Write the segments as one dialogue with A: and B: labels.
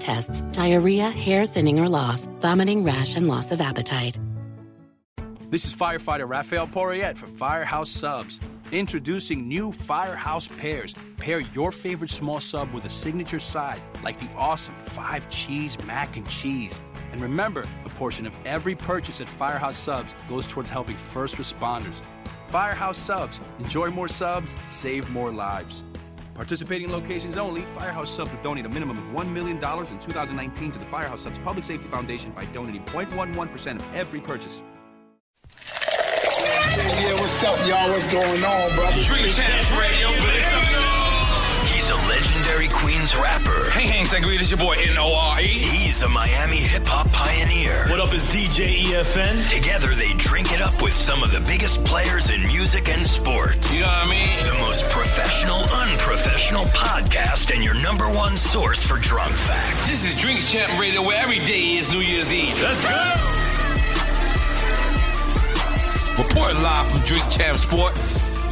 A: tests, diarrhea, hair thinning or loss, vomiting, rash, and loss of appetite.
B: This is firefighter Raphael Porriette for Firehouse Subs. Introducing new Firehouse Pairs. Pair your favorite small sub with a signature side, like the awesome five cheese mac and cheese. And remember, a portion of every purchase at Firehouse Subs goes towards helping first responders. Firehouse Subs. Enjoy more subs, save more lives. Participating locations only, Firehouse Subs would donate a minimum of $1 million in 2019 to the Firehouse Subs Public Safety Foundation by donating 0.11% of every purchase.
C: Yeah, what's up, y'all? What's going on, brother?
D: Dream Champs Radio,
E: He's a legendary Queens rapper.
D: Hey, hey, Sangreed, it's your boy N.O.R.E.
E: He's a Miami hip hop pioneer.
D: E. What up is DJ EFN?
E: Together, they drink it up with some of the biggest players in music and sports.
D: You know what I mean?
E: The most professional, unprofessional podcast and your number one source for drunk facts.
D: This is Drinks Champ Radio, where every day is New Year's Eve. Let's go! Report live from Drink Champ Sport.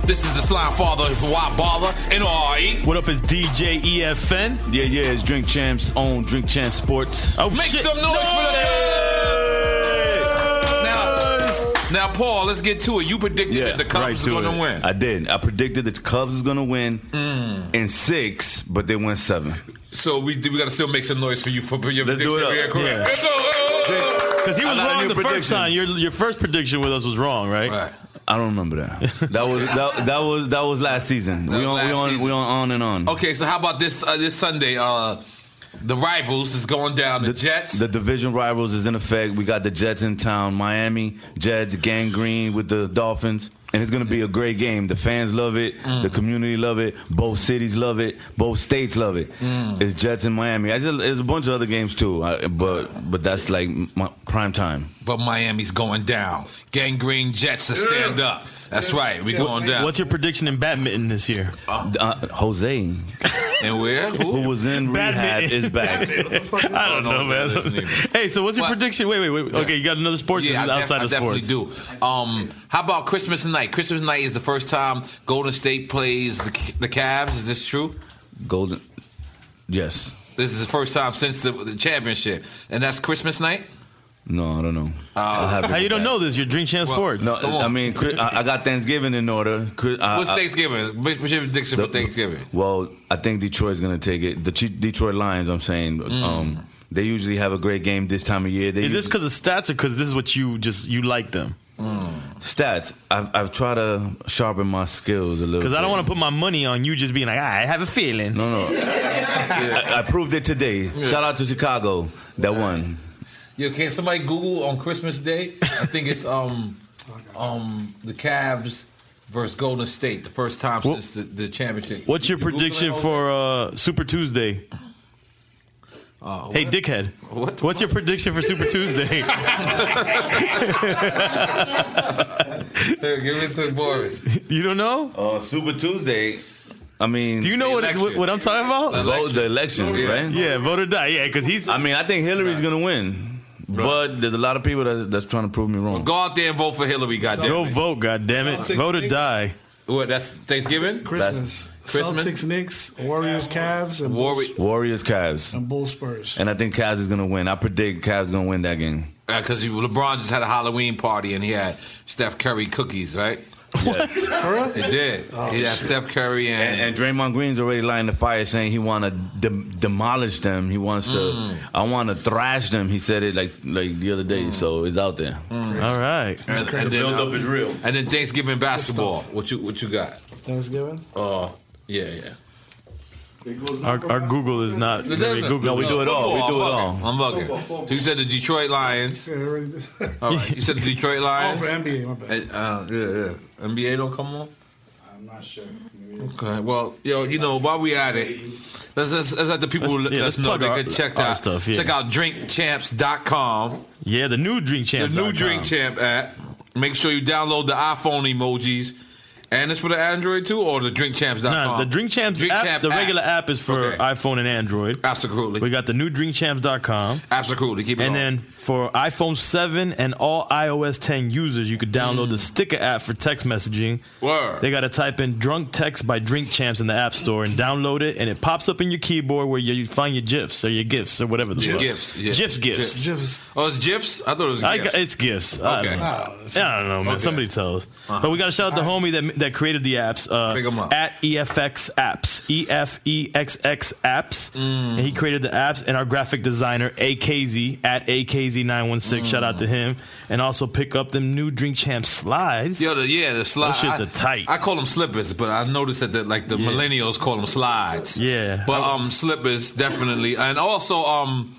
D: This is the Slime Father, Why Bother, NRE.
F: What up, is DJ EFN?
G: Yeah, yeah, it's Drink Champs on Drink Champs Sports.
D: Oh, Make shit. some noise, noise. for the Cubs! Now, now, Paul, let's get to it. You predicted yeah, that the Cubs right was going to win.
G: I did. I predicted the Cubs was going to win mm. in six, but they won seven.
D: So we we got to still make some noise for you for your Let's prediction. Do it up. Yeah. Let's go.
F: Because he was wrong the prediction. first time. Your your first prediction with us was wrong, right? right.
G: I don't remember that. That was that, that was that was last season. That we on we on season. we on on and on.
D: Okay, so how about this uh, this Sunday? Uh, the rivals is going down. The, the, Jets.
G: The division rivals is in effect. We got the Jets in town. Miami Jets, gangrene with the Dolphins and it's gonna be a great game. The fans love it, the community love it, both cities love it, both states love it.
H: Mm.
G: It's Jets in Miami. I just, it's a bunch of other games too, I, but but that's like my prime time.
H: But Miami's going down. Gangrene Jets to stand up. That's right. We going down.
F: What's your prediction in badminton this year?
G: Uh, Jose.
H: And where? Who?
G: was in rehab
F: Badminton.
G: is back.
F: I don't know, man. hey, so what's your prediction? Wait, wait, wait. Okay, you got another sports
H: Yeah,
F: yeah,
H: I def-
F: outside
H: I
F: of sports.
H: definitely do. Um, how about Christmas night? Christmas night is the first time Golden State plays the, the Cavs. Is this true?
G: Golden, yes.
H: This is the first time since the, the championship, and that's Christmas night.
G: No, I don't know.
H: Oh.
G: I'll have to
F: How
G: get
F: you don't
G: back.
F: know this? You're Drink Champ Sports.
G: No, I mean, Chris- I I got Thanksgiving in order. Chris- I-
H: What's
G: I-
H: Thanksgiving? What's your prediction for Thanksgiving?
G: Well, I think Detroit's going to take it. The Ch- Detroit Lions, I'm saying, um, they usually have a great game this time of year. They
F: Mm. Is this
G: usu-
F: because of stats or because this is what you just you like them?
G: stats? I've, I've tried to sharpen my skills a little.
F: Because I don't
G: bit.
F: want to put my money on you just being like, I have a feeling.
G: No, no. I, I proved it today. Shout out to Chicago that won.
H: Yo, can somebody Google on Christmas Day? I think it's um um the Cavs versus Golden State, the first time
F: Wha-
H: since the, the championship.
F: What's your
H: You Googling
F: prediction
H: all
F: for uh, Super Tuesday?
H: Oh,
F: hey, dickhead. What's your prediction for Super Tuesday?
H: that? Here, give it to Boris.
F: you don't know?
G: Uh, Super Tuesday. I mean,
F: Do you know what, what what I'm talking about?
G: The election, the election right?
F: Yeah, vote or die. Yeah, because he's.
G: I mean, I think Hillary's gonna win, but there's a lot of people that, that's trying to prove me wrong.
H: Go out there and vote for Hillary, goddamn.
F: Go vote, goddamn it. Vote or die.
H: What? That's Thanksgiving.
G: Christmas.
H: Christmas.
I: Celtics, Knicks, Warriors, Cavs, and Bulls,
G: Warriors, Cavs,
I: and Bull Spurs.
G: and I think Cavs is gonna win. I predict Cavs gonna win that game.
H: Because Uh, LeBron just had a Halloween party and he had Steph Curry cookies, right?
I: For real? Oh,
H: He did. he had Steph Curry and,
G: And, and Draymond Green's already lighting the fire, saying he want to de- demolish them. He wants
H: Mm.
G: to. I want to thrash them. He said it like like the other day, so it's out there.
F: All right.
H: and, and then, um, And then Thanksgiving basketball. What you what you got?
I: Thanksgiving.
H: Oh, yeah, yeah.
F: Our, our Google is not.
H: It
F: very
H: doesn't.
F: Google.
H: Football, I'm bugging. I'm bugging. So you said the Detroit Lions. All right. You said the Detroit Lions.
I: for NBA, my bad.
H: And, uh, yeah, yeah. NBA don't come on.
I: I'm not sure.
H: Okay. Well, yo, you know, while we at it, let's let's, let's let the people
F: Let's-
H: let
F: yeah,
H: us
F: let's
H: know
F: plug
H: they
F: our-
H: can check
F: our
H: out
F: stuff, yeah.
H: check out drinkchamps.com.
F: Yeah, the new Drink
H: The
F: Champ.
H: new Drink Champ app. Make sure you download the iPhone emojis. And it's for the Android too, or the drinkchamps.com?
F: Nah, the Drink Champs app, the regular app is for iPhone and Android.
H: Absolutely.
F: We got the new drinkchamps.com.
H: Absolutely. Keep it
F: And
H: going.
F: then for iPhone 7 and all iOS 10 users, you could download the sticker app for text messaging.
H: Mm. Word.
F: They got to type in drunk text by Drink Champs in the App Store and download it, and it pops up in your keyboard where you you find your GIFs or your GIFs or whatever the fuck.
H: GIFs. yeah.
F: GIFs, GIFs.
H: Oh, it's GIFs? I thought it was
F: I
H: GIFs.
F: got- it's gifts. I
H: Okay.
F: don't know, Yeah, I don't know man.
H: Okay. Uh-huh.
F: Somebody tell us. But we got to shout out the homie that that created the apps. Uh, At EFX Apps, E F E X X Apps,
H: Mm.
F: and he created the apps. And our graphic designer AKZ at AKZ nine one
H: Mm.
F: six. Shout out to him. And also pick up them new Drink Champ slides.
H: Yo, the, yeah, the slides.
F: shits are tight.
H: I, I call them slippers, but I noticed that the, like the millennials call them slides.
F: Yeah.
H: But um, slippers definitely, and also um,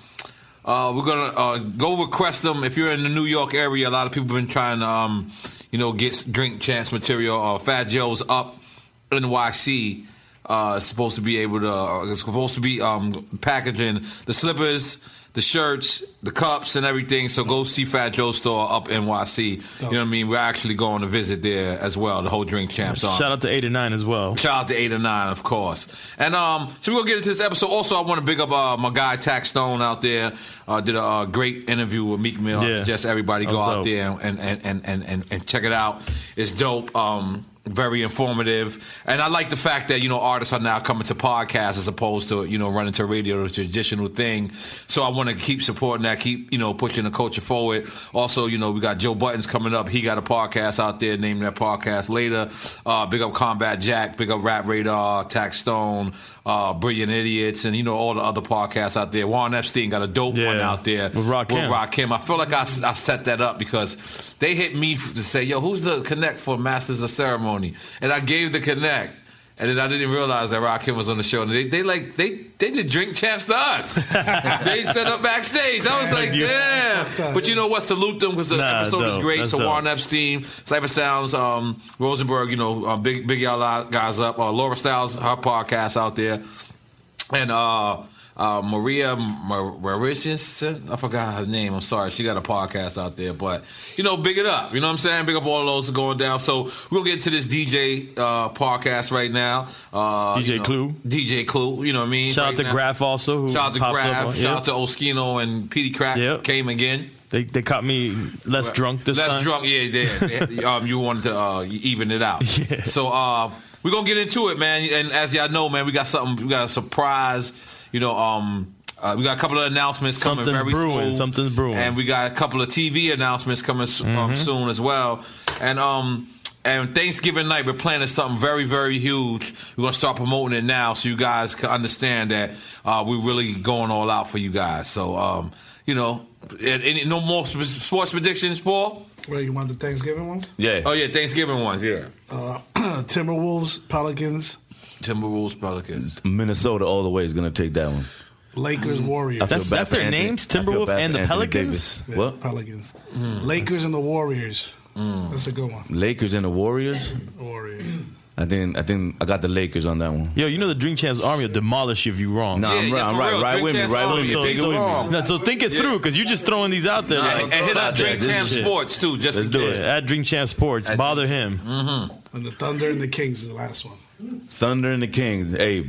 H: uh, we're gonna uh, go request them if you're in the New York area. A lot of people been trying to um, you know, get drink chance material. Uh, Fat Joe's up NYC. Uh, is supposed to be able to. Uh, is supposed to be um, packaging the slippers, the shirts, the cups, and everything. So go see Fat Joe's store up NYC. You know what I mean? We're actually going to visit there as well. The whole drink champs. on.
F: Shout out to eight and nine as well.
H: Shout out to eight and nine, of course. And um, so we're gonna get into this episode. Also, I want to big up uh, my guy Tax Stone out there. Uh, did a uh, great interview with Meek Mill. I
F: Yeah.
H: suggest everybody
F: That
H: go
F: was
H: out
F: dope.
H: there and and, and, and and and check it out. It's dope. Um, very informative. And I like the fact that you know artists are now coming to podcasts as opposed to you know running to radio, the traditional thing. So I want to keep supporting that. Keep you know pushing the culture forward. Also, you know we got Joe Buttons coming up. He got a podcast out there. Name that podcast later. Uh, big up Combat Jack. Big up Rap Radar. Tax Stone. Uh, Brilliant Idiots. And you know all the other podcasts out there. Warren Epstein got a dope one out there
F: With Rakim.
H: With Rakim. I feel like I, I set that up because they hit me to say, yo, who's the connect for Masters of Ceremony? And I gave the connect. And then I didn't realize that Rakim was on the show. And they, they like they they did drink champs to us. they set up backstage. I was like,
C: You-
H: yeah.
C: Fuck that.
H: But you know what? Salute them because the
C: Nah,
H: episode is
C: dope.
H: great.
C: That's
H: so
C: dope.
H: Warren Epstein, Cypher Sounds, um, Rosenberg, you know, uh, big big y'all guys up. Uh, Laura Styles, her podcast out there, and uh, uh, Maria Mar- Mauritius, I forgot her name. I'm sorry, she got a podcast out there, but you know, big it up. You know what I'm saying? Big up all those going down. So we'll get to this DJ uh, podcast right now. Uh,
F: DJ
H: you know,
F: Clue.
H: DJ Clue. You know what I mean?
F: Shout out
H: Right
F: to
H: now.
F: Graf also. Who
H: Shout out to
F: popped
H: Graf.
F: Up, on-
H: shout
F: yeah.
H: out to Oskino and Petey Crack came again.
F: They they caught me less
H: Right.
F: drunk this
H: Less
F: time.
H: drunk, yeah. They, they- um, you wanted to uh, even it out. So uh, we're gonna get into it, man. And as y'all know, man, we got something. We got a surprise. You know, um, uh, we got a couple of announcements coming
F: Something's
H: very
F: brewing,
H: soon.
F: something's brewing.
H: and we got a couple of TV announcements coming s- um,
G: Mm-hmm.
F: Mhm.
H: soon as well. And um. And Thanksgiving night, we're planning something very, very huge. We're gonna start promoting it now, so you guys can understand that uh, we're really going all out for you guys. So, um, you know, and, and no more sp- sports predictions, Paul.
I: Where you want the Thanksgiving ones?
H: Yeah. Oh yeah, Thanksgiving ones. Yeah.
I: Uh, Timberwolves, Pelicans,
H: Timberwolves, Pelicans.
G: Minnesota all the way is gonna take that one.
I: Lakers, Warriors.
G: I feel bad for Anthony- I feel bad for Anthony Davis.
I: Yeah,
G: What?
I: Pelicans. Mm. Lakers and the Warriors. That's a good one.
G: Lakers and the Warriors.
I: Warriors.
G: I think I think I got the Lakers on that one.
F: Yo, you know the Dream Champs Army will demolish you if you wrong.
G: Nah, I'm Yeah, right- yeah, I'm for right- real. right Drink with me, Champs right Army, with me,
F: So,
G: take it
F: so,
G: with me.
F: No, so think it through, because you're just throwing these out there.
G: Yeah,
F: like,
G: and hit up
F: out there,
G: Drink
F: this
G: Champs
F: shit.
G: Sports, too, just
F: Let's
G: in
F: do
G: case.
F: it. At Dream Champs Sports, bother him.
I: Mm-hmm. And the Thunder and the Kings is the last one.
G: Thunder and the Kings. Hey,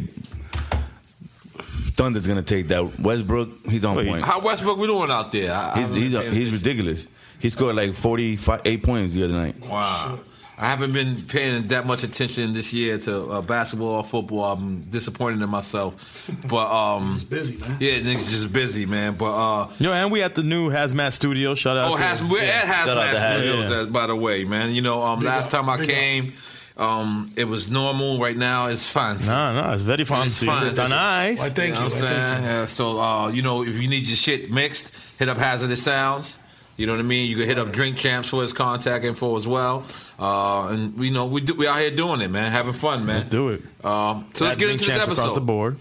G: Thunder's gonna take that. Westbrook, he's on point.
H: How Westbrook we doing out there? I, I
G: He's
H: haven't
G: he's,
H: been-
G: he's ridiculous. He scored like 45, eight points the other night.
H: wow. I haven't been paying that much attention this year to uh, basketball or football. I'm disappointed in myself, but um, he's
I: busy, man.
H: Yeah, niggas just busy, man. But uh,
F: Yo, and we at the new Hazmat Studio. Shout out
H: oh,
F: to
H: has, we're at
F: Shout out
H: Hazmat
F: to Haz-
H: Studios,
F: yeah.
H: as- by the way, man. You know, um,
F: Big
H: last
F: up,
H: time I
F: big up.
H: came, um, it was normal. Right now, it's fancy.
F: No, no, it's very fancy. It's nice. Why, thank
H: know
F: you,
H: what I'm
F: why, thank
H: saying? Yeah, so, uh, you know, if you need your shit mixed, hit up Hazardous Sounds. You know what I mean? You can hit up Drink Champs for his contact info as well. Uh, and, you know, we do, we out here doing it, man. Having fun, man. Let's
F: do it.
H: Um, so let's
F: At
H: get
F: Drink
H: into this
F: Champs
H: episode.
F: Across the board.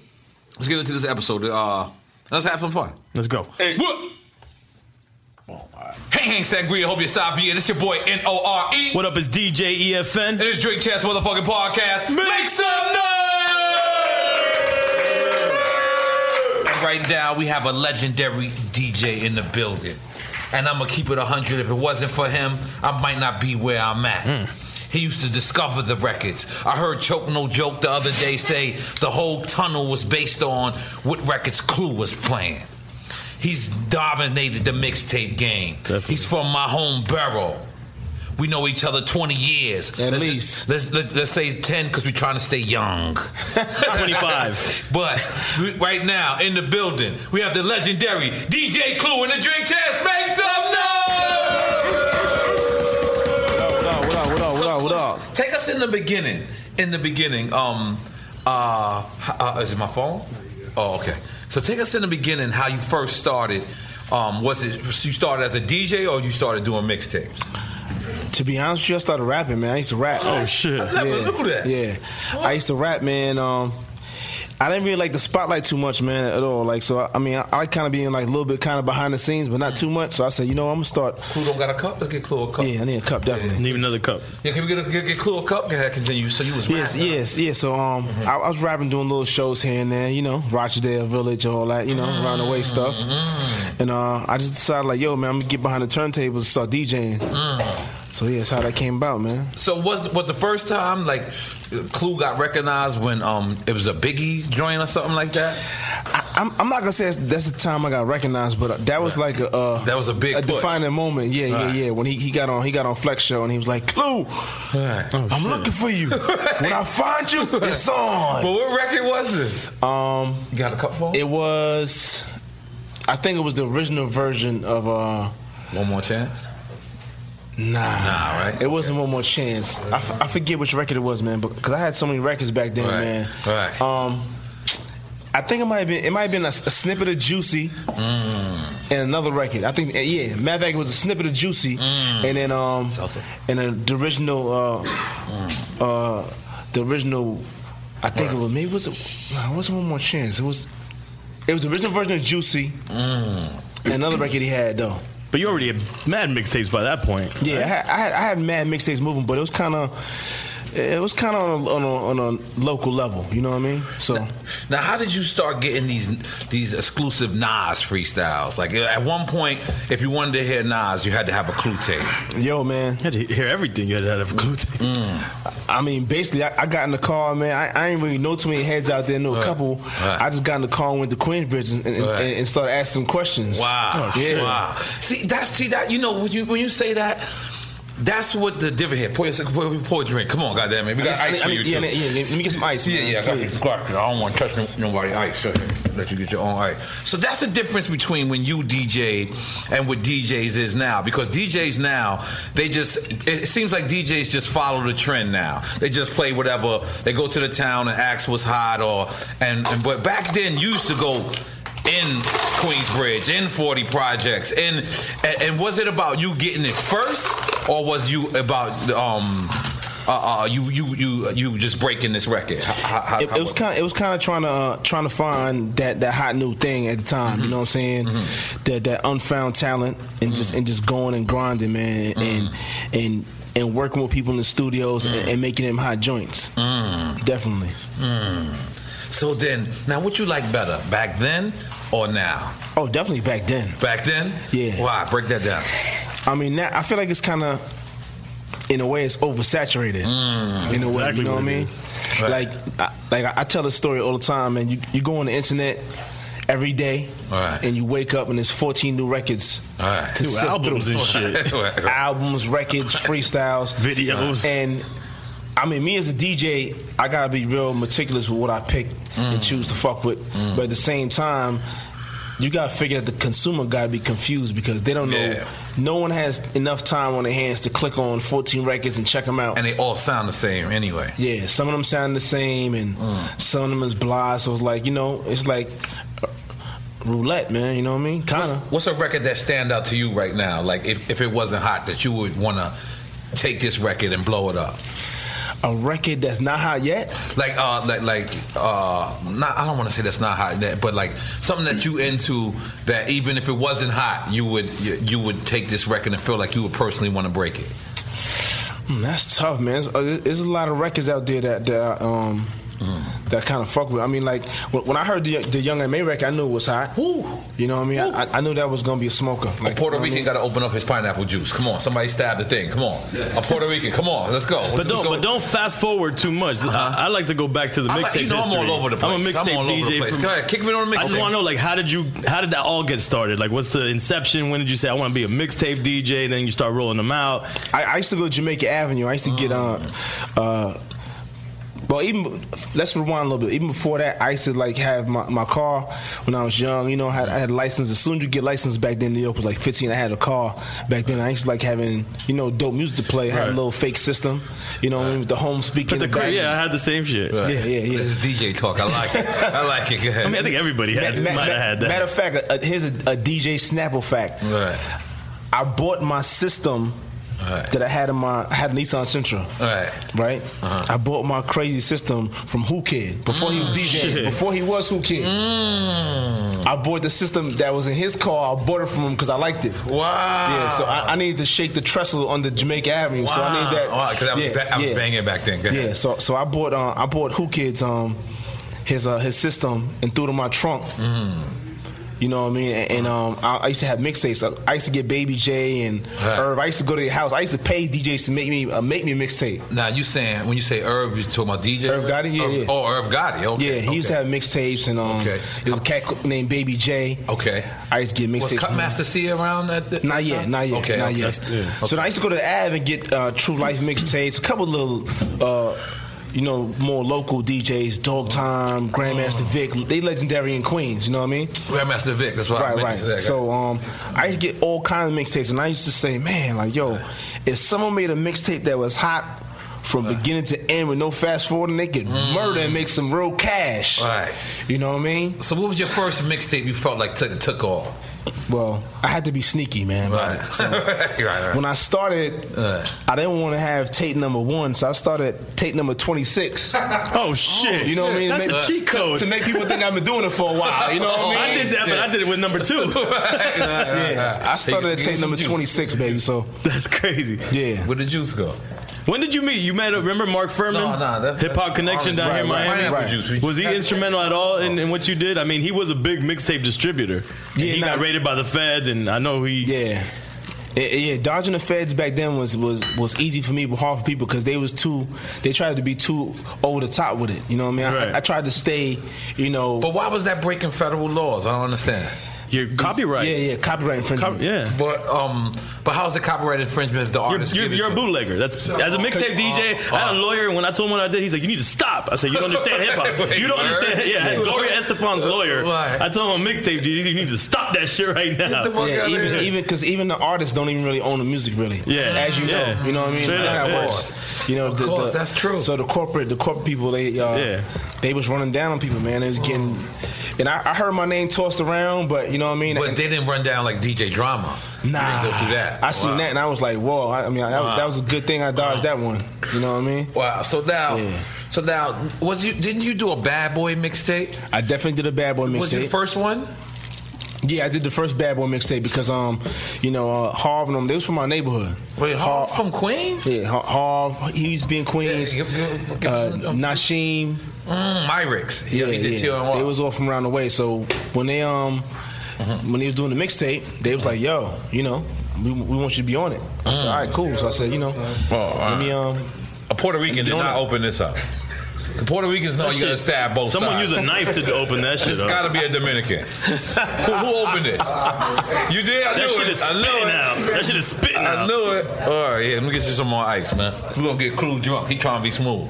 H: Let's get into this episode. Uh, let's have some fun.
F: Let's go.
H: Hey, what? Hey, Hank Sangria, hope you're sorry. Yeah, this your boy N O R E.
F: What up? It's DJ EFN. And
H: it's Drake Chance Motherfucking Podcast. Make some noise! Right now, we have a legendary DJ in the building. And I'm going to keep it 100. If it wasn't for him, I might not be where I'm at. He used to discover the records. I heard Choke No Joke the other day say the whole tunnel was based on what records Clue was playing. He's dominated the mixtape game. He's from my home borough. We know each other 20 years. At least. Let's, let's, let's say 10 because we're trying to stay young.
F: 25.
H: but we- right now, in the building, we have the legendary DJ Clue in the drink chest. Make some noise! What up, what up, what up, what up? Take us in the beginning. In the beginning, um, uh, h- uh is it my phone? Oh, okay. So take us in the beginning how you first started. Um, was it you started as a DJ or you started doing mixtapes?
J: To be honest with you, I started rapping, man. I used to rap.
F: Oh shit!
H: I never
J: yeah.
H: knew that.
J: Yeah, I used to rap, man. Um, I didn't really like the spotlight too much, man, at all. Like, so I, I mean, I, I kind of being like a little bit kind of behind the scenes, but not too much. So I said, you know, I'm gonna start.
H: Clue don't got a cup. Let's get Clue a cup.
J: Yeah, I need a cup definitely.
F: Need another cup.
H: Yeah, can we get, a, get, get Clue a cup? Go ahead, continue. So you was
J: Yes,
H: rapping.
J: yes, yes. So um, I, I was rapping, doing little shows here and there, you know, Rochdale Village, all that, you know, around
H: Mm-hmm.
J: the way stuff. And uh, I just decided, like, yo, man, I'm gonna get behind the turntables and start DJing.
H: Mm.
J: So yeah, that's how that came about, man.
H: So was was the first time like Clue got recognized when um it was a Biggie joint or something like that?
J: I, I'm, I'm not gonna say that's, that's the time I got recognized, but that was like a uh,
H: that was a big
J: a
H: push.
J: defining moment. Yeah,
H: Right.
J: yeah, yeah. When he, he got on he got on Flex Show and he was like, Clue,
H: Oh,
J: I'm looking for you. when I find you, it's on.
H: But what record was this?
J: Um,
H: you got a cup for?
J: It was, I think it was the original version of uh,
H: One More Chance.
J: Nah, nah,
H: right?
J: It wasn't one more chance. I, f- I forget which record it was, man, because I had so many records back then,
H: Right,
J: man.
H: right.
J: Um, I think it might have been it might have been a, s- a snippet of Juicy and another record. I think yeah, matter of fact, it was a snippet of Juicy and then um and then the original uh uh the original I think it was maybe it was a, nah, it wasn't one more chance. It was it was the original version of Juicy. And another record he had though.
F: But you already had mad mixtapes by that point.
J: Yeah, I had, I had, I had mad mixtapes moving, but it was kind of it was kind of on a, on, a, on a local level. You know what I mean? So
H: Now, how did you start getting these these exclusive Nas freestyles? Like at one point, if you wanted to hear Nas, you had to have a clue tape.
J: Yo, Oh, man. You
F: had to hear everything you had to have clue tape.
J: I mean, basically, I, I got in the car, man. I, I ain't really know too many heads out there, no couple. I just got in the car and went to Queensbridge and, and,
H: Right.
J: and started asking questions.
H: Wow.
J: yeah.
H: Wow. See that see that you know when you when you say that that's what the diva hit. Pour, yourself- pour, pour a drink. Come on, goddamn it. We got
J: I need-
H: ice
J: I
H: for
J: need-
H: you
J: yeah,
H: too.
J: yeah, yeah, let me get some ice,
H: Yeah,
J: man,
H: yeah. I got
J: please.
H: some Clark, 'cause I don't want to touch no- nobody ice. So let you get your own ice. So that's the difference between when you DJ and what DJs is now. Because DJs now, they just it seems like DJs just follow the trend now. They just play whatever. They go to the town and ask what's hot or and, and but back then you used to go in Queensbridge, in 40 projects, and, and and was it about you getting it first, or was you about um uh, uh you you you you just breaking this record? How, how,
J: it,
H: how
J: it was kind of it was kind of trying to uh, trying to find that that hot new thing at the time.
F: Mm-hmm.
J: You know what I'm saying? That that unfound talent and just
F: Mm.
J: and just going and grinding, man, and and and working with people in the studios
F: Mm.
J: and, and making them hot joints. Definitely.
H: Mm. So then, now what you like better, back then or now?
J: Oh, definitely back then.
H: Back then, yeah. Why? Break that down.
J: I mean, now, I feel like it's kind of. In a way, it's oversaturated. in a way,
F: Mm, Exactly
J: you know
F: what
J: what I
F: it
J: mean? Like, I, like I- I tell this story all the time, man. You you go on the internet every day, and you wake up and there's 14 new records to
F: New
J: sift
F: albums
J: through.
F: and shit. Right.
J: albums, records, freestyles,
F: Videos.
J: and I mean, me as a DJ, I gotta be real meticulous with what I pick and choose to fuck with. But at the same time, you gotta figure that the consumer gotta be confused because they don't know. No one has enough time on their hands to click on 14 records and check them out.
H: And they all sound the same anyway.
J: Yeah, some of them sound the same, and some of them is blah. So it's like you know, it's like uh, roulette, man. You know what I mean? Kind of.
H: What's a record that stand out to you right now? Like if, if it wasn't hot, that you would want to take this record and blow it up.
J: A record that's not hot yet.
H: Like uh, like like uh, not. I don't want to say that's not hot, that, but like something that you into that even if it wasn't hot, you would you, you would take this record and feel like you would personally want to break it.
J: Mm, that's tough, man. There's a, there's a lot of records out there that that um that kind of fuck with. I mean, like when, when I heard the the Young and May record, I knew it was hot. You know what I mean? I, I- I knew that was gonna be a smoker.
H: a Puerto Rican got to open up his pineapple juice. Come on, somebody stab the thing. Come on, a Puerto Rican. Come on, let's go.
F: But don't, but don't fast forward too much. I, I like to go back to the
H: I'm
F: mixtape
H: like- you know I'm
F: history.
H: all over the
F: I'm a
H: place. I'm
F: mixtape
H: all over the
F: DJ.
H: place.
F: from-
H: Go ahead, kick me on the
F: I just
H: mixtape.
F: want to know, like, how did you, how did that all get started? Like, what's the inception? When did you say I want to be a mixtape DJ? Then you start rolling them out.
J: I, I used to go to Jamaica Avenue. I used to get
F: Oh,
J: uh uh. Well, even let's rewind a little bit. Even before that, I used to like have my, my car when I was young. You know, I had, I had license. As soon as you get licensed back then, New York was like 15. I had a car back then. I used to like having you know dope music to play. I had a
F: Right.
J: little fake system. You know, what I mean, with the home speaker.
F: But
J: in
F: the
J: back.
F: cra- yeah, I had the same shit.
J: Yeah, yeah, yeah.
H: This is DJ talk. I like it. I like it. Go ahead.
F: I mean, I think everybody had,
J: Ma- ma-
F: might have had that.
J: Matter of fact, uh, uh, here's a, a DJ Snapple fact.
H: Right.
J: I bought my system that I had in my I had a Nissan Sentra.
H: Right. Uh-huh.
J: Right. I bought my crazy system from Who Kid before he was
H: Mm,
J: DJ.
H: shit.
J: Before he was Who Kid.
H: Mm.
J: I bought the system that was in his car. I bought it from him because I liked it.
H: Wow.
J: Yeah. So I, I needed to shake the trestle on the Jamaica Avenue. So I need that.
H: Wow, because I was
J: yeah,
H: ba- I was
J: yeah.
H: banging back then. Go ahead.
J: Yeah, so so I bought uh, I bought Who Kids um his uh, his system and threw it in my trunk. You know what I mean? And, and, um, I, I used to have mixtapes. I, I used to get Baby J and Irv. I used to go to their house. I used to pay DJs to make me uh, make me a mixtape.
H: Now you saying when you say Herb, you talking about DJ?
J: Irv Gotti, yeah,
H: Irv,
J: yeah.
H: Oh, Irv Gotti. Okay.
J: yeah, he
H: okay.
J: used to have mixtapes and um,
H: Okay.
J: there was a cat co- named Baby J.
H: Okay.
J: I used to get
H: Was
J: mixtapes. from him.
H: Cutmaster C around at the?
J: Not yet, not yet,
H: Okay,
J: not
H: okay.
J: yet. So then I used to go to the Av and get uh, True Life mixtapes, a couple little, uh, you know, more local DJs, Dog Time,
H: Oh.
J: Grandmaster Vic. They legendary in Queens. You know what I mean?
H: Grandmaster Vic. That's what I
J: right,
H: mentioned
J: right.
H: that.
J: So um, I used to get all kinds of mixtapes, and I used to say, man, like, yo, if someone made a mixtape that was hot from beginning to end with no fast forwarding. They could murder and make some real cash.
H: Mm. Right.
J: You know what I mean?
H: So what was your first mixtape you felt like took took off?
J: Well, I had to be sneaky, man.
H: Right. right, right.
J: When I started, I didn't want to have tape number one, so I started at tape number twenty six.
F: Oh shit!
J: You know what I mean?
F: That's
J: Make-
F: a cheat
J: to-
F: code. Oh,
J: to, make people think I've been doing it for a while. You know what I
F: I
J: mean?
F: did that, but I did it with number two.
J: yeah, I started at tape number twenty six, baby. So
F: that's crazy.
J: Yeah.
H: Where did Juice go?
F: When did you meet? You met. uh, Remember Mark Furman?
H: No, no, that's-
F: Hip Hop
H: that's
F: Connection down
H: orange
F: here in
H: juice.
F: Miami.
H: Pineapple juice. We
F: Was he
H: just-
F: instrumental at all in, in what you did? I mean, he was a big mixtape distributor. And he got raided by the feds, and I know he.
J: Yeah. Yeah, yeah, dodging the feds back then was was was easy for me, but hard for people because they was too. They tried to be too over the top with it. You know what I mean? I- I, tried to stay. You know.
H: But why was that breaking federal laws? I don't understand.
F: Your copyright.
J: Yeah, yeah, copyright infringement.
F: yeah.
H: But um, but how's it copyright infringement if the artist?
F: You're,
H: give it
F: you're a
H: to
F: bootlegger. That's as a mixtape DJ.
H: uh,
F: I had a lawyer, and when I told him what I did, he's like, "You need to stop." I said, "You don't understand hip hop.
H: Wait,
F: You don't
H: word?
F: understand." Yeah,
H: Yeah.
F: Gloria Estefan's lawyer.
J: Right.
F: I told him mixtape DJ, you need to stop that shit right now.
J: yeah, even even because even the artists don't even really own the music, really.
F: Yeah.
J: as you
F: Yeah.
J: know, you know what I mean.
F: Straight
J: That's
F: up,
J: how it
F: yeah.
J: works. You know,
H: Of
J: the-
H: course,
J: the-
H: that's true.
J: So the corporate, the corporate people, they uh,
F: Yeah.
J: they was running down on people, man. It was getting, and I, I heard my name tossed around, but you know what I mean.
H: But
J: And-
H: they didn't run down like DJ Drama.
J: Nah,
H: you didn't go through that.
J: I seen
H: Wow.
J: that and I was like, whoa. I, I mean, that,
H: Wow.
J: that was a good thing I dodged that one. You know what I mean?
H: Wow. So now, so now, was you? Didn't you do a Bad Boy mixtape?
J: I definitely did a Bad Boy mixtape.
H: Was it the first one?
J: Yeah, I did the first Bad Boy mixtape because um, you know, uh, Harv and them, they was from my neighborhood.
H: Wait, Harv uh, from Queens?
J: Yeah, Har- Harv, he used to be in Queens. uh, Nasheem,
H: Mm, Myricks. Yeah, he did TLNY.
J: They was all from around the way. So when they um,
H: Mm-hmm.
J: when they was doing the mixtape, they was like, yo, you know, we, we want you to be on it. I said,
H: Mm.
J: all right, cool. So I said, you know, let me um.
H: A Puerto Rican did
J: Don't
H: not
J: it.
H: open this up. The Puerto Ricans know
J: That
H: you gotta
J: shit-
H: stab both
J: someone
H: sides.
J: use a knife to
F: open that shit
H: It's
F: up.
H: gotta be a Dominican. who, who opened this? You did? I
F: That
H: knew
F: shit
H: it.
F: is
H: I knew
F: spitting
H: it.
F: out. That shit is spitting
H: I
F: out.
H: knew it. All right, yeah, let me get you some more ice, man. We're gonna get Clue drunk. He trying to be smooth.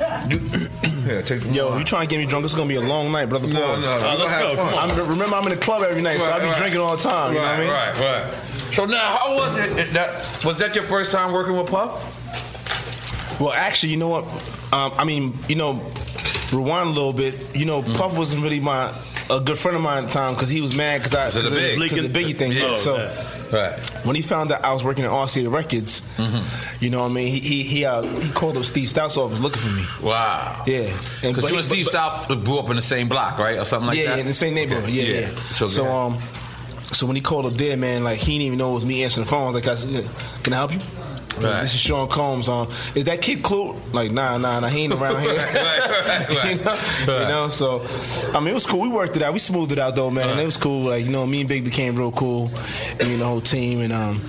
H: yeah, take some
J: Yo, you trying to get me drunk? It's gonna be a long night, brother.
H: No,
J: Pause.
H: no, Uh, you let's gonna have go. fun.
J: I'm, remember, I'm in the club every night, so I be
H: Right, right.
J: drinking all the time. You know what I mean?
H: Right, right, right. So now, how was it? it- That, was that your first time working with Puff?
J: Well, actually, you know what? Um, I mean, you know, rewind a little bit. You know,
H: Mm.
J: Puff wasn't really my a good friend of mine at the time because he was mad because I
H: 'Cause of the
J: 'cause
H: big.
J: because the biggie thing.
H: Yeah.
J: so
H: Right. Mm-hmm.
J: when he found out I was working at RCA Records, you know, what I mean, he he he, uh, he called up Steve Stout's office looking for me.
H: Wow.
J: Yeah, And- but
H: Because you
J: he-
H: and Steve
J: but-
H: South grew up in the same block, right, or something like
J: yeah,
H: that.
J: yeah, in the same neighborhood.
H: Okay.
J: Yeah, yeah.
H: So,
J: So, um, so when he called up there, man, like he didn't even know it was me answering the phone. I was like, I said, "Can I help you?"
H: Right.
J: This is Sean Combs. Um, is that kid Clue? Like, nah, nah, nah. He ain't around here.
H: right, right,
J: you, know? You know? so I mean, it was cool. We worked it out. We smoothed it out though, man. It was cool. Like, you know, me and Big became real cool. And, you know, the whole team and um.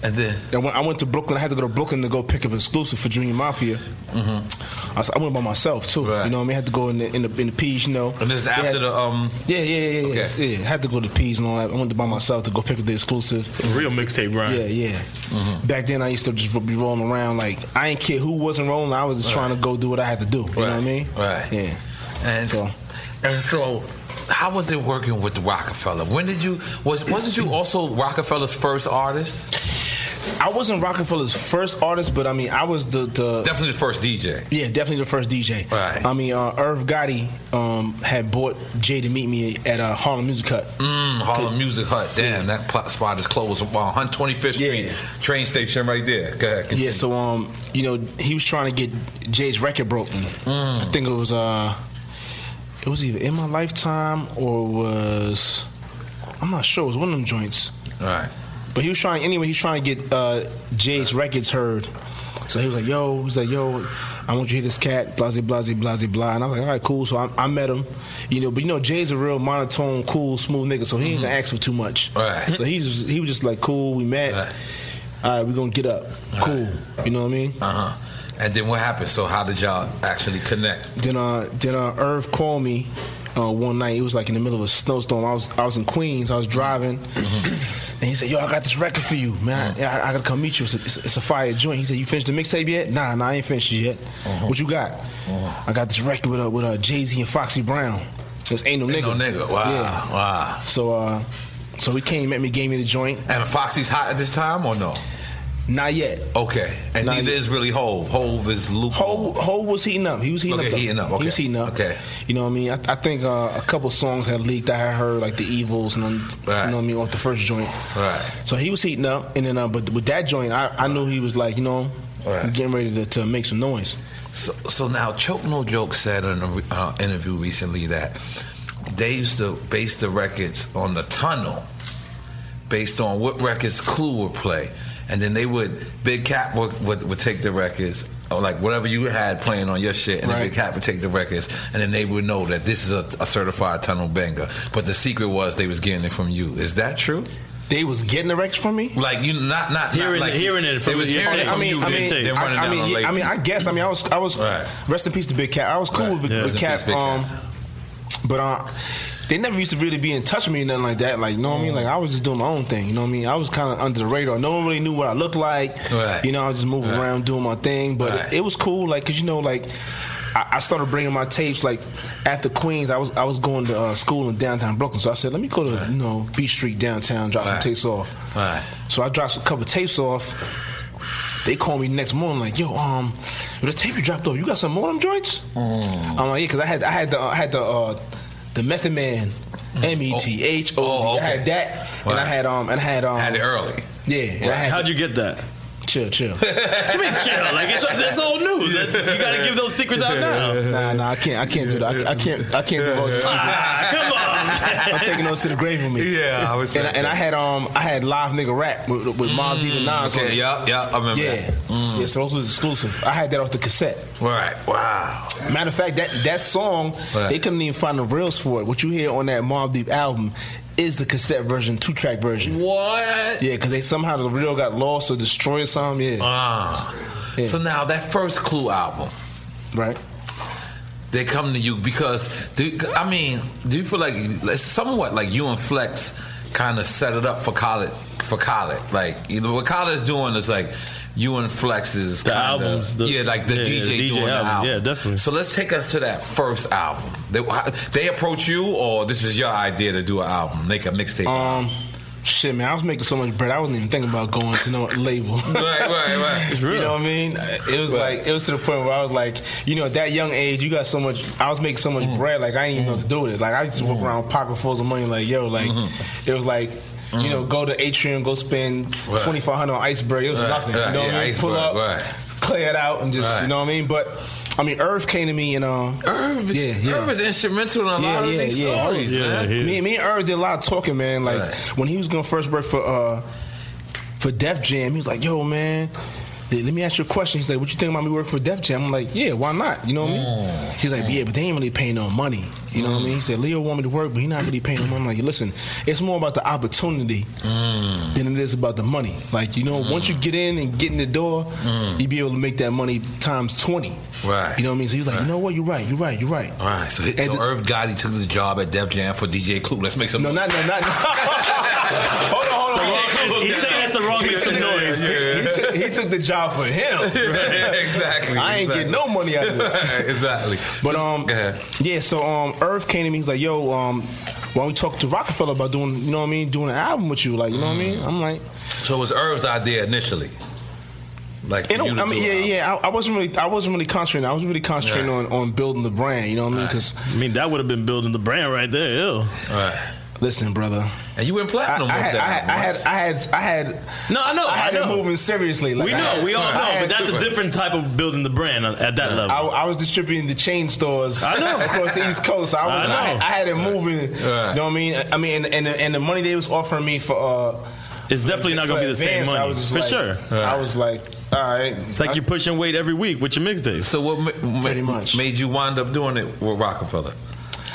H: And then
J: I went, I went to Brooklyn. I had to go to Brooklyn to go pick up exclusive for Junior Mafia.
H: Mm-hmm.
J: I, was- I went by myself too. You know, what I mean, I had to go in the in the, in the P's. You know,
H: and this is
J: They
H: after
J: had-
H: the um.
J: yeah, yeah, yeah, yeah. yeah. I had to go to P's and all that. I went to by myself to go pick up the exclusive.
F: Real mixtape, Brian.
J: Yeah, yeah. Back then, I used to just be rolling around like I ain't care who wasn't rolling. I was just trying to go do what I had to do. You know what I mean?
H: Right.
J: Yeah.
H: And so, and so, how was it working with Rockefeller? When did you was wasn't you also Rockefeller's first artist?
J: I wasn't Rockefeller's first artist, but I mean, I was the, the
H: Definitely the first DJ.
J: Yeah, definitely the first DJ. Right. I mean, uh, Irv Gotti um, had bought Jay to meet me at uh, Harlem Music Hut.
H: Mm, Harlem Music Hut. Damn, that pl- spot is closed. Wow, 125th Street train station right there. Go ahead.
J: Yeah, so um, you know, he was trying to get Jay's record broken. I think it was uh, it was either in my lifetime or it was I'm not sure. It was one of them joints.
H: All right.
J: But he was trying anyway. He was trying to get uh, Jay's records heard. So he was like, "Yo," he was like, "Yo, I want you to hear this cat." Blase, blase, blase, blah. And I was like, "All right, cool." So I, I met him, you know. But you know, Jay's a real monotone, cool, smooth nigga. So he ain't gonna ask for too much.
H: Mm-hmm. Right.
J: So he's he was just like, "Cool, we met. All right, we gonna get up. cool. You know what I mean?"
H: Uh huh. And then what happened? So how did y'all actually connect?
J: Then uh, then uh, Irv called me uh, one night. It was like in the middle of a snowstorm. I was I was in Queens. I was driving,
H: Mm-hmm. Mm.
J: and he said, "Yo, I got this record for you, man.
H: Uh-huh.
J: Yeah, I, I gotta come meet you. It's a, it's, a- it's a fire joint." He said, "You finished the mixtape yet? Nah, nah, I ain't finished it yet.
H: Uh-huh.
J: What you got?
H: Oh.
J: I got this record with uh, with uh, Jay Z and Foxy Brown. This ain't no
H: Ain't
J: nigga.
H: no nigga. Wow.
J: Yeah.
H: Wow.
J: So uh, so he came, met me, gave me the joint.
H: And Foxy's hot at this time or no?
J: Not yet.
H: Okay, and
J: Not
H: neither
J: yet.
H: is really Hove. Hove is Luke.
J: Hove, Hove was heating up. He was heating
H: Okay,
J: up. though.
H: heating up. Okay.
J: He was heating up.
H: Okay.
J: You know what I mean? I, I think uh, a couple songs had leaked. I had heard like the Evils and you know what I mean off the first joint.
H: Right.
J: So he was heating up, and then uh, but with that joint, I, I knew he was like you know getting ready to, to make some noise.
H: So, so now Choke No Joke said in an uh, interview recently that they used to base the records on the tunnel, based on what records Clue would play, and then they would Big Cat would, would, would take the records. Or like whatever you had playing on your shit, and then Big Cat would take the records, and then they would know that this is a, a certified tunnel banger. But the secret was they was getting it from you. Is that true?
J: They was getting the records from me.
H: Like you, not not
J: Hearing-
H: not, like,
J: hearing it from
H: They was
J: your
H: hearing it
J: tape.
H: from
J: I mean-
H: you.
J: I
H: then-
J: mean-
H: then
J: I-
H: running
J: I
H: down
J: mean,
H: on
J: yeah, I
H: labels.
J: mean, I guess. I mean, I was, I was. Rest in peace to Big Cat. I was cool with,
H: Yeah.
J: with
H: Rest in peace,
J: Cat,
H: Big Cat.
J: um, but uh, they never used to really be in touch with me or nothing like that. Like, you know what I mean? Like, I was just doing my own thing. You know what I mean? I was kind of under the radar. No one really knew what I looked like.
H: Right.
J: You know, I was just moving
H: Right.
J: around doing my thing. But
H: Right.
J: it, it was cool, like, cause you know, like. I I started bringing my tapes like after Queens. I was I was going to uh, school in downtown Brooklyn, so I said, "Let me go to you know Beach Street downtown, drop some
H: Right.
J: tapes off."
H: Right.
J: So I dropped a couple tapes off. They call me next morning like, "Yo, um, the tape you dropped off, you got some more of them joints?"
H: Mm.
J: I'm like, "Yeah, because I had I had the I had the uh, the Method Man,
H: Mm.
J: M E T H
H: Oh,
J: O D. I had that, and I had um and I had um
H: Had it early.
J: Yeah, and I had
F: How'd you get that?
J: Chill, chill.
F: you mean chill? Like it's that's old news. That's, you got to give those secrets out now.
J: Nah, nah, I can't, I can't do that. I, I can't, I can't do all the secrets.
F: Come on.
J: I'm taking those to the grave with me.
H: Yeah, I would say
J: And, I- and I
H: that.
J: had um, I had live nigga rap with, with Mob Deep and Nas. on it.
H: Okay, yeah, yeah, I remember
J: Yeah,
H: that.
J: yeah. So those was exclusive. I had that off the cassette.
H: Right. Wow.
J: Matter of fact, that that song
H: Right.
J: they couldn't even find the reels for it. What you hear on that Mob Deep album is the cassette version, two track version.
H: What?
J: Yeah, because they somehow the reel got lost or destroyed. Some yeah.
H: Ah.
J: Yeah.
H: So now that first Clue album,
J: right?
H: They come to you because, do, I mean, do you feel like it's somewhat like you and Flex kind of set it up for Khaled? For Khaled, like you know, what Khaled is doing is like you and Flex is the
F: albums, the-
H: yeah, like the
F: yeah,
H: DJ,
F: the DJ
H: doing
F: album.
H: the album,
F: Yeah, definitely.
H: So let's take us to that first album. They, they approach you, or this was your idea to do an album, make a mixtape.
J: Um, shit, man, I was making so much bread, I wasn't even thinking about going to no label. right,
H: right, right. It's real.
J: You know what I mean? It was like it was to the point where I was like, you know, at that young age, you got so much. I was making so
H: Mm-hmm.
J: much bread, like I didn't even know what to do with it. Like I just walk around with pocket fulls of money, like yo, like it was like. You know, go to Atrium, go spend
H: Mm-hmm. Right.
J: twenty five hundred on Iceberg. It was
H: Right,
J: nothing.
H: right,
J: you know what
H: yeah,
J: I mean?
H: Iceberg,
J: Pull up,
H: right.
J: clear it out, and just
H: Right.
J: you know what I mean. But I mean, Irv came to me and uh,
H: Irv,
J: yeah, yeah,
H: Irv is instrumental in a lot of these stories, man.
J: me, me and Irv did a lot of talking, man. Like when he was gonna first work for uh for Def Jam, he was like, "Yo, man." Let let me ask you a question. He's like, "What you think about me working for Def Jam?" I'm like, "Yeah, why not?" You know what I
H: Mm.
J: mean? He's like, "Yeah, but they ain't really paying no money." You know what I mean? He said, "Leo want me to work, but he not really paying no money." I'm like, "Listen, it's more about the opportunity than it is about the money. Like, you
H: Mm.
J: know, once you get in and get in the door, you be able to make that money times twenty.
H: Right.
J: You know what I mean? So he's like, "You know what? You're right. You're right. You're right."
H: All right, so, so Irv Gotti took the job at Def Jam for DJ Clue. Let's make some. No,
J: not no, not. hold on, hold on.
H: He took-
F: that's the wrong mix of
J: took-
F: noise.
J: He, he
F: Yeah.
J: took, he took the job for him.
H: Right, exactly,
J: I ain't
H: exactly.
J: getting no money out of
H: Right,
J: it.
H: exactly.
J: But um, yeah. So um, Irv came to me. He's like, "Yo, um, why don't we talk to Rockefeller about doing, you know what I mean, doing an album with you? Like, you know what I mean? I'm like,
H: So it was Irv's idea initially. Like, for
J: you know,
H: you to
J: I mean,
H: do
J: yeah,
H: it.
J: yeah. I, I wasn't really, I wasn't really concentrating. I was really concentrating on, on building the brand. You know what I mean? Because
F: I mean, that would have been building the brand right there. Ew.
H: Right.
J: Listen, brother.
H: And you went
F: platinum
J: I, I
F: with
J: had,
F: that
J: I had, I had, I had, I had.
F: No, I know,
J: I had
F: I know.
J: it moving seriously. Like
F: we
J: I
F: know,
J: had-
F: we all
J: I
F: know,
J: had-
F: but that's a different type of building the brand on- at that level.
J: I, I was distributing the chain stores
F: I know.
J: across the East Coast. I was,
F: I
J: I,
F: know.
J: had, I had it moving.
F: Right.
J: You know what I mean? I mean, and, and, the, and the money they was offering me for uh,
F: It's definitely not
J: for
F: gonna be the same
J: advance,
F: money.
J: I was just
F: For
J: like-
F: sure.
J: I was like, all right.
F: it's like you're pushing weight every week with your mixtapes.
H: So what pretty much made you wind up doing it with Rockefeller?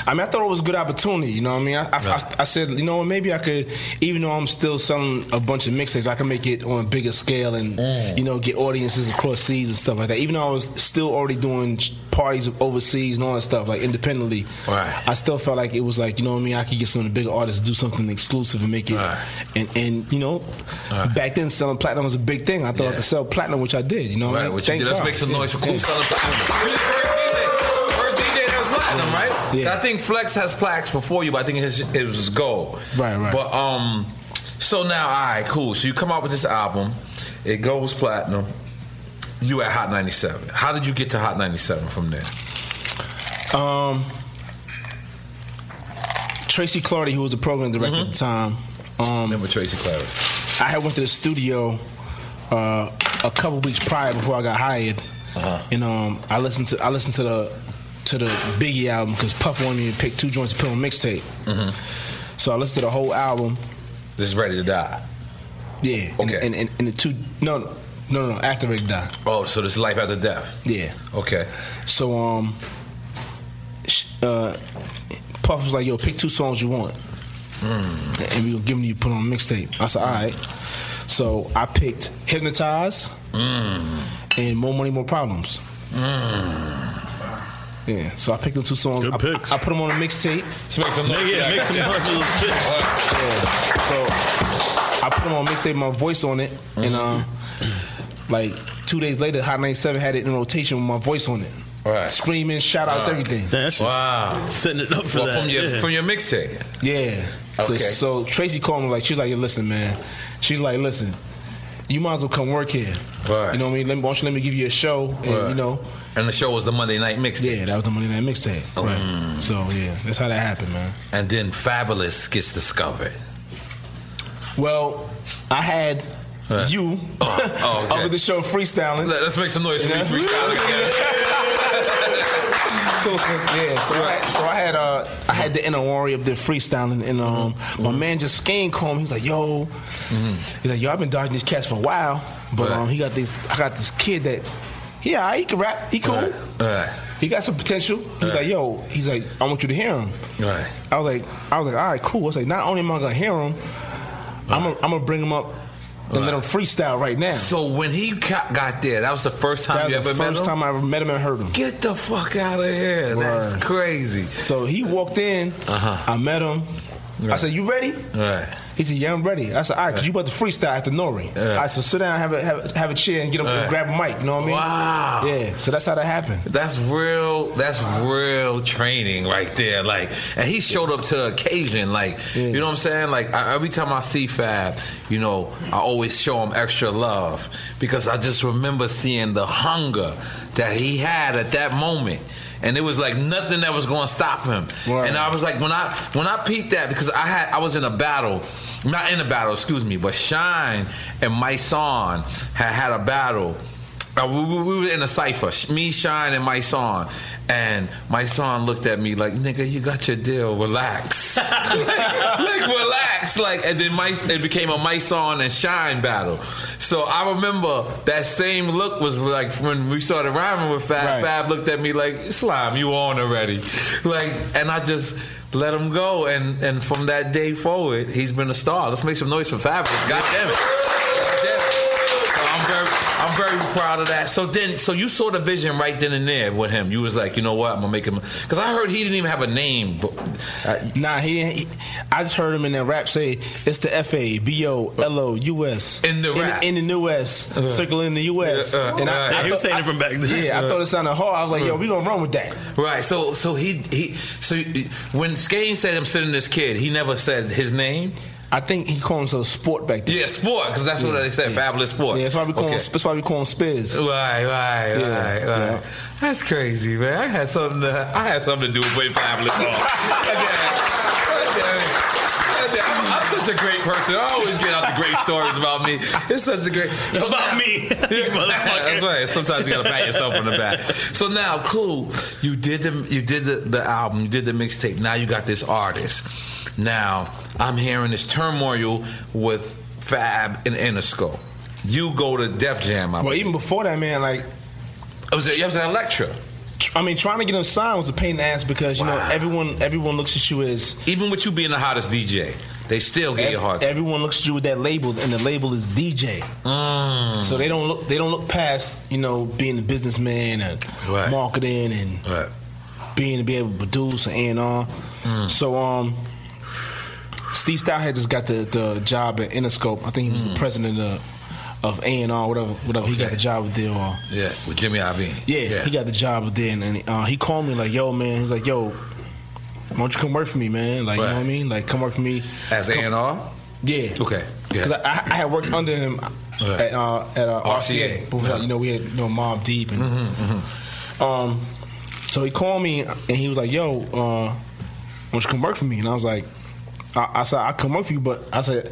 J: I mean, I thought it was a good opportunity. You know what I mean? I, I, I, I said, you know what? Maybe I could, even though I'm still selling a bunch of mixtapes, I can make it on a bigger scale and
F: Mm.
J: you know get audiences across seas and stuff like that. Even though I was still already doing sh- parties overseas and all that stuff like independently, right. I still felt like it was like you know what I mean. I could get some of the bigger artists to do something exclusive and make it. And and you know, back then selling platinum was a big thing. I thought I could sell platinum, which I did. You know, what I
H: Right,
J: mean?
H: what you
J: Thank
H: did. Let's
J: God.
H: make some
J: Yeah.
H: noise for Cool
J: Yeah.
H: Selling Platinum. First DJ that was platinum, right?
J: Yeah.
H: I think Flex has plaques before you, but I think it, has, it was gold.
J: Right, right.
H: But um, so now, all right, cool. So you come out with this album, It goes platinum. You at Hot 97. How did you get to Hot 97 from there?
J: Um, Tracy Clardy, who was the program director at the time. Um,
H: Mm-hmm. Remember Tracy Clardy?
J: I had went to the studio uh, a couple weeks prior before I got hired,
H: Uh-huh.
J: and um, I listened to I listened to the to the Biggie album because Puff wanted me to pick two joints to put on mixtape.
H: Mm-hmm.
J: So I listened to the whole album.
H: This is Ready to Die.
J: Yeah. Okay. And, and, and the two no no no no after Ready to Die.
H: Oh, so this is life after death.
J: Yeah.
H: Okay.
J: So um, sh- uh, Puff was like, "Yo, pick two songs you want,
H: Hmm.
J: and we'll give them to you. Put on a mixtape." I said, "All right." So I picked "Hypnotize"
H: Hmm.
J: and "More Money, More Problems." Yeah. So I picked them two songs. I, picks. I, put them on a mixtape.
H: Make some
F: noise. Yeah, make some noise for those
J: So I put them on a mixtape, my voice on it, and uh, like two days later, Hot 97 had it in rotation with my voice on it.
H: Right.
J: Screaming, shout outs,
H: Wow.
J: everything.
H: That's just Wow.
F: setting it up for
H: Well,
F: that.
H: From your,
F: yeah.
H: from your mixtape.
J: Yeah. So,
H: Okay.
J: so Tracy called me like she's like, "Yo, listen, man. She's like, listen, you might as well come work here.
H: Right.
J: You know what I mean? Let me, why don't you let me give you a show? And you know,
H: And the show was the Monday night mixtape.
J: yeah, that was the Monday Night Mixtape.
H: Oh.
J: Right. So yeah, that's how that happened, man.
H: And then Fabulous gets discovered.
J: Well, I had
H: Right.
J: you
H: oh, okay.
J: over the show freestyling.
H: Let- Let's make some noise for me
J: Yeah.
H: freestyle
J: Yeah, so I, so I had uh I had the inner warrior up there freestyling and um
H: Mm-hmm.
J: my man just Skane called me. He's like, yo, he's like, yo, I've been dodging these cats for a while, but um he got this I got this kid that yeah, he can rap, he cool. He got some potential. He's like, yo, he's like, I want you to hear him.
H: Right.
J: I was like, I was like, all right, cool. I was like, not only am I gonna hear him, I'm gonna, I'm gonna bring him up and let him freestyle right now.
H: So when he ca- got there, that was the first time
J: That was
H: you
J: the
H: ever met
J: first
H: him?
J: time I ever met him and heard him.
H: Get the fuck out of here. That's
J: Word.
H: crazy.
J: So he walked in.
H: Uh-huh.
J: I met him. I said, "You ready?"
H: Right.
J: He said, "Yeah, I'm ready." I said, "All right, 'cause you about to freestyle after Nori."
H: Yeah.
J: I said, "Sit down, have a have, a- have a chair, and get up,
H: Yeah.
J: and grab a mic." You know what I mean?
H: Wow.
J: Yeah. So that's how that happened.
H: That's real. That's real training right there. Like, and he showed up to the occasion. Like, you know what I'm saying? Like, I, every time I see Fab, you know, I always show him extra love because I just remember seeing the hunger that he had at that moment, and it was like nothing that was going to stop him. And I was like, when I when I peeped that because I had I was in a battle. Not in a battle, excuse me, but Shine and My Son had had a battle uh, we, we, we were in a cipher, Sh- me, Shine, and my son. And my son looked at me like, "Nigga, you got your deal. Relax, like, like, relax." Like, and then my it became a my son and Shine battle. So I remember that same look was like when we started rhyming with Fab. Fab looked at me like, "Slime, you on already?" Like, and I just. Let him go, and and from that day forward, he's been a star. Let's make some noise for Fabulous. God damn it! So I'm very, I'm very proud of that. So then, so you saw the vision right then and there with him. You was like, you know what, I'm gonna make him. Because I heard he didn't even have a name. But,
J: nah, he, didn't- he. I just heard him in that rap say, "It's the F A B O L O U S in
H: the
J: rap in, the new S,
H: Uh.
J: circling the U S."
H: Yeah, uh, right. Yeah, he was saying it from back then.
J: Yeah, I
H: Uh.
J: thought it sounded hard. I was like, "Yo, we gonna run with that."
H: Right. So, so he, he, so when Skane said I'm sending this kid, he never said his name.
J: I think he called himself Sport back then.
H: Yeah, sport. Because that's
J: Yeah,
H: what they said. Fabulous sport.
J: Yeah, that's why we call him. That's why we call him Spiz.
H: Right, right,
J: Yeah,
H: right, right. That's crazy, man. I had something. To, I had something to do with fabulous. Ball. I'm, I'm such a great person. I always get out the great stories about me. It's such a great about me. That's right. Sometimes you gotta pat yourself on the back. So now, cool. You did the you did the, the album. You did the mixtape. Now you got this artist. Now I'm hearing this turmoil with Fab and Interscope. You go to Def Jam. I Oh,
J: Well, e- even before that, man, like
H: it was, it was an Electra.
J: I mean, trying to get him signed was a pain in the ass because you know everyone everyone looks at you as
H: even with you being the hottest DJ, they still get your hard. time.
J: everyone looks at you with that label, and the label is DJ.
H: Mm.
J: So they don't look they don't look past you know being a businessman and marketing and being to be able to produce and on.
H: Mm.
J: So um, Steve Stout had just got the, the job at Interscope. I think he was
H: Mm.
J: the president of of A and R, whatever, whatever. He got the job uh, with there. Or,
H: yeah, with Jimmy Iovine.
J: Yeah, he got the job up there, and, and uh, he called me like, "Yo, man," he's like, "Yo, why don't you come work for me, man? Like, you know what I mean? Like, come work for me
H: As A
J: Come-
H: and R.
J: Yeah.
H: Okay. Yeah.
J: Because I, I had worked under him. at uh, at uh,
H: RCA.
J: RCA. Booth Hut. You know, we had you know Mob Deep and
H: Mm-hmm,
J: um. So he called me and he was like, "Yo, uh, won't you come work for me?" And I was like, "I, I said I come work for you, but I said."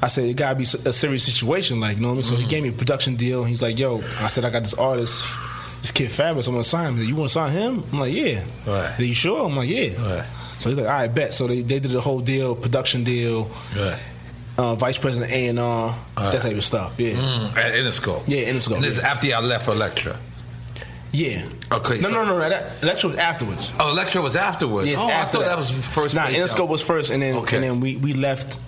J: I said it gotta be a serious situation, like you know what I mean. So he
H: Mm-hmm.
J: gave me a production deal. He's like, "Yo," I said, "I got this artist, this kid Fabulous. I'm gonna sign him. He's like, You want to sign him?" I'm like, "Yeah."
H: Right.
J: Are you sure? I'm like, "Yeah." So he's like, "All right, bet." So they, they did the whole deal, production deal,
H: Right.
J: uh, vice president A and R,
H: All
J: that
H: right.
J: type of stuff. Yeah,
H: Mm, at Interscope.
J: Yeah, Interscope,
H: And this is
J: yeah.
H: after y'all left for Electra.
J: yeah.
H: Okay.
J: No,
H: so-
J: no, no, no. That, that was afterwards.
H: Oh, Electra was afterwards.
J: Yes,
H: oh,
J: after
H: I thought that, was first.
J: Nah,
H: place
J: Interscope
H: y'all-
J: was first, and then
H: Okay.
J: and then we we left.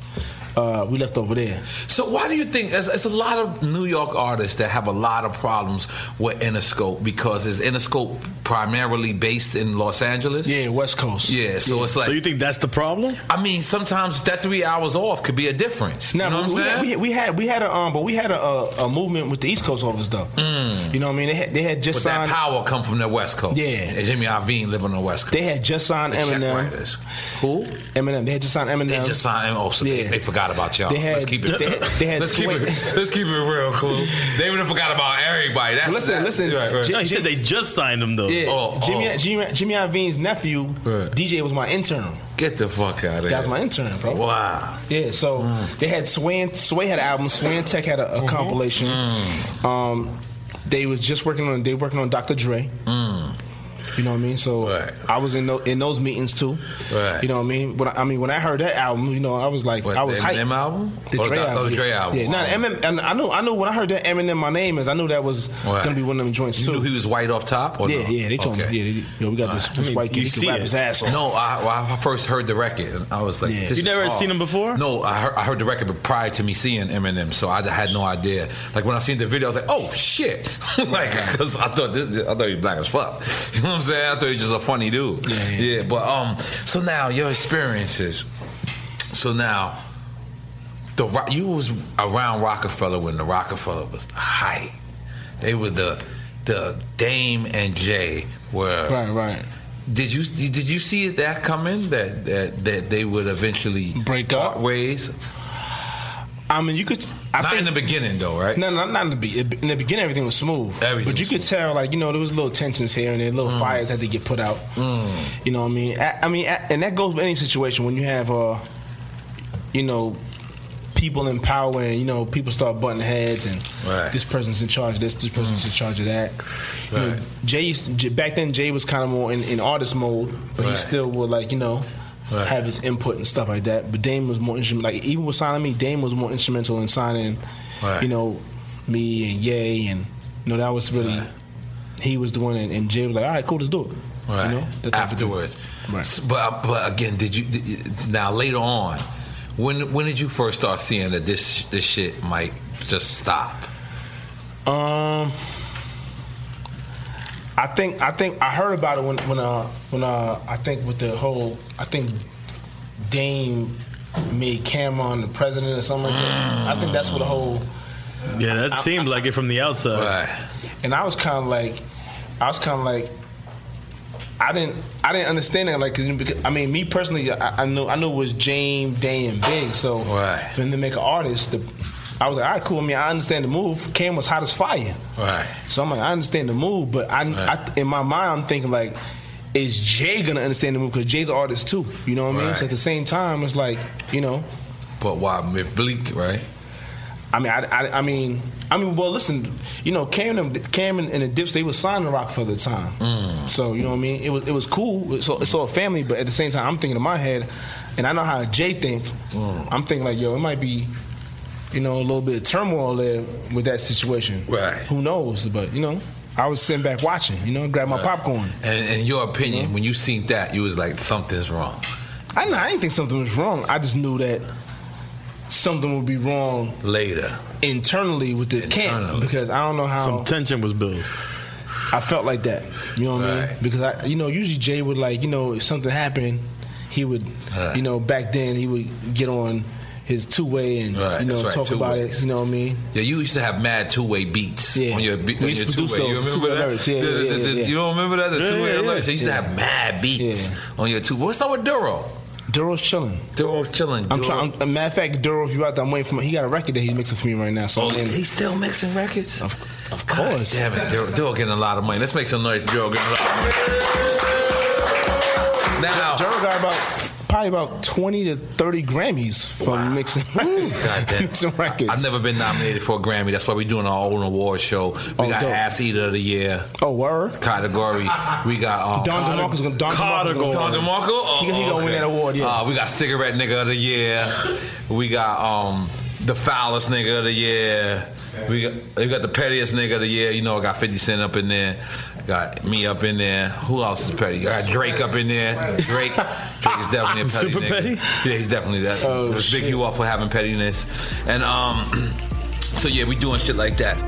J: Uh, we left over there.
H: So why do you think it's, it's a lot of New York artists that have a lot of problems with Interscope because is Interscope primarily based in Los Angeles?
J: Yeah, West Coast.
H: Yeah, so it's like
F: So you think that's the problem?
H: I mean, sometimes that three hours off could be a difference.
J: No,
H: you know what I'm
J: we, we,
H: saying?
J: we, we had we had a um, but we had a, a, a movement with the East Coast office though.
H: Mm.
J: You know what I mean? They had they had just
H: but that
J: signed
H: power come from the West Coast.
J: Yeah.
H: and Jimmy Iovine live on the West Coast.
J: they had just signed
H: The check
J: Eminem.
H: writers. Who?
J: Eminem. They had just signed Eminem.
H: They just signed. Oh, so they, they forgot about y'all.
J: They had-
H: let's keep it.
J: they had- they had
H: let's keep it.
J: Sway-
H: Let's keep it real, Clue. They would have forgot about everybody. That's
J: Listen,
H: that-
J: listen,
H: Right, right.
J: J-
F: No, he said they just signed him though.
J: Yeah,
H: Oh, oh.
J: Jimmy, Jimmy Jimmy Iovine's nephew, DJ was my intern.
H: Get the fuck out of here.
J: That was my intern, bro.
H: Wow.
J: Yeah, so they had Sway and Sway had an album. Sway and Tech had a, a
H: Mm-hmm.
J: compilation. Um, they was just working on they working on Dr. Dre. You know what I mean? So I was in tho- in those meetings too.
H: Right.
J: You know what I mean? When I, I mean when I heard that album, you know, I was like,
H: What,
J: I was
H: the Eminem
J: hyped.
H: album?
J: The
H: Or
J: Dre
H: the-
J: album.
H: oh, the Dre album.
J: Yeah,
H: Wow.
J: not Eminem. And I knew I knew when I heard that Eminem, my name is. I knew that was
H: Right.
J: gonna be one of them joints
H: You
J: too.
H: knew he was white off top? Or
J: yeah,
H: no?
J: yeah. They told
H: Okay.
J: me, yeah, they, yo, we got this, this
F: mean,
J: white
F: you
J: kid. He
F: see
J: can rap
F: it.
J: his ass off.
H: No, Oh, I, well, I first heard the record and I was like,
J: Yeah.
H: this
J: You
H: is
J: never had
H: hard.
J: seen him before?
H: No, I heard, I heard the record but prior to me seeing Eminem, so I had no idea. Like when I seen the video, I was like, oh shit! like because I thought this, I thought he was black as fuck. You know what I'm saying? I thought he was just a funny dude. Yeah, but um, so now your experiences. So now, the Ro- you was around Rockefeller when the Rockefeller was the height. They were the the Dame and Jay were
J: Right, right.
H: did you did you see that coming that that, that they would eventually break up ways?
J: I mean, you could. I
H: Not
J: think-
H: in the beginning though, right?
J: No, no, not in the, be- in the beginning. Everything was smooth,
H: Everything
J: but you
H: was Mm.
J: could tell, like you know, there was little tensions here and there, little fires had to get put out. You know what I mean? I, I mean, I, and that goes with any situation when you have, uh, you know, people in power and you know people start butting heads and
H: Right.
J: this person's in charge of this, this person's in charge of that. You know, Jay, used to- J- back then Jay was kind of more in, in artist mode, but he
H: Right.
J: still would like you know.
H: Right.
J: Have his input and stuff like that, but Dame was more instrumental. Like even with signing me, Dame was more instrumental in signing
H: Right.
J: you know, me and Ye and you know that was really he was the one and, and Jay was like, all right, cool, let's do it.
H: Right.
J: You know, that type of thing.
H: mm, Afterwards, S- but but again, did you did, now later on? When when did you first start seeing that this this shit might just stop?
J: Um, I think I think I heard about it when when uh when uh I think with the whole I think Dame made Cameron the president or something like that. I think that's what the whole
F: Yeah, that seemed like it from the outside.
J: and I was kind of like, I was kind of like, I didn't, I didn't understand it. Like, 'cause- because, I mean, me personally, I, I knew, I knew it was James, Day, and Big. So for him to make an artist, the, I was like, all right, cool. I mean, I understand the move. Cam was hot as fire.
H: Right.
J: So I'm like, I understand the move, but I, I in my mind, I'm thinking like, is Jay gonna understand the move? Because Jay's an artist too. You know what I mean?
H: Right.
J: So at the same time, it's like, you know.
H: But why Myth Bleak, right?
J: I mean, I, I, I mean, I mean. Well, listen, you know, Cam, and- Cam, and, and the Dips, they were signing to Rockefeller at the time.
H: Mm.
J: So you know what I mean. It was it was cool. So it's all family, but at the same time, I'm thinking in my head, and I know how Jay thinks.
H: Mm.
J: I'm thinking like, yo, it might be, you know, a little bit of turmoil there with that situation.
H: Right.
J: Who knows? But you know, I was sitting back watching. You know, grab my
H: Right.
J: popcorn.
H: And in your opinion,
J: Mm-hmm.
H: when you seen that, you was like something's wrong.
J: I know, I didn't think something was wrong. I just knew that something would be wrong
H: Later,
J: internally with the camp because I don't know how
F: Some tension was built.
J: I felt like that. You know what I mean?
F: Right.
J: Because I, you know, usually Jay would like, you know, if something happened, he would,
H: Right.
J: you know, back then he would get on his two way and
H: Right,
J: you know
H: that's right,
J: talk
H: two
J: about
H: ways.
J: it. You know what I mean?
H: Yeah, you used to have mad two way beats
J: Yeah.
H: on your be-
J: We
H: on
J: used
H: your
J: to
H: two
J: produce
H: way. You
J: those
H: remember
J: two-way
H: that?
J: alerts, yeah,
H: The- the-
J: yeah,
H: the-
J: yeah, yeah.
H: You don't remember that? The
J: Yeah,
H: two way
J: yeah,
H: alerts. They used
J: yeah.
H: to have mad beats on your two. What's up with Duro?
J: Duro's chilling.
H: Duro's chilling.
J: I'm
H: Duro-
J: trying. I'm- Matter of fact, Duro, if you out there, I'm waiting for. My, he got a record that he's mixing for me right now. So I'm in.
H: Oh, He's still mixing records. Of,
J: of course.
H: Damn it, Duro, Duro getting a lot of money. Let's make some noise. Duro getting a lot of money. Now,
J: Duro got about probably about twenty to thirty Grammys from mixing records.
H: goddamn.
J: mixing records.
H: I've never been nominated for a Grammy. That's why we're doing our own award show. We got
J: Oh, dope.
H: Ass Eater of the Year.
J: Oh, word.
H: Category. We got uh,
J: Don DeMarco's gonna. Don DeMarco's gonna.
H: Don DeMarco. Oh,
J: He, he gonna
H: okay.
J: win that award. Yeah.
H: Uh, we got cigarette nigga of the year. We got um the foulest nigga of the year. We got, we got the pettiest nigga of the year. You know, I got 50 Cent up in there. Got me up in there. Who else is petty? I got Drake up in there. Drake. Drake is definitely a petty
F: Super
H: nigga.
F: petty?
H: Yeah, he's definitely that.
F: Oh,
H: Respect
F: shit.
H: you all for having pettiness. And um, so yeah, we doing shit like that.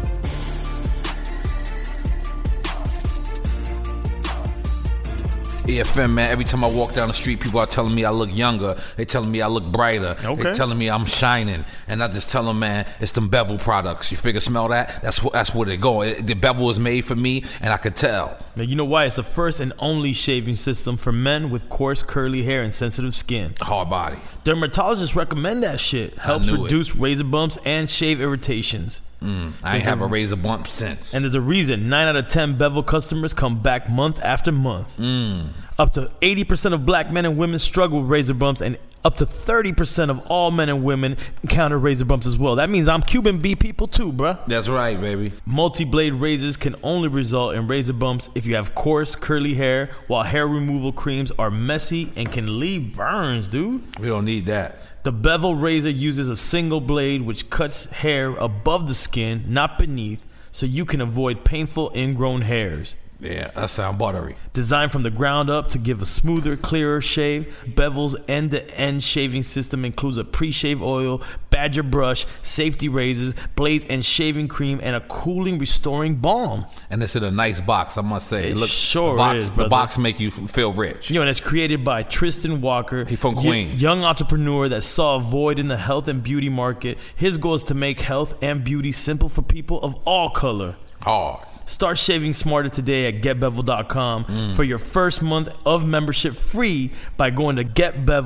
H: EFM, E man. Every time I walk down the street, people are telling me I look younger. They telling me I look brighter.
F: Okay.
H: They telling me I'm shining. And I just tell them, man, it's them bevel products. You figure, smell that? That's what that's where they go. It- the bevel is made for me, and I could tell.
F: Now, you know why? It's the first and only shaving system for men with coarse, curly hair and sensitive skin.
H: Hard body.
F: Dermatologists recommend that shit. Helps
H: knew it.
F: reduce razor bumps and shave irritations.
H: Mm, I ain't have a razor bump since.
F: And there's a reason 9 out of 10 Bevel customers come back month after month.
H: Mm.
F: Up to 80% of black men and women struggle with razor bumps, and up to 30% of all men and women encounter razor bumps as well. That means I'm Cuban B people too, bruh.
H: That's right, baby.
F: Multi-blade razors can only result in razor bumps if you have coarse, curly hair, while hair removal creams are messy and can leave burns, dude.
H: We don't need that.
F: The bevel razor uses a single blade which cuts hair above the skin, not beneath, so you can avoid painful ingrown hairs.
H: Yeah, that sound buttery.
F: Designed from the ground up to give a smoother, clearer shave, Bevel's end to end shaving system includes a pre shave oil, badger brush, safety razors, blades and shaving cream, and a cooling, restoring balm.
H: And it's in a nice box, I must say.
F: It
H: Look,
F: sure
H: the box,
F: is,
H: The
F: brother.
H: box make you feel rich.
F: You know, and it's created by Tristan Walker. He
H: from Queens.
F: young entrepreneur that saw a void in the health and beauty market. His goal is to make health and beauty simple for people of all color.
H: Hard.
F: Start shaving smarter today at getbevel.com
H: Mm.
F: for your first month of membership free by going to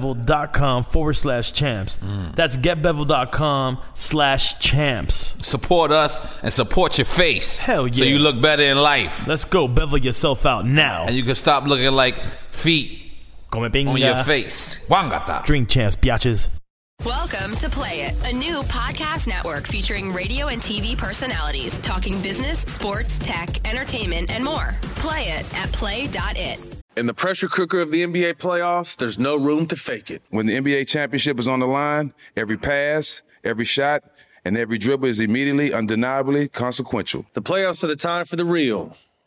F: getbevel.com forward slash champs.
H: Mm.
F: That's getbevel.com slash champs.
H: Support us and support your face. Hell So
F: yeah.
H: you look better in life.
F: Let's go bevel yourself out now.
H: And you can stop looking like feet
F: Come
H: on your face. Wangata.
F: Drink champs, biatches.
K: Welcome to Play It, a new podcast network featuring radio and TV personalities talking business, sports, tech, entertainment, and more. Play it at play.it.
L: In the pressure cooker of the NBA playoffs, there's no room to fake it.
M: When the NBA championship is on the line, every pass, every shot, and every dribble is immediately, undeniably consequential.
L: The playoffs are the time for the real.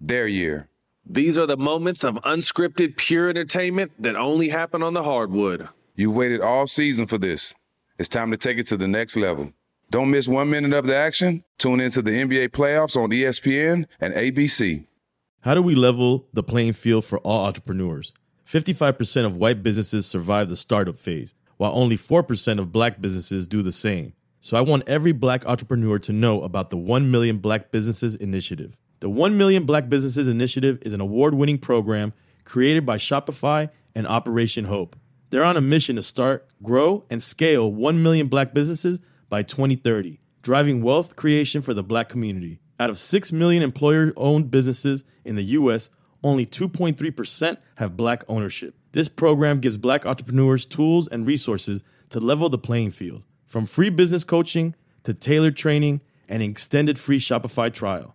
M: their year?
L: These are the moments of unscripted, pure entertainment that only happen on the hardwood.
M: You've waited all season for this. It's time to take it to the next level. Don't miss one minute of the action. Tune into the NBA playoffs on E ESPN and ABC.
N: How do we level the playing field for all entrepreneurs? 55% of white businesses survive the startup phase, while only 4% of black businesses do the same. So I want every black entrepreneur to know about the 1 Million Black Businesses Initiative. The 1 Million Black Businesses Initiative is an award winning program created by Shopify and Operation Hope. They're on a mission to start, grow, and scale 1 million black businesses by 2030, driving wealth creation for the black community. Out of 6 million employer owned businesses in the US, only 2.3% have black ownership. This program gives black entrepreneurs tools and resources to level the playing field, from free business coaching to tailored training and an extended free Shopify trial.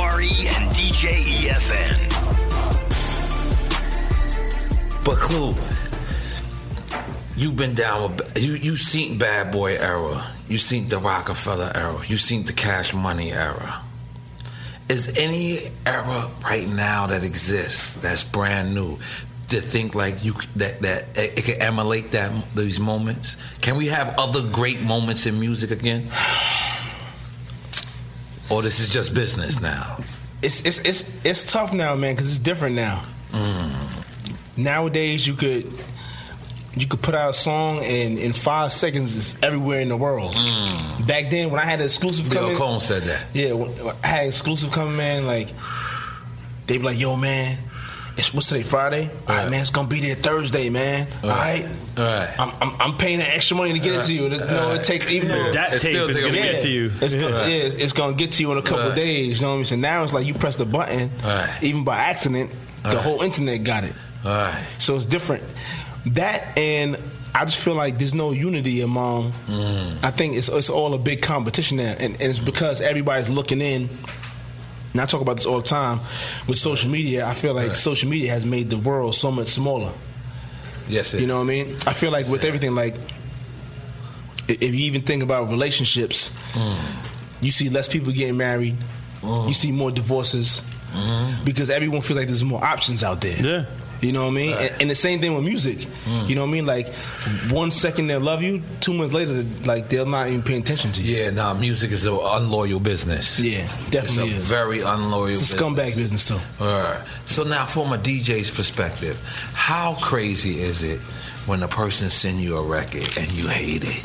E: E and DJ EFN.
H: But Clue, you've been down with you. You seen Bad Boy era. You seen the Rockefeller era. You seen the Cash Money era. Is any era right now that exists that's brand new to think like you that that it it can emulate that these moments? Can we have other great moments in music again? Or this is just business now.
J: It's it's it's it's tough now, man, because it's different now. Nowadays, you could you could put out a song and in five seconds it's everywhere in the world. Back then, when I had an exclusive
H: Bill
J: coming,
H: Cohen said that.
J: Yeah, when I had exclusive coming, man. Like they be like, "Yo, man, it's what's today? Friday? All right, man, it's gonna be there Thursday, man. All right,
H: all right.
J: I'm, I'm, I'm paying the extra money to get it to you. You know, it takes even though
F: That It's tape still is taking gonna a get minute. to you.
J: It's gonna,
F: Yeah.
J: yeah, it's, it's gonna get to you in a couple
F: Right.
J: days. You know what I mean? So now it's like you press the button, even by accident, the whole internet got it. So it's different. That and I just feel like there's no unity among.
H: Mm.
J: I think it's it's all a big competition now, and, and it's because everybody's looking in. And I talk about this all the time with social media. I feel like social media has made the world so much smaller.
H: Yes, it
J: you know what I mean. I feel like with everything, like i- if you even think about relationships,
H: Mm.
J: you see less people getting married. You see more divorces because everyone feels like there's more options out there. Yeah. You know what I mean? And, and the same thing with music. You know what I mean? Like one second they'll love you, two months later, like they're not even paying attention to you.
H: Yeah, nah, music is an unloyal business.
J: Yeah, definitely
H: it's a
J: is.
H: very unloyal
J: It's a scumbag business, too.
H: Alright. So now, from a DJ's perspective, how crazy is it when a person send you a record and you hate it?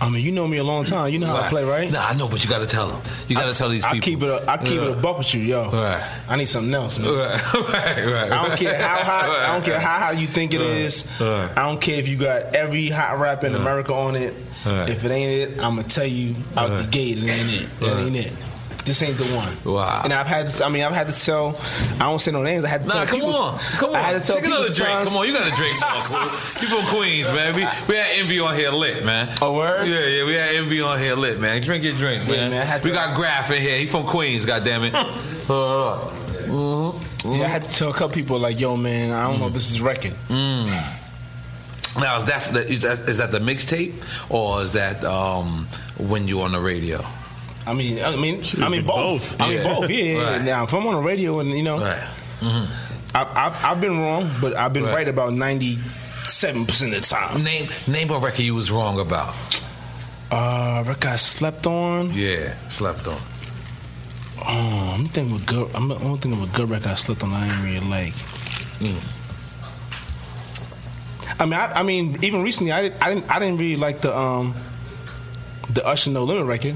J: I mean, you know me a long time. You know how I play, right?
H: Nah, I know, but you got to tell them. You got to tell these
J: I
H: people.
J: keep it. A, I keep it a buck with you, yo.
H: Right.
J: I need something else, man.
H: Right, right, right.
J: I don't care how hot. I don't care how hot you think it
H: Right,
J: is.
H: right.
J: I don't care if you got every hot rap in America on it.
H: Right.
J: If it ain't it, I'm gonna tell you out the gate. It ain't it. It
H: Right.
J: ain't it. This ain't the one.
H: Wow.
J: And I've had. To, I mean, I've had to tell. I won't say no names. I had to
H: Nah,
J: tell
H: come
J: people.
H: on, come on.
J: I had to tell
H: Take another
J: people
H: drink.
J: songs-
H: Come on, you got to drink more. Cool. People in Queens, man. We, we had envy on here lit, man. Oh word? Yeah, yeah. We had envy on here lit, man. Drink your drink, man. we got Graf in here. He from Queens, goddammit. Mm-hmm. Mm.
J: Yeah, I had to tell a couple people like, yo, man, I don't know if this is wrecking.
H: Now is that is that, is that the mixtape or is that um, when you on the radio?
J: I mean, I mean, I mean both. I mean both. Yeah. yeah, yeah.
H: Right.
J: Now, if I'm on the radio and you know, I, I've, I've been wrong, but I've been right, about ninety seven percent of the time.
H: Name name a record you was wrong about.
J: Uh, record I slept on.
H: Yeah, slept on.
J: Oh, I'm thinking of a good. I'm, I'm thinking of a good record I slept on. I ain't really like. I mean, I, I mean, even recently, I, did, I didn't, I didn't really like the um, the Usher No Limit record.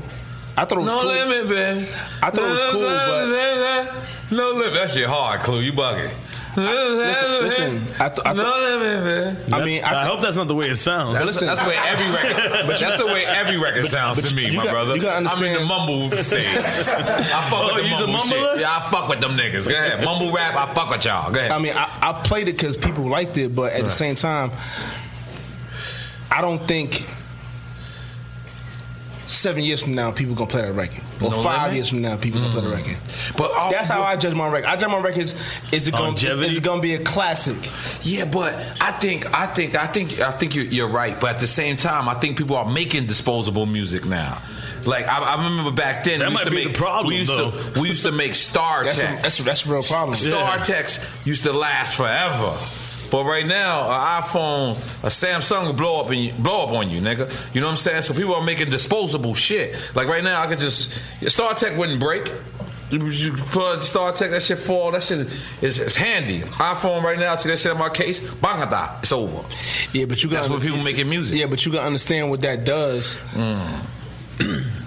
J: I thought it was
H: No
J: cool.
H: limit, man.
J: I thought it was cool,
H: but no limit. That shit hard, clue. You bugging.
J: Listen, listen, I, th- I
H: no limit, man.
J: I mean, I,
F: hope that's not the way it sounds.
H: That's, that's the way every record.
F: But you-
H: that's the way every record
F: but-
H: sounds
F: but
H: to
F: you-
H: me,
F: you
H: my
F: got-
H: brother.
F: you gotta
H: I'm in the mumble stage. I fuck
J: Oh,
H: with the
J: you's a
H: mumble shit.
J: mumbler?
H: Yeah, I fuck with them niggas. Go ahead, mumble rap. I fuck with y'all. Go ahead.
J: I mean, I, I played it because people liked it, but at the
H: Right.
J: same time, I don't think seven years from now people gonna play that record, or
H: No
J: five
H: limit? Mm.
J: years from now people gonna play the record.
H: But all-
J: that's how I judge my record. I judge my records. Is it gonna
H: Longevity?
J: is it gonna be a classic?
H: Yeah, but I think I think I think I think you're, you're right. But at the same time, I think people are making disposable music now. Like I, I remember back then,
F: That
H: we used
F: might
H: to
F: be
H: make
F: the problem,
H: we used to
F: though.
H: we used to make star
J: That's a-
H: text.
J: that's a- that's a real problem.
H: Star
J: Oh, Yeah.
H: text used to last forever. But right now, an iPhone, a Samsung will blow up and you, blow up on you, nigga. You know what I'm saying? So people are making disposable shit. Like right now, I could just Star Tech wouldn't break. You- You put on Star Tech, that shit fall. That shit is it's handy. iPhone right now, I see that shit in my case, bangada, it's over.
J: Yeah, but you got
H: That's what people making music.
J: Yeah, but you gotta understand what that does.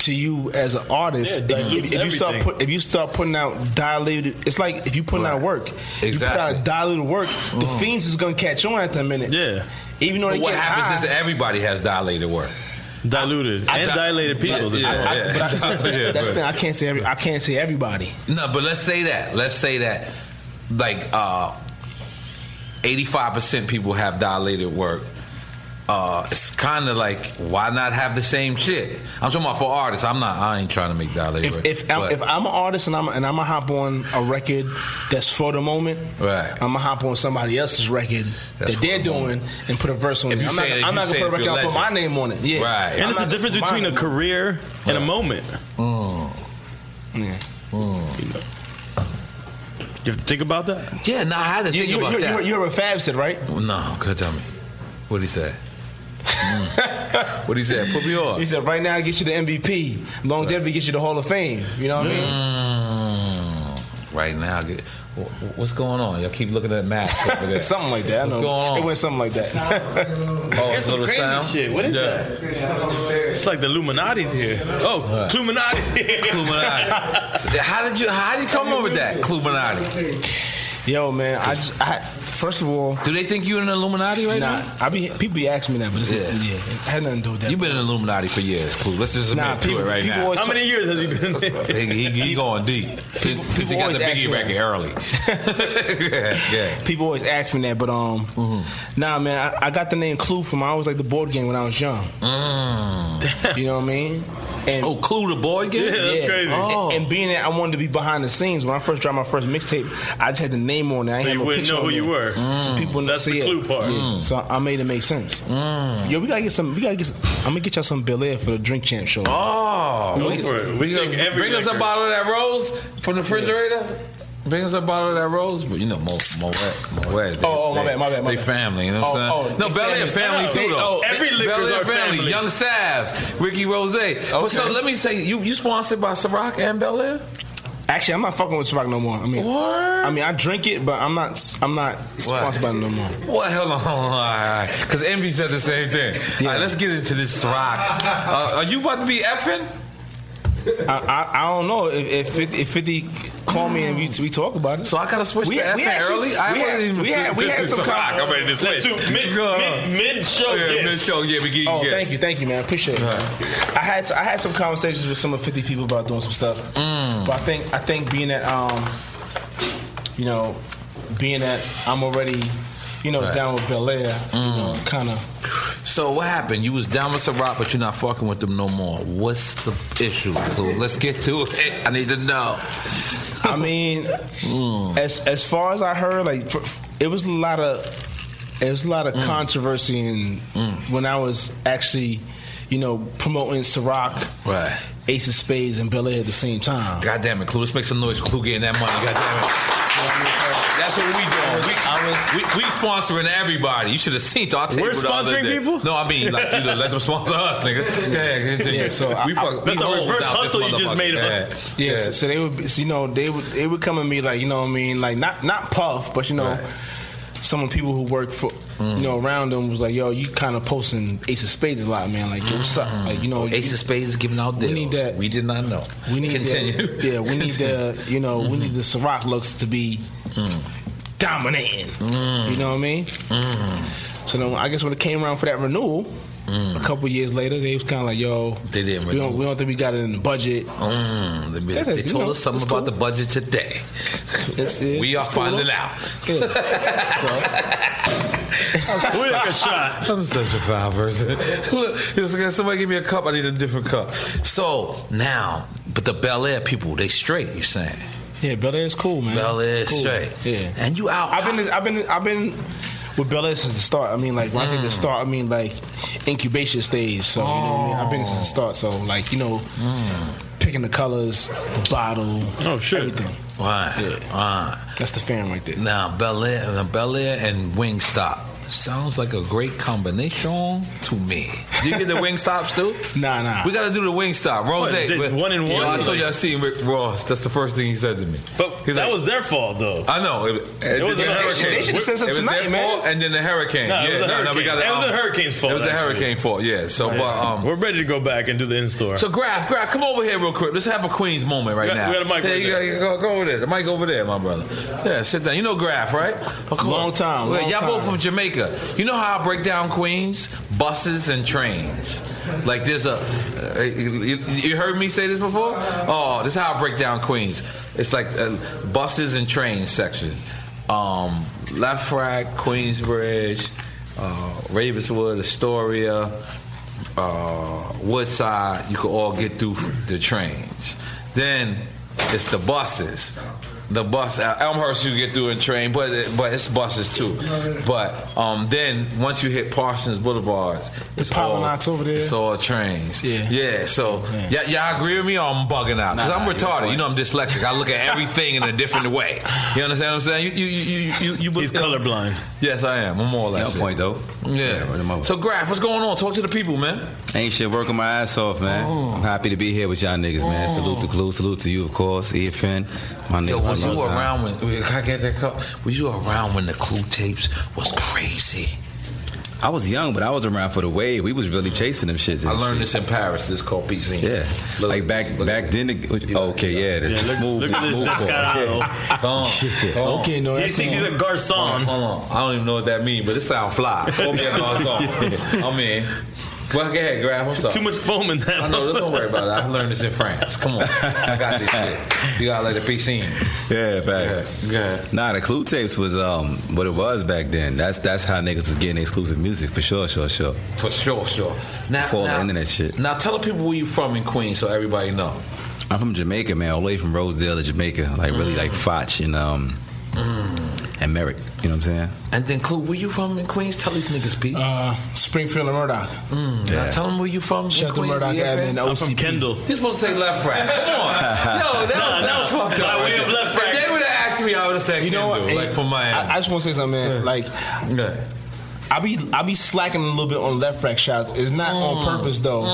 J: To you as an artist,
H: Yeah, it
J: if,
H: dilutes
J: if you start
H: everything.
J: put, if you start putting out dilated, it's like if you putting out work, you put
H: Exactly.
J: out dilated work, the
H: Mm.
J: fiends is gonna catch on at that minute. Yeah, even though
H: But
J: they
H: what
J: get
H: happens
J: high,
H: is everybody has dilated work.
F: Diluted
H: I-
F: and
H: I-
F: dilated pupils.
H: Yeah,
F: as well.
H: yeah.
J: But I-
H: Yeah,
J: that's the
H: but-
J: thing. I can't say every. I can't say everybody.
H: No, but let's say that. Let's say that like uh 85% people have dilated work. Uh, it's kind of like why not have the same shit? I'm talking about for artists. I'm not. I ain't trying to make dilated work.
J: If I'm,
H: but-
J: if I'm an artist and I'm and I'm gonna hop on a record that's for the moment,
H: Right.
J: I'm gonna hop on somebody else's record
H: That's
J: that they're doing and put a verse on
H: If
J: it.
H: you
J: I'm not,
H: say that-
J: I'm
H: you
J: not
H: say
J: gonna put a record.
H: if you're
J: I'll put my
H: legend.
J: name on it. Yeah,
H: Right.
J: I'm
F: And it's the
J: not-
F: difference
J: my-
F: between a career and a moment.
H: Mm.
J: Yeah.
F: You know. You have to think about that.
H: yeah, no, I had to
J: You,
H: think
J: you,
H: about
J: you,
H: that.
J: you, are a Fab said right?
H: no, could tell me what he said. Mm. what he said? Put me on.
J: He said right now I get you the MVP, longevity gets you the Hall of Fame. You know what I mean?
H: Mm. Right now, get- wh- what's going on? Y'all keep looking at masks over there.
J: something like that. I
H: What's
J: know.
H: going on?
J: It went something like that.
F: uh,
H: Oh, it's a little sound. Yeah.
F: that? It's like the Illuminati's here. Oh, Illuminati's here.
H: Cluminati. How did you? How did you come up with that? Cluminati.
J: Yo, man, I just I first of all,
H: do they think you in an Illuminati right
J: nah,
H: now?
J: I be people be asking me that, but it's
H: Yeah.
J: yeah, it had nothing to do with that.
H: You've been an Illuminati for years, Clue. Let's just admit
J: Nah,
H: to
J: people-
H: it right
J: people
H: now.
J: always How talk- many
F: years has he been?
H: he, he, he going deep since, since he
J: people
H: got
J: always
H: the
J: ask
H: Biggie
J: me that.
H: record early. yeah,
J: People always ask me that, but um, nah, man, I, I got the name Clue from I was like the board game when I was young. You know what I mean? And
H: Mm. oh, Clue the board game? Oh. Yeah, that's crazy.
J: And, and being that I wanted to be behind the scenes when I first dropped my first mixtape, I just had the name on it. I
F: So
J: ain't
F: you
J: have a
F: wouldn't
J: picture
F: know
J: on
F: who you
J: there.
F: were.
H: Mm.
J: So people
F: That's
J: so
F: the
J: yeah,
F: clue part.
J: yeah. So I made it make sense.
H: Mm.
J: Yo, we gotta get some. We gotta get. Some, yo, we gotta get some Bel Air for the Drink Champ show.
H: Oh,
J: Go
H: we-
J: for it. We
H: bring
J: take
H: us-
J: every
H: bring us a
J: record.
H: bottle of that rose from the refrigerator. Bring us a bottle of that rose, but you know, Mo, Moet, Moet. they-
J: Oh, oh, my
H: they-
J: bad, my bad, my
H: They
J: bad.
H: family, you know what I'm
J: Oh,
H: saying?
J: oh,
H: no,
J: they
H: Bel Air
J: family.
H: family too,
J: They-
H: though.
J: oh, every
H: Bel
J: liquor's
H: Air
J: our family.
H: Young Sav, Ricky Rose. But so
J: Okay.
H: let me say, you you sponsored by Ciroc and Bel Air.
J: Actually, I'm not fucking with Ciroc no more. I mean,
H: What?
J: I mean, I drink it, but I'm not. I'm not sponsored by it no more.
H: What? Hold on, hold on, because Envy said the same thing. All right, let's get into this Ciroc. Uh, are you about to be effing?
J: I, I, I don't know if if 50, if 50 call me and we, we talk about it.
H: So I gotta switch to effing early? I
J: we,
H: wasn't
J: had,
H: even
J: we, had, we had some
H: Ciroc. I'm ready to switch. What's going on?
J: show.
H: Yeah, yes. mid-show, yeah, we give you
J: Oh,
H: yes.
J: thank you, thank you, man. Appreciate it. I had I had some conversations with some of 50 people about doing some stuff,
H: Mm.
J: but I think I think being that um, you know, being that I'm already, you know,
H: Right. Mm.
J: down with Bel Air, you know, kind of.
H: So what happened? You was down with Ciroc, but you're not fucking with them no more. What's the issue? So let's get to it. I need to know. Mm.
J: I mean, as as far as I heard, like for, it was a lot of There's a lot
H: Mm.
J: of controversy in when I was actually, you know, promoting Ciroc,
H: right.
J: Ace of Spades, and Bel Air at the same time.
H: God damn it, Clue. Let's make some noise. for Clue getting that money. God damn it. That's what we doing. We, we, we sponsoring everybody. You should have seen our table.
J: We're
H: the other
J: sponsoring
H: day.
J: people?
H: No, I mean like you know, let them sponsor us, nigga. Yeah, yeah, continue.
J: Yeah, so I-
H: we fuck,
J: that's
H: we
J: a
H: hoes
J: reverse
H: out this
J: hustle you just
H: motherfucker.
J: made
H: yeah.
J: up. Yeah, so, so they would, be- so, you know, they would they would come at me like, you know, what I mean, like not not puff, but you know, some of the people who work for, you know, around them was like, yo, you kind of posting Ace of Spades a lot, man. Like, yo, what's up? Like, you know,
H: Ace of Spades is giving out deals. We, did not know.
J: we need
H: continue.
J: The, yeah, we need the you know we need the Ciroc looks to be
H: Hmm.
J: dominating.
H: Mm.
J: You know what I mean? So then I guess when it came around for that renewal, a couple years later, they was kind of like, "Yo,
H: Mm. They didn't
J: we don't,
H: renew.
J: we don't think we got it in the budget."
H: Mm, they,
J: Yeah,
H: they
J: you
H: told
J: know,
H: us something
J: it's
H: about the budget today. we are finding out.
J: we
H: took a shot. I'm such a foul person. Look, it's like, somebody give me a cup. I need a different cup. So now, but the Bel Air people, they straight. You saying?
J: Yeah, Bel Air is cool, man.
H: Bel Air is
J: Cool.
H: straight.
J: Yeah,
H: and you out.
J: I've been, I've been, I've been with Bel Air since the start. I mean, like when I say the
H: Mm.
J: start, I mean like incubation stage. So you know what I mean. I've been since the
H: Oh.
J: start. So like you know,
H: Mm.
J: picking the colors, the bottle, oh shit, everything.
H: Right. Right.
J: That's the fan right there.
H: Now Bel Air, now, Bel Air and Wingstop sounds like a great combination to me. Do you get the Wingstops too?
J: Nah, nah.
H: We got to do the Wingstop. Rose,
F: What, is it
H: but-
F: one and
H: Yo,
F: one?
H: I told you I seen Rick Ross. That's the first thing he said to me. But
F: that was their fault, though.
H: I know. It,
F: It was
H: it-
F: a
H: it-
F: hurricane.
H: They should have sent some
F: It was
H: tonight,
F: their
H: man.
F: fault,
H: And then the hurricane.
F: No, it was
H: yeah,
F: a
H: no, no,
F: hurricane.
H: we got
F: It was the
H: um,
F: hurricane's fault.
H: It was the
F: actually.
H: hurricane fault. Yeah. So,
F: Yeah.
H: but um,
F: we're ready to go back and do the in store.
H: so Graf, Graf, come over here real quick. Let's have a Queens moment right
F: We got-
H: now.
F: we got a mic
H: Yeah,
F: right
H: you
F: there.
H: gotta go, go over there. The mic over there, my brother. Yeah, sit down. You know Graf, right? Oh, come
J: Long
H: on.
J: time,
H: Well,
J: long
H: y'all both
J: time.
H: from Jamaica. You know how I break down Queens? Buses and trains. Like there's a. uh, you, you heard me say this before? Oh, this is how I break down Queens. It's like uh, buses and train sections. Um, Left Rack, Queensbridge, uh, Ravenswood, Astoria uh, Woodside, you could all get through the trains. Then it's the buses. The bus uh, Elmhurst, you get through a train, but it, but it's buses too. But um, then once you hit Parsons Boulevards,
J: The
H: it's all-
J: Pylonocks over there.
H: It's all trains.
J: Yeah.
H: yeah. So y- y'all agree with me, or I'm bugging out because
J: Nah,
H: I'm
J: nah, you're
H: retarded. You know, I'm dyslexic. I look at everything in a different way. You understand what I'm saying? You you you you, you, He's
F: colorblind.
H: Yes, I am. I'm all that.
O: Got a
H: shit.
O: point, though.
H: Yeah.
O: right, I'm over.
H: So, Graf, what's going on? Talk to the people, man. Oh.
O: Ain't shit working my ass off, man. I'm happy to be here with y'all niggas, man. Salute to Clue, salute to you, of course. EFN, my nigga.
H: Yo,
O: my
H: was you
O: long time.
H: around when? wait, Can I get that cup? Was you around when the Clue tapes was crazy?
O: I was young, but I was around for the wave. We was really chasing them shits. in
H: I
O: the
H: learned
O: street.
H: this in Paris. This is called PC.
O: Yeah, like back back then. The, okay, yeah, the
H: Yeah, look-
O: smooth,
H: look
O: the
H: at this
O: smooth
H: descarado.
O: part.
H: Hold on.
O: Shit.
H: Hold on.
F: He thinks he's a garçon.
H: Hold on, hold on. I don't even know what that means, but it sounds fly. Call me a garçon. I'm in. Well, go ahead, Graf. I'm sorry.
F: Too much foam in that.
H: I know. Just don't worry about it. I learned this in France. Come on, I got this shit. You gotta let it be seen.
O: Yeah, facts. Nah, the clue tapes was um what it was back then. That's that's how niggas was getting exclusive music for sure, sure, sure.
H: For sure, sure. Now,
O: Before all
H: now-
O: the internet shit.
H: Now tell the people where you from in Queens, so everybody know.
O: I'm from Jamaica, man. All the way from Rosedale to Jamaica, like
H: Mm.
O: really like Foch and um and Merrick. You know what I'm saying?
H: And then, Clue, where you from in Queens? Tell these niggas, Pete.
J: Uh, Springfield and Murdoch.
H: Mm. Now tell them where you from. in
J: Shout out to
H: Queens,
J: Murdoch
H: yeah,
J: Avenue
H: man?
J: and OCP.
H: You're supposed to say left right. Come on.
J: Uh-huh.
H: No, that
J: Nah,
H: was, that
J: nah.
H: was fucked up.
J: By way
H: right
J: of
H: there.
J: left
H: If
J: right.
H: they would have asked me, I would have said,
J: You know what?
H: Kendall, Like from Miami.
J: I, I just want to say something, man. Like, I be I be slacking a little bit on left rack shots. It's not
H: Mm.
J: on purpose though,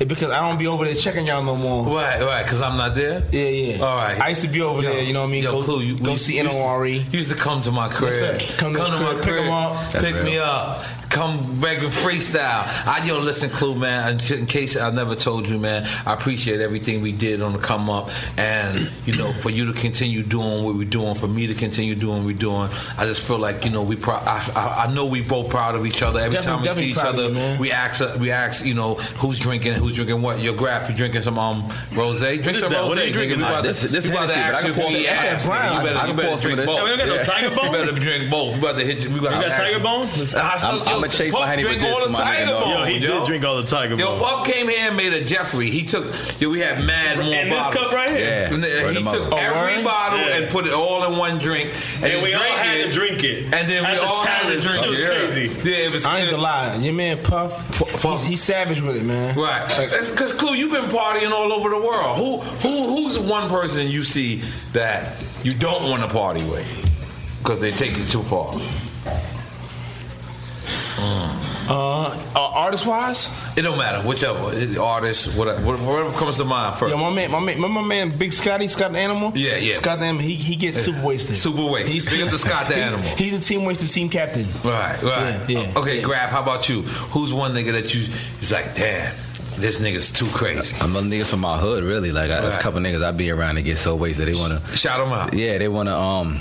J: It- because I don't be over there checking y'all no more.
H: Right, right, because I'm not there.
J: Yeah, yeah.
H: All right.
J: I used to be over there. You know what I mean?
H: Yo,
J: go,
H: Clue, you,
J: go
H: you-
J: see
H: you used-
J: NORE.
H: You used to come to my crib.
J: E. sir. Come to his
H: my
J: crib, pick 'em up. That's
H: Pick
J: real.
H: me up. Come regular freestyle. I yo listen, Clue man. and In case I never told you, man, I appreciate everything we did on the come up, and you know, for you to continue doing what we're doing, for me to continue doing what we're doing. I just feel like you know we. Pro- I, I, I know we both both proud of each other. Every
P: Definitely-
H: time we see each
P: definitely
H: other,
P: proud of you, man.
H: we ask, uh, we ask, you know, who's drinking, who's drinking what. Your graph, you drinking some um rose. Drink
D: What is
H: some
D: that?
H: rose.
D: What are you
H: nigga.
D: drinking?
H: We about to-
D: This- this
H: we about to
D: Hennessy, but I
H: ask
D: can
H: you if
D: pour
H: you
D: some-
H: eat
D: that's that
H: ass,
D: brown.
H: nigga. You better-
D: I can
H: you
D: pour
H: better
D: some of
H: drink
D: this.
H: both.
D: Yeah, we don't got no Tiger
H: Yeah.
D: Bone?
H: You better drink both. We about to hit you. We about
D: You
H: to
D: got
H: ask
D: Tiger
H: you.
D: Bone?
H: I still-
D: I'm-
H: yo,
D: I'ma chase
H: Puff
D: my Hennessy
H: drink
D: with this
H: all the
D: for my
H: Tiger
D: nigga, dog.
H: Bone,
D: Yo, he did drink all the Tiger
H: Yo,
D: Bone.
H: Puff came here and made a Jeffrey. He took. Yo, we had mad more
D: And this cup
H: bottles.
D: right here? Yeah.
H: And then
D: Burn
H: he
D: them
H: took
D: up.
H: every
D: Oh, word?
H: bottle
D: Yeah.
H: and put it all in one drink.
D: And
H: then
D: we all had to drink it.
H: And then
D: At
H: we
D: the
H: all had to
D: challenge.
H: drink
D: Shit was
H: Yeah.
D: crazy.
H: Yeah, it was.
J: I ain't gonna lie, your man Puff, He's, he's savage with it, man.
H: Right, because Clue, you've been partying all over the world. Who, who, who's one person you see that you don't want to party with because they take it too far?
J: Uh, artist wise,
H: it don't matter. Whichever It- artist, whatever, whatever comes to mind first.
J: Yo, my man, my man, remember my man, Big Scotty, Scott the Animal.
H: Yeah, yeah.
J: Scott the Animal, he, he gets
H: Yeah.
J: super wasted.
H: Super wasted. Big up to Scott the
J: he-
H: Animal.
J: He's a team wasted team captain.
H: Right, right.
J: Yeah, yeah,
H: okay, Grab, how about you? Who's one nigga that you is like, damn, this nigga's too crazy?
O: I'm a niggas from my hood, really. Like, I, there's a
H: Right.
O: couple niggas I be around that get so wasted. They wanna
H: shout them out. Hmm.
O: Yeah, they wanna um.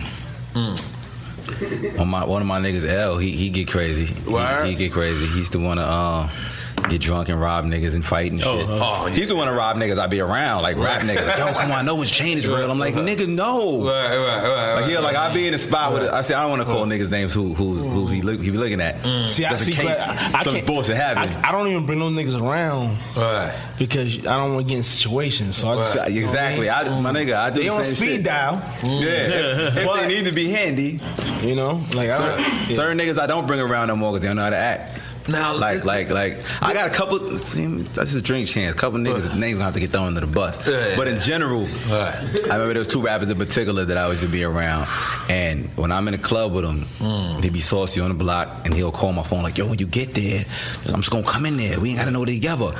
O: On my one of my niggas, L, he he get crazy. He, he get crazy. He used to wanna um. Get drunk and rob niggas and fight and shit.
D: Oh,
J: uh-huh.
D: oh,
O: He's the one to rob niggas. I be around like rap
D: Right.
O: niggas. Like, Yo, come on, I know his chain is real. I'm like, nigga, no.
H: Uh-huh. Right, right, right.
O: Like, yeah,
H: right,
O: like
H: right.
O: I be in the spot with. I say I don't want to call niggas names. Who who's who's he look, he be looking at?
J: See, I
O: Just
J: see,
O: in Mm. case
J: but I, I
O: some
J: can't-
O: bullshit happen.
J: I, I don't even bring no niggas around,
H: right?
J: Because I don't want to get in situations. So I just,
O: Right.
J: you know what
O: Exactly. I-
J: mean?
O: my nigga, I do
J: They
O: the
J: on
O: same
J: speed
O: shit.
J: dial.
O: Yeah. If- if they need to be handy,
J: you know, like I
O: certain,
J: don't- yeah.
O: certain niggas I don't bring around no more because they don't know how to act.
H: Now,
O: like, like, like, I got a couple. See, that's a drink chance. A couple niggas names gonna have to get thrown under the bus.
D: Yeah.
O: But in general, I remember there was two rappers in particular that I used to be around, and when I'm in a club with them,
D: Mm.
O: they be saucy on the block, and he'll call my phone like, "Yo, when you get there, I'm just gonna come in there. We ain't gotta know they together."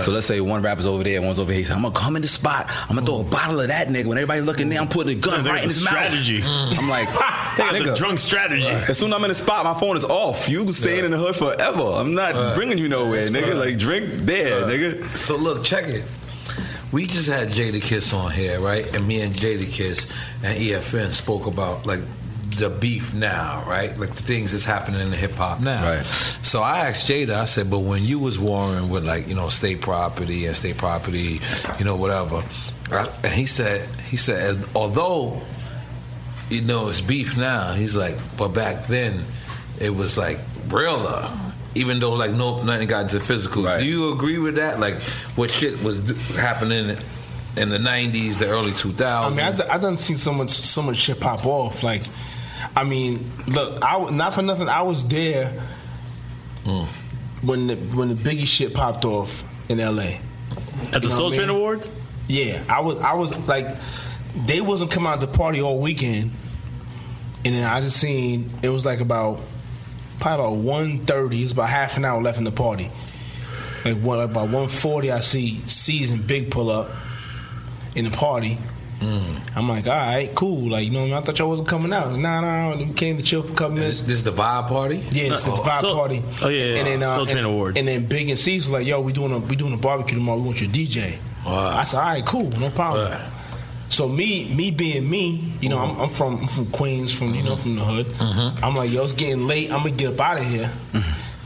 O: So let's say one rapper's over there, one's over here. He said, "I'm gonna come in the spot. I'm gonna throw a bottle of that nigga. When everybody's looking there, I'm putting a gun
D: Yeah,
O: right in
D: there's
O: his
D: a strategy.
O: mouth." I'm like,
D: They got the drunk strategy.
O: As soon as I'm in the spot, my phone is off. You staying in the hood forever. I'm not bringing you nowhere, nigga.
H: right.
O: Like drink there, nigga.
H: So look, check it. We just had Jada Kiss on here, right? And me and Jada Kiss and EFN spoke about like the beef now, right? Like the things that's happening in the hip hop now. Right. So I asked Jada, I said, but when you was warring with like, you know, state property and state property, you know, whatever. I, and he said, he said, "As- although, you know, it's beef now, he's like, but back then it was like realer. Even though like no nothing got into physical. Do you agree with that? Like what shit was d- happening in the nineties, the early two
J: I
H: thousands?
J: mean, I, d- I done seen so much, so much shit pop off. Like, I mean, look, I w- not for nothing. I was there
O: Mm.
J: when the when the Biggie shit popped off in
F: At the
J: L.A. You know
F: Soul
J: what I
F: Train
J: mean?
F: Awards?
J: Yeah, I was, I was like, they wasn't coming out to party all weekend, and then I just seen it was like about probably about one thirty. It was about half an hour left in the party. Like what about one forty? I see season big pull up in the party.
H: Mm.
J: I'm like, all right, cool. Like, you know, what I, mean? I thought y'all wasn't coming out. Nah, nah, we came to chill for a couple minutes.
H: This is the vibe party.
J: Yeah, this is the
H: Oh,
J: vibe
H: so-
J: party.
H: oh, yeah, yeah,
J: And then uh,
H: Soul Train
J: and,
H: Awards.
J: And then Big and C's was like, yo, we doing a we doing a barbecue tomorrow. We want you to DJ. I said, all right, cool, no problem. So me, me being me, you know,
H: Mm-hmm.
J: I'm, I'm from I'm from Queens, from you know, from the hood. I'm like, yo, it's getting late. I'm gonna get up out of here.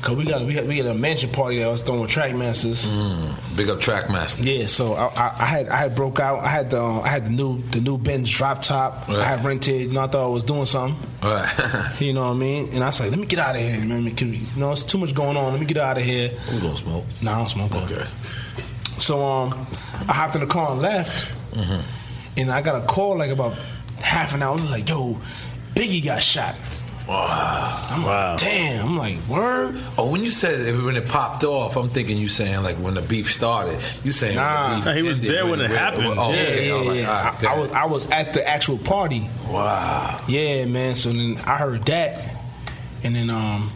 J: Cause we got we got, we got a mansion party that I was throwing with Trackmasters.
H: Mm, Big up Trackmaster.
J: Yeah, so I, I, I had I had broke out. I had the uh, I had the new the new Benz drop top. I had rented. You know, I thought I was doing something.
H: Right.
J: You know what I mean? And I was like, let me get out of here, man. Can we- You know, it's too much going on. Let me get out of here.
H: Who don't smoke?
J: Nah, I don't smoke. Okay. So um, I hopped in the car and left. Mm-hmm. And I got a call like about half an hour. Like, yo, Biggie got shot.
H: Wow.
J: I'm like, damn. I'm like, word.
H: Oh, when you said it, when it popped off, I'm thinking you saying like when the beef started. You saying
J: Nah.
H: when the beef
J: Nah, he was
H: ended,
J: there when it
H: really-
J: happened.
H: Oh,
J: Yeah,
H: okay.
J: yeah,
H: I'm like,
J: yeah.
H: all right,
J: I, I was I was at the actual party.
H: Wow.
J: Yeah, man. So then I heard that, and then um,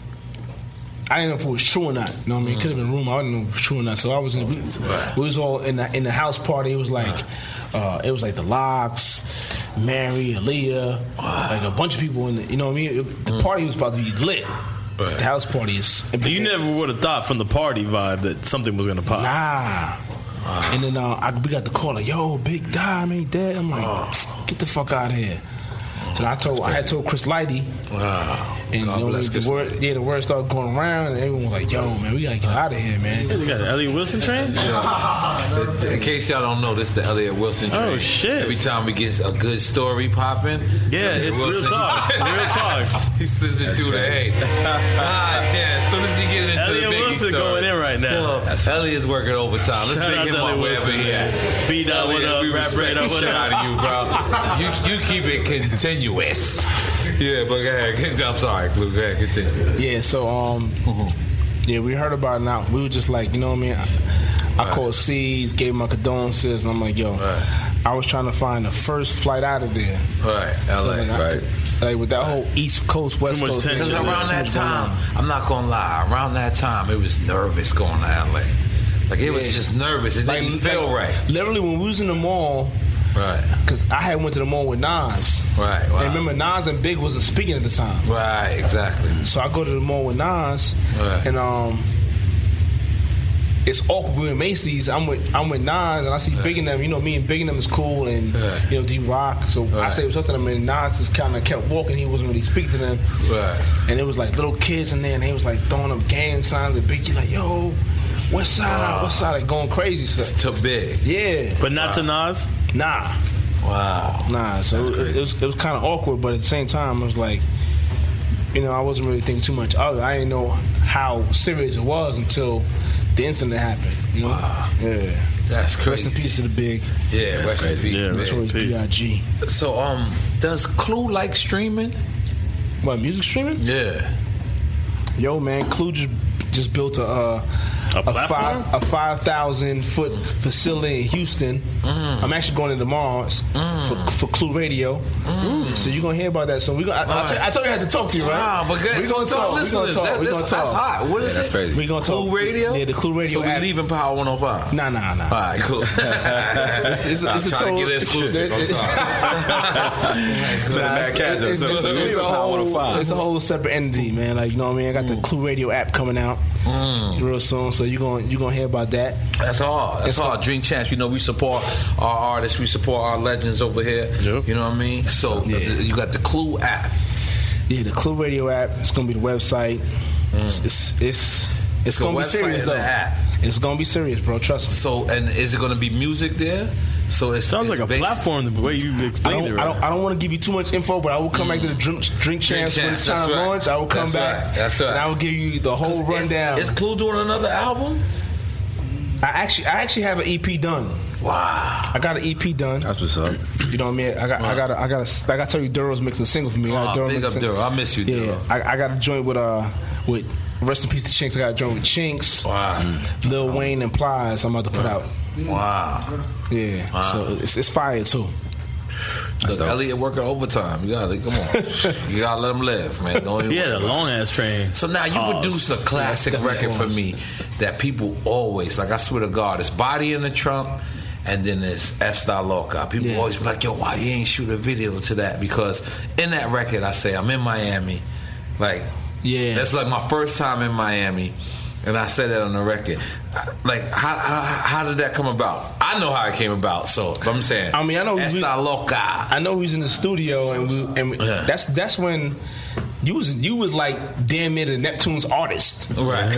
J: I didn't know if it was true or not. You know what I mean? It could have been rumor. I didn't know if it was true or not. So I was in. The, we, we was all in the in the house party. It was like, uh, it was like the Locks, Mary, Aaliyah, like a bunch of people in. The, you know what I mean? It- the party was about to be lit. The house party is.
F: You never would have thought from the party vibe that something was going to pop.
J: Nah. And then uh, I, we got the call like, "Yo, Big Dime ain't dead." I'm like, "Get the fuck out of here." So I told I had told Chris Lighty, and you know,
F: bless Chris
J: the word yeah the word started going around, and everyone was like, "Yo, man, we gotta get out of here, man."
F: You got an Elliot Wilson train?
H: Yeah. In case y'all don't know, this is the Elliot Wilson train. Oh shit! Every time we get a good story popping,
F: Yeah,
H: Elliot
F: it's real talk. Real talk.
H: He sends it through the A. God damn! As soon as he get into
F: Elliot
H: the biggie
F: Wilson
H: story,
F: going in right now.
H: Well, Elliot's working overtime. Let's
F: Shout out
H: pick him
F: to
H: up
F: Elliot
H: wherever
F: Wilson,
H: he
F: man.
H: at.
F: Beat up, what
H: Elliot,
F: up,
H: we
F: rap
H: respect
F: radar,
H: the
F: what
H: shit
F: up?
H: out of you, bro. You you keep it continuous. Yeah, but go ahead. I'm sorry, Clue. Go ahead, continue.
J: Yeah, so um, yeah, we heard about it. Now we were just like, you know what I mean? I, I called C's, gave my condolences, and I'm like, yo, I was trying to find the first flight out of there.
H: Right, LA,
J: Like, I-
H: right.
J: Like with that whole East Coast, West Coast. thing,
H: Because
J: there was too
H: around that
J: much going on.
H: time, I'm not gonna lie. Around that time, it was nervous going to LA. Like it was
J: Yeah.
H: just nervous. It didn't feel
J: like,
H: right.
J: Literally, when we was in the mall,
H: right?
J: Because I had went to the mall with Nas,
H: right? Wow.
J: And remember, Nas and Big wasn't speaking at the time,
H: right? Exactly.
J: So I go to the mall with Nas,
H: Right.
J: and um, it's awkward. We in Macy's. I'm with I'm with Nas, and I see Big and them. You know, me and Big and them is cool, and you know D Rock. So I say what's up to them, and Nas just kind of kept walking. He wasn't really speaking to them,
H: right?
J: And it was like little kids in there, and they was like throwing up gang signs. And Big, you like, yo, what's side?
H: Wow.
J: What's side? Like going crazy stuff.
H: It's too big.
J: Yeah,
F: But not to Nas.
J: Nah.
H: Wow.
J: Nah. So it, it was it was kind of awkward, but at the same time, it was like, you know, I wasn't really thinking too much of it. I didn't know how serious it was until the incident happened. You know? Yeah.
H: That's
J: Rest
H: crazy.
J: in peace to the big.
H: Yeah, rest in peace, Yeah, man. rest in
J: Notorious B.I.G.
H: peace. So, um, does Clue like streaming?
J: What music streaming?
H: Yeah.
J: Yo, man, Clue just just built a uh,
F: A
J: a,
F: platform?
J: five a five thousand foot facility in Houston.
H: Mm.
J: I'm actually going in tomorrow s- for, for Clue Radio.
H: Mm.
J: So, so you're gonna hear about that. So we gonna. I, I, told- I told you I had to talk to you, right?
H: Nah, but good.
J: We gonna
H: Tell
J: talk. We gonna
H: listeners,
J: talk.
H: that-
J: We
H: this-
J: gonna
H: that's
J: talk.
H: hot. What is Yeah, that's it? crazy.
J: We gonna
H: Clue
J: talk.
H: Radio?
J: Yeah, the Clue Radio.
H: So we
J: app.
H: leaving Power 105.
J: Nah, nah, nah.
H: All right, cool.
J: it's, it's,
H: I'm
J: it's a
H: trying
J: total-
H: to get it exclusive. I'm
J: Nah,
H: sorry.
J: it's- it's- it's- It's a whole- it's a whole separate entity, man. Like you know what I mean. I got the
H: Mm.
J: Clue Radio app coming out real soon, so you gonna you gonna hear about that.
H: That's all. That's all. Drink Chance. You know, we support our artists. We support our legends over here. You know what I mean? So th- you got the Clue app.
J: Yeah, the Clue Radio app. It's gonna be the website. It's it's it's, it's
H: Mm. The
J: gonna be
H: website
J: serious
H: and
J: though.
H: the app.
J: It's gonna be serious, bro. Trust me.
H: So and is it going to be music there? So it
J: Sounds like a
F: platform. The way you
J: I don't, I don't, I don't want to give you too much info, but I will come back to the drink, drink chance when it's
H: Chance,
J: time
H: that's right.
J: launch. I will come
H: That's
J: back.
H: right. That's right.
J: And I will give you the whole rundown.
H: Is Clue doing another album?
J: I actually, I actually have an EP done.
H: Wow.
J: I got an EP done. That's
O: what's up.
J: You know what I mean? I got, I got, a, I got, a, like I tell you, Duro's mixing a single for me. I got
H: Aw,
J: Duro
H: big up
J: mixing-
H: Duro. I miss you,
J: Yeah,
H: Duro.
J: I, I got a joint with uh, with rest in peace to Chinks. I got a joint with Chinks.
H: Wow.
J: Lil Wayne and Plies. I'm about to put out.
H: Wow.
J: Yeah.
H: Wow.
J: So it's, it's fire too.
H: Look, Elliot working overtime. You gotta come on. you gotta let him live, man. Don't even
F: He had
H: worry
F: a
H: about it.
F: long ass train.
H: So now you
F: Oh,
H: produce a classic
F: that's definitely
H: record for
F: awesome.
H: me that people always like. I swear to God, it's Body in the Trump, and then it's Esta Loca. People always be like, "Yo, why you ain't shoot a video to that?" Because in that record, I say I'm in Miami, like yeah, that's like my first time in Miami. And I said that on the record. Like, how, how, how did that come about? I know how it came about. So I'm saying,
J: I mean, I know we-
H: Esta Loca.
J: I know he was in the studio, and we, and we- that's that's when you was you was like damn near the Neptune's artist,
H: right?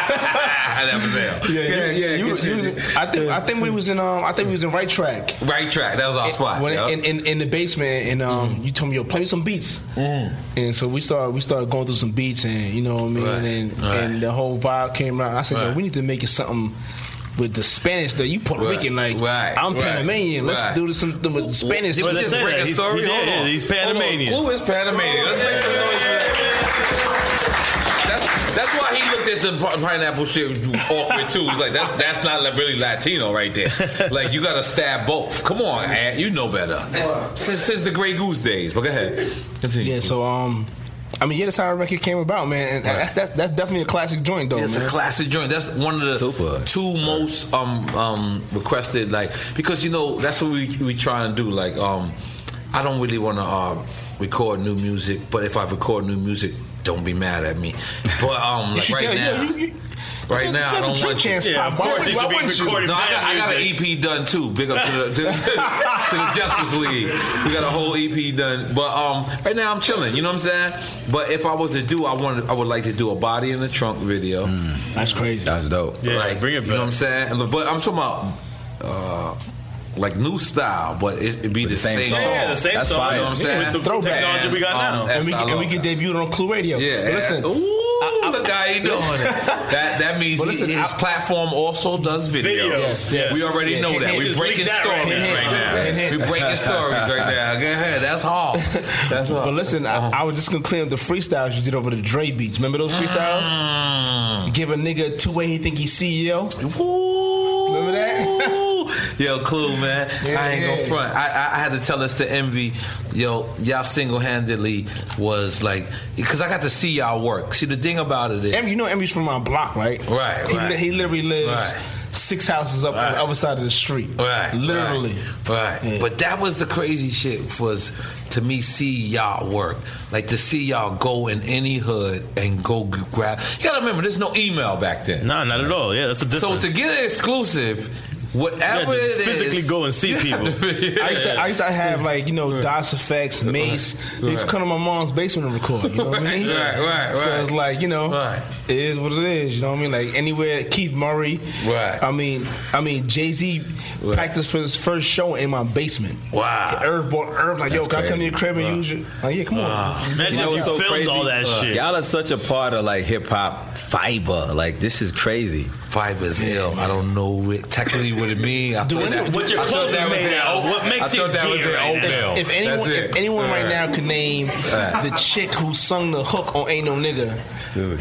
H: that was
J: Yeah,
H: him.
J: yeah, yeah. you- you was- I think I think we was in um I think we was in right track.
H: Right track. That was our spot.
J: When
H: yo.
J: in, in, in the basement, and
H: Mm.
J: um, you told me, "Yo, play me some beats." And so we started we started going through some beats, and you know what I mean.
H: Right.
J: And
H: Right.
J: and the whole vibe came out. I said, "Yo,
H: Right.
J: we need to make it something." With the Spanish, that you Puerto
H: Right.
J: Rican, like
H: Right.
J: I'm
H: Right.
J: Panamanian. Let's
H: Right.
J: do this something with Spanish.
H: Did we just break a story? Hold on. Hold on. Clue is Panamanian. Let's make some noise. for that. That's that's why he looked at the pi- pineapple shit awkward too. He's like, that's that's not li- really Latino right there. Like you gotta stab both. Come on, Ant, you know better. Since since the Grey Goose days. But go ahead. Continue.
J: Yeah, so um, I mean, yeah, that's how the record came about, man. And that's, that's that's definitely a classic joint, though.
H: Yeah, it's
J: man.
H: a classic joint. That's one of the two most um, um, requested, like because you know that's what we we trying to do. Like um, I don't really want to uh, record new music, but if I record new music, don't be mad at me. But um, like right
I: Yeah, yeah,
H: now.
I: you- you-
H: Right now,
I: you got
H: I
I: the
H: don't
I: True
H: want
I: Chance
H: you.
I: pop. Why would- why wouldn't you?
H: No, I got, I got an EP done too. Big up to the, to, to the Justice League. We got a whole EP done. But um, right now I'm chilling. You know what I'm saying? But if I was to do, I wanted, I would like to do a body in the trunk video.
J: Mm, That's crazy.
O: That's dope.
H: Yeah, bring it back. You know what I'm saying? And- But I'm talking about. Uh, like new style, but it, would be the, same, song. You know what I'm saying?
J: With the technology we got now.
H: Um,
J: and, we,
H: that's
J: and
H: what I
J: we
H: love.
J: get debuted on Clue Radio.
H: Yeah,
J: But listen.
H: and- ooh, look how he doing it. That that means
J: But
H: he-
J: listen,
H: his
J: I-
H: platform also does videos.
J: Videos, yes.
H: We already
J: Yeah,
H: know
J: and
H: that.
J: he
H: We're
J: just
H: breaking
J: leaked that right
H: stories
J: here.
H: right,
J: And
H: now.
J: he-
H: We're breaking stories right now. Go ahead. That's all. That's all.
J: But listen, I, I was just gonna clean up the freestyles you did over the Dre beats. Remember those freestyles?
H: Mm.
J: You give a nigga two way he think he's
H: E
J: CEO. Remember that?
H: Yo, Clue, man.
J: Yeah,
H: I ain't
J: yeah.
H: gonna front. I, I, I had to tell us to envy. Yo, y'all single handedly was like, because I got to see y'all work. See, the thing about it is.
J: Em- you know Emmy's from my block, right?
H: Right,
J: He,
H: right.
J: li- he literally lives
H: Right.
J: six houses up on the other side of the street.
H: Right.
J: Literally.
H: Right. right. But that was the crazy shit was to me see y'all work. Like to see y'all go in any hood and go g- grab. You gotta remember, there's no email back then.
F: Nah, not at all. Yeah, that's a difference.
H: So to get an exclusive, whatever
F: You had to
H: it is,
F: physically go and see
H: you have to-
J: I used, to, I used to have like you know DOS effects, Mace. They used to come to my mom's basement and record. You know what I mean?
H: Right, right,
J: So
H: right.
J: it's like you know, it is what it is. You know what I mean? Like anywhere, Keith Murray.
H: Right.
J: I mean, I mean Jay Z practiced for his first show in my basement.
H: Wow.
J: Irv, bought, Irv like, yo,
O: That's
J: can I come to
O: crazy.
J: your crib and
O: Wow.
J: use it? Like, yeah, come on.
O: what's Uh, Y'all are such a part of like hip hop fiber. Like this is crazy.
H: Fiber's ill. I don't know it, technically what it means. I
O: Dude,
H: thought
O: what-
H: that-
O: what your
H: I thought
O: clothes
H: that
O: is
H: was
O: made
H: in
O: out of.
H: Oak-
O: What
J: makes
H: I thought
J: it
H: that was in
J: weird right
H: Oakdale.
J: If anyone,
H: That's it.
J: if anyone right
H: Right.
J: now could name the chick who sung the hook on "Ain't No Nigga,"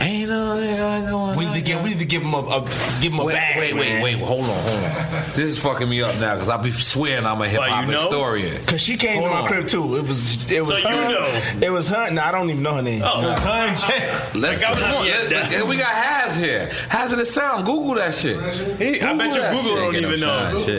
H: Ain't no nigga.
J: We need to give. We need to give him a, a give him a
H: Wait,
J: bag.
H: wait,
J: man.
H: wait, wait, hold on, hold on. This is fucking me up now because I'll be swearing I'm a hip hop historian.
J: Cause she came
H: Hold
J: to my
H: on.
J: crib too. It was it was
H: So you
J: her. It was her. No, I don't even know her name.
H: Oh,
J: Nah.
H: Let's
J: Like, I
H: come
J: was not
H: on.
J: yet
H: let-
J: that-
H: let's- and we got Haz here. Haz of the Sound. Google that shit.
J: I bet you
H: that
J: Google
H: shit.
J: don't even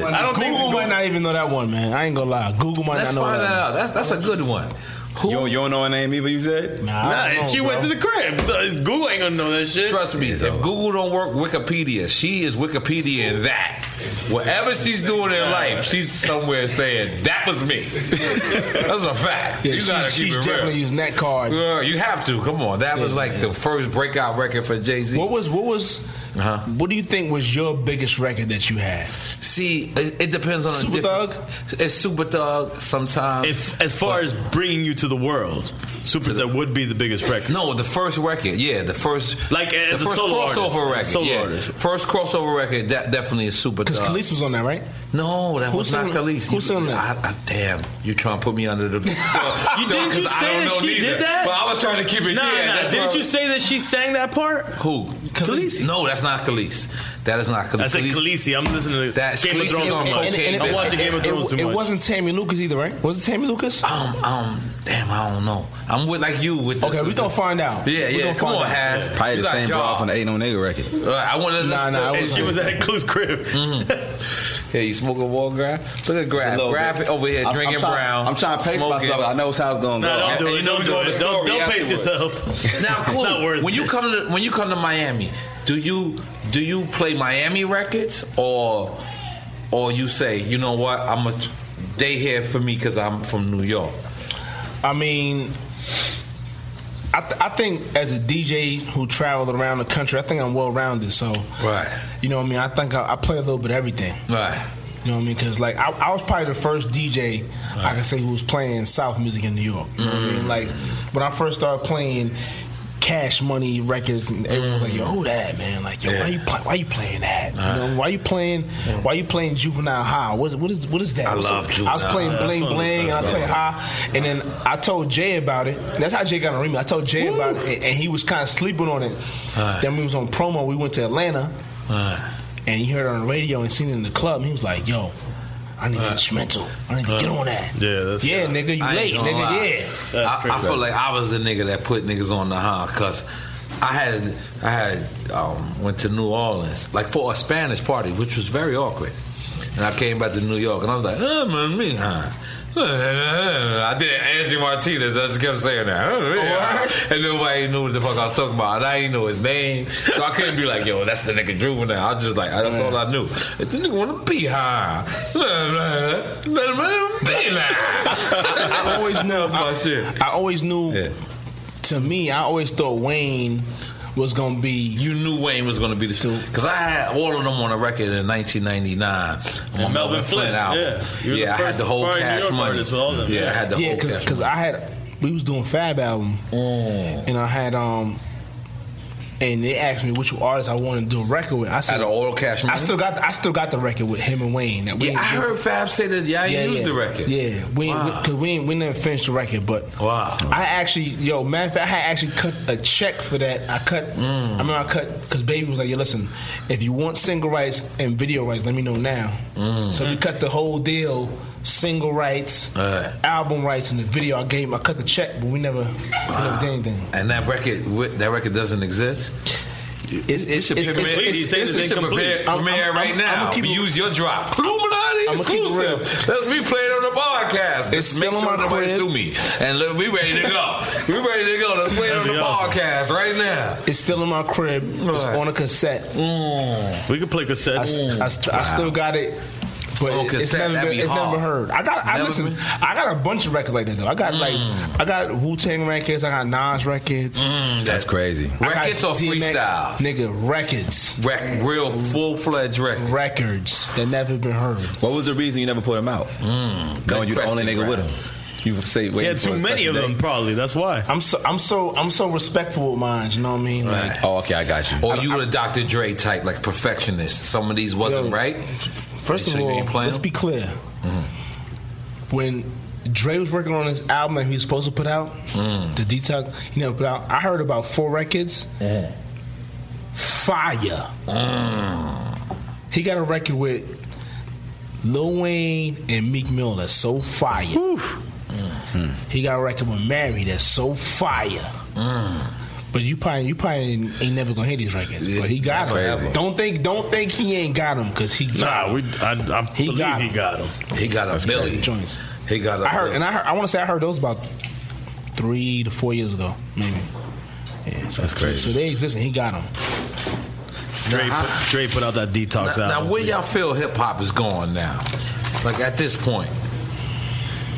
J: know.
H: I don't
J: Google
H: think
J: might not even know that one, man. I ain't gonna lie. Google might
H: Let's
J: not know
H: find
J: that.
H: that out. That's that's a good one. Who?
O: You don't, you don't know her name either. You said
J: nah.
F: Nah, and she went to the crib. So it's Google ain't gonna know that shit.
H: Trust me, if Google don't work, Wikipedia. She is Wikipedia in that. Whatever she's doing in life, she's somewhere saying that was me. That's a fact.
J: Yeah,
H: you
J: she-
H: gotta keep
J: she's
H: it real.
J: definitely using that card.
H: Girl, you have to. Come on, that was like the first breakout record for Uh-huh. Jay Z.
J: What was what was what do you think was your biggest record that you had?
H: See, it, it depends on
J: Super
H: a Thug. It's Super Thug sometimes.
F: If, as far as bringing you to the world, Super that would be the biggest record.
H: No, the first record, yeah, the first
F: like as
H: the
F: a
H: first
F: solo
H: crossover
F: artist,
H: record,
F: solo
H: yeah.
F: artist.
H: First crossover record, that definitely is Super
J: Because
H: Thug.
J: Khalees was on that, right?
H: Uh, No, that was not Khalees.
J: Who's
H: You-
J: on that?
H: I, I, damn, you trying to put me under the.
F: You,
H: you
F: didn't you say that she did that?
H: But I was trying to keep it.
F: Nah,
H: yeah,
F: nah,
H: that's
F: Didn't
H: why-
F: you say that she sang that part?
H: Who? Khaleesi. No, that's not Khaleesi. That is not Khaleesi.
F: I said Khaleesi. I'm listening to
H: That's
F: Game of
H: Khaleesi
F: Thrones.
H: is
F: on
H: on
F: my-
H: my
F: I'm
H: team.
F: watching Game of
J: It-
F: Thrones too
J: it,
F: much.
J: wasn't Tammy Lucas either, right? Was it Tammy Lucas?
H: Um, um, damn, I don't know. I'm with like you with. The,
J: Okay, we gonna find out.
H: Yeah,
J: We
H: yeah.
J: gonna
H: Come
J: find
H: on,
J: out.
H: Has.
O: Probably
H: You
O: the
H: got
O: same bra
H: jobs.
O: from the Ain't No Nigga record.
H: All right, I want to.
O: Nah, nah, I wasn't.
H: to, Mm-hmm.
O: And she was
F: at Clue's crib.
H: Yeah, you smoking wall grab? Look at grab.
O: little
H: Grab
O: bit.
H: over here
O: I'm- I'm
H: drinking
O: trying-
H: brown.
O: I'm trying to pace
H: smoking.
O: myself. I know how it's gonna
H: Nah,
O: go.
H: don't do it. Don't do it. Don't- don't pace
F: yourself.
H: Now, cool. when you come to when you come to Miami, do you do you play Miami records or or you say you know what I'm a they here for me because I'm from New York?
J: I mean, I, th- I think as a DJ who traveled around the country, I think I'm well rounded. So,
H: right,
J: you know what I mean. I think I, I play a little bit of everything.
H: Right.
J: You know what I mean? Because like I, I was probably the first DJ I can say who was playing South music in New York. You know what I mean? Like when I first started playing Cash Money records, and everyone was like, "Yo, who that man? Like, yo, why you play, why you playing that?
H: Uh-huh.
J: You know, why you playing why you playing Juvenile High? What is what is what is that?
H: I
J: What's
H: love
J: up? I was
H: Juvenile
J: playing
H: High.
J: Bling
H: That's one of the
J: Bling and I was
H: best
J: playing
H: records.
J: High, and then I told Jay about it. That's how Jay got on remix. I told Jay about it, and, and he was kind of sleeping on it.
H: Alright.
J: Then we was on promo. We went to Atlanta and he heard it on the radio and seen it in the club. And he was like, "Yo, I
H: Uh,
J: need an instrumental. I need to get on that."
F: Yeah, that's
J: yeah, nigga, you
H: I ain't
J: late,
H: gonna
J: nigga.
H: lie.
J: Yeah,
H: I, I feel like I was the nigga that put niggas on the high because I had I had um, went to New Orleans like for a Spanish party, which was very awkward. And I came back to New York, and I was like, "I'm on me, huh?" I did Angie Martinez. I just kept saying that. And nobody knew what the fuck I was talking about. And I didn't know his name. So I couldn't be like, yo, that's the nigga juvenile. I was just like, that's all I knew. If the nigga wanna be high, let him, let him, let him be high. I always know my shit.
J: I always knew. To me, I always thought Wayne was gonna be.
H: You knew Wayne was gonna be the suit because I had all of them on a record in 1999 on my
F: And Melvin Flynn,
H: album.
F: yeah. You were
H: Yeah,
F: the
H: I had
F: first
H: the whole
F: probably New
H: cash
F: York
H: money.
F: artist with all them,
H: yeah,
F: yeah.
H: I had the
J: yeah,
H: whole cash.
J: because I had we was doing Fab album,
H: Mm.
J: and I had um, and they asked me which artist I wanted to do a record with. I said
H: Out of Oral Cash
J: I
H: Money?
J: still got I still got the record with him and Wayne. That we
H: Yeah, I heard Fab say that y'all ain't used the record.
J: Yeah, we
H: Wow.
J: because we, ain't- we never finished the record, but
H: wow,
J: I actually yo matter of fact I had actually cut a check for that. I cut
H: Mm.
J: I remember I cut because Baby was like, yo, listen, if you want single rights and video rights, let me know now.
H: Mm.
J: So
F: Mm-hmm.
J: we cut the whole deal, single rights, album rights, and the video. I gave him, I cut the check, but we never, we never did anything.
H: And that record, wi- that record doesn't exist. It's, it's,
J: it's- it's- it's- it's- it's incomplete.
H: premiere,
J: I'm-
H: premiere
J: I'm-
H: right
J: I'm-
H: now.
J: I'ma keep it-
H: Use your drop. Illuminati
J: I'ma keep it real.
H: exclusive. That's me playing on the podcast.
J: It's
H: Just make
J: still in
H: sure
J: my
H: nobody
J: crib.
H: sue me. And look, we ready to go. we ready to go. Let's play it on
J: That'd be
H: the
J: awesome.
H: podcast right now.
J: It's still in my crib. It's
H: Right.
J: on a cassette.
F: Mm. We could play
J: I,
F: cassettes.
J: st- I, st- I still got it. But
F: Oh,
J: it- it's
F: cassette,
J: never
F: that'd
J: been,
F: be
J: it's never
F: hard.
J: heard. I got I
F: Never Mm.
J: listen. I got a bunch of records like that though. I got like I got Wu Tang records. I got Nas records.
O: That's crazy.
F: Mm-hmm.
J: I got
H: Records or
J: DMX,
H: freestyles?
J: Nigga, records.
H: Rec- real full fledged records.
J: Records that never been heard.
O: What was the reason you never put him out? Mm, Knowing you're the only
J: question,
O: nigga
J: Brad.
O: with him. You say wait.
J: probably. That's why. I'm so I'm so I'm so respectful with mine. You know what I mean? Like
H: Oh, okay, I got you. Or you the Dr. Dre type, like perfectionist. Some of these wasn't
J: Yo,
H: right.
J: First of
H: Make sure you
J: all,
H: ain't playing
J: let's
H: them. Mm-hmm.
J: be clear. When Dre was working on his album that he was supposed to put out,
H: Mm.
J: the detox he never put out. I heard about four records.
H: Mm-hmm.
J: Fire.
H: Mm.
J: He got a record with Lil Wayne and Meek Mill that's so fire. Mm. He got a record with Mary that's so fire.
H: Mm.
J: But you probably you probably ain't, ain't never gonna hear these records. But he got
F: That's crazy.
J: them. Don't think don't think he ain't got them because he got
F: Nah, we. I, I believe
J: got
F: he
J: him.
F: got him.
H: He got a
J: That's
H: million.
J: crazy. Joints.
H: He got a
J: I heard,
H: million.
J: and I heard, I want to say I heard those about three to four years ago, maybe. Yeah, so,
F: That's crazy.
J: So, they exist, and he got them.
F: Dre, put, Dre put out that detox
H: now,
F: album.
H: now where y'all feel hip hop is going now? Like at this point.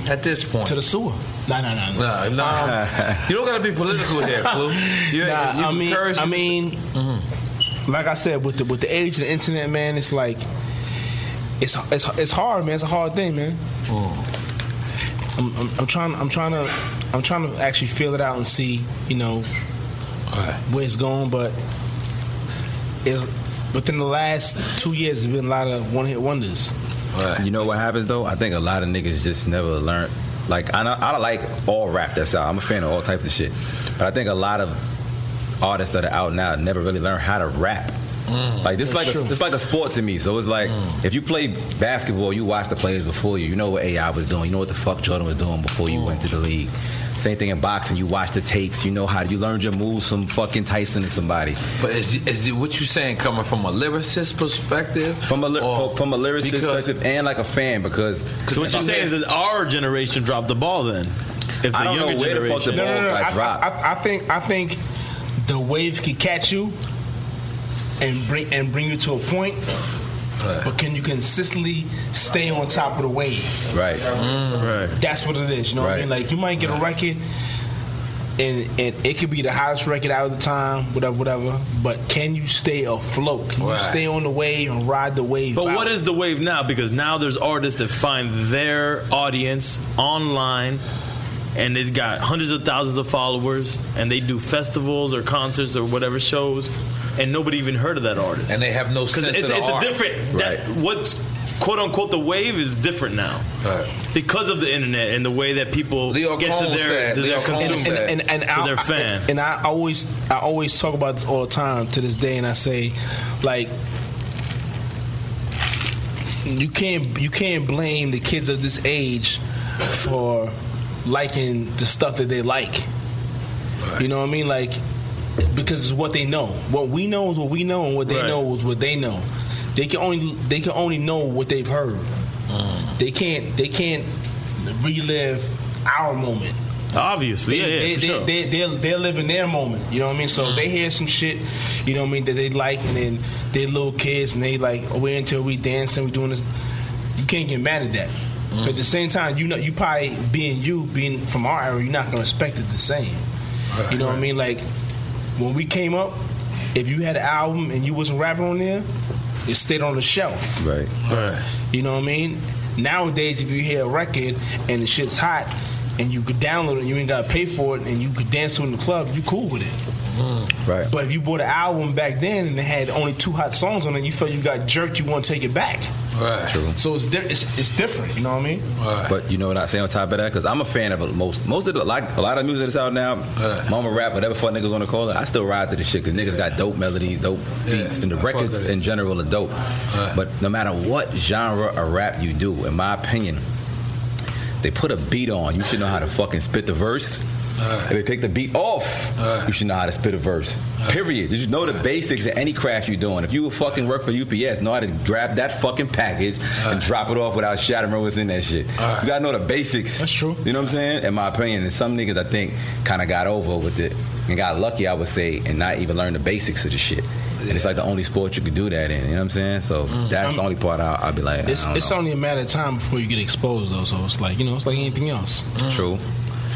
H: At this point. To the
J: sewer. Nah, nah, nah.
H: Nah, nah. um, you don't gotta be political here, Clue. You,
J: Nah,
H: you
J: I mean,
H: encourage-
J: I mean,
H: Mm-hmm.
J: like I said, with the with the age of the internet, man, it's like it's it's it's hard, man. It's a hard thing, man.
H: Mm.
J: I'm, I'm, I'm trying. I'm trying to. I'm trying to actually feel it out and see, you know, where it's going. But it's within the last two years, there's been a lot of one hit wonders.
O: You know what happens though? I think a lot of niggas just never learned. Like I, know, I like all rap that's out. I'm a fan of all types of shit, but I think a lot of artists that are out now never really learn how to rap. Mm. Like this, is like
G: That's
O: a,
G: true.
O: it's like a sport to me. So it's like if you play basketball, you watch the players before you. You know what AI was doing. You know what the fuck Jordan was doing before you went to the league. Same thing in boxing. You watch the tapes. You know how you learned your moves from fucking Tyson and somebody.
H: But is, is what you saying coming from a lyricist perspective?
O: From a,
H: or,
O: from a lyricist
H: Because-
O: perspective and like a fan because.
F: So what you're saying is that our generation dropped the ball then? If the
O: I don't know
F: younger
O: where the fuck
F: generation,
O: the ball got
J: I,
O: dropped.
J: I, I think I think the wave could catch you and bring and bring you to a point, but can you consistently stay on top of the wave?
O: Right.
F: Right.
J: That's what it is. You know what I mean? Like you might get a record. And, and it could be the hottest record out of the time, whatever, whatever. But can you stay afloat? Can
F: Right.
J: you stay on the wave and ride the wave?
F: But
J: out?
F: what is the wave now? Because now there's artists that find their audience online and they've got hundreds of thousands of followers and they do festivals or concerts or whatever shows and nobody even heard of that artist.
H: And they have no
F: 'Cause
H: sense
F: it's,
H: of the
F: it's
H: art.
F: a different that what's quote unquote the wave is different now. Because of the internet and the way that people get to
H: Cohn
F: their
H: said-
F: to
H: Leo
F: their
H: Cohn
F: consumer
H: said-
J: and, and, and
F: to
J: I,
F: their fan.
J: And I always I always talk about this all the time to this day, and I say, like, you can't you can't blame the kids of this age for liking the stuff that they like. You know what I mean? Like, because it's what they know. What we know is what we know, and what they know is what they know.
F: Mm.
J: They can only they can only know what they've heard. They can't they can't relive our moment.
F: Obviously,
J: they,
F: yeah, yeah,
J: they,
F: for
J: they,
F: sure. Mm.
J: they, they're, they're living their moment. You know what I mean? So they hear some shit, you know what I mean, that they like, and then they little kids, and they like, oh, wait until we dancing, we doing this. You can't get mad at that. But at the same time, you know, you probably being you, being from our era, you're not gonna respect it the same. you know what I mean? Like when we came up, if you had an album and you wasn't rapping on there, it stayed on the shelf.
O: Right.
J: Right. You know what I mean? Nowadays, if you hear a record and the shit's hot and you could download it, you ain't gotta pay for it, and you could dance to it in the club, you cool with it.
O: Right.
J: But if you bought an album back then and it had only two hot songs on it, you felt you got jerked, you want to take it back.
O: Right. True.
J: So it's, di- it's it's different. You know what I mean?
O: But you know what I'm saying on top of that, because I'm a fan of most most of the like a lot of music that's out now. Mama rap, whatever fuck niggas want to call it. I still ride to this shit because niggas got dope melodies, dope beats, and the records in general are dope. But no matter what genre of rap you do, in my opinion, they put a beat on. You should know how to fucking spit the verse. if they take the beat off, you should know how to spit a verse. Period. Did you know the basics of any craft you're doing? If you fucking work for UPS, know how to grab that fucking package and drop it off without shattering what's in that shit. You gotta know the basics. That's true. You know what I'm saying? In my opinion, and some niggas I think kind of got over with it and got lucky, I would say, and not even learn the basics of the shit. And it's like the only sport you could do that in. You know what Mm. I'm saying? So that's the only part I, I'd be like, I
J: It's
O: don't
J: it's
O: know.
J: only a matter of time before you get exposed though. So it's like you know, it's like anything else.
O: True.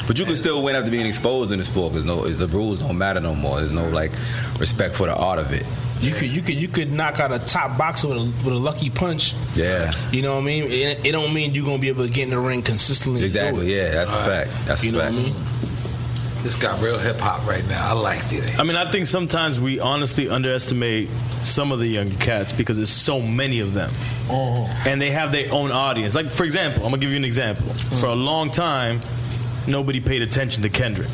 O: But you can still win after being exposed in the sport because no, the rules don't matter no more. There's no like respect for the art of it.
J: You could you could you could knock out a top boxer with a, with a lucky punch.
O: Yeah.
J: You know what I mean? It, it don't mean you're gonna be able to get in the ring consistently.
O: Exactly. Yeah, that's the fact. That's the fact.
H: This got real hip hop right now. I liked it.
F: I mean, I think sometimes we honestly underestimate some of the young cats because there's so many of them. And they have their own audience. Like, for example, I'm going to give you an example. For a long time, nobody paid attention to Kendrick.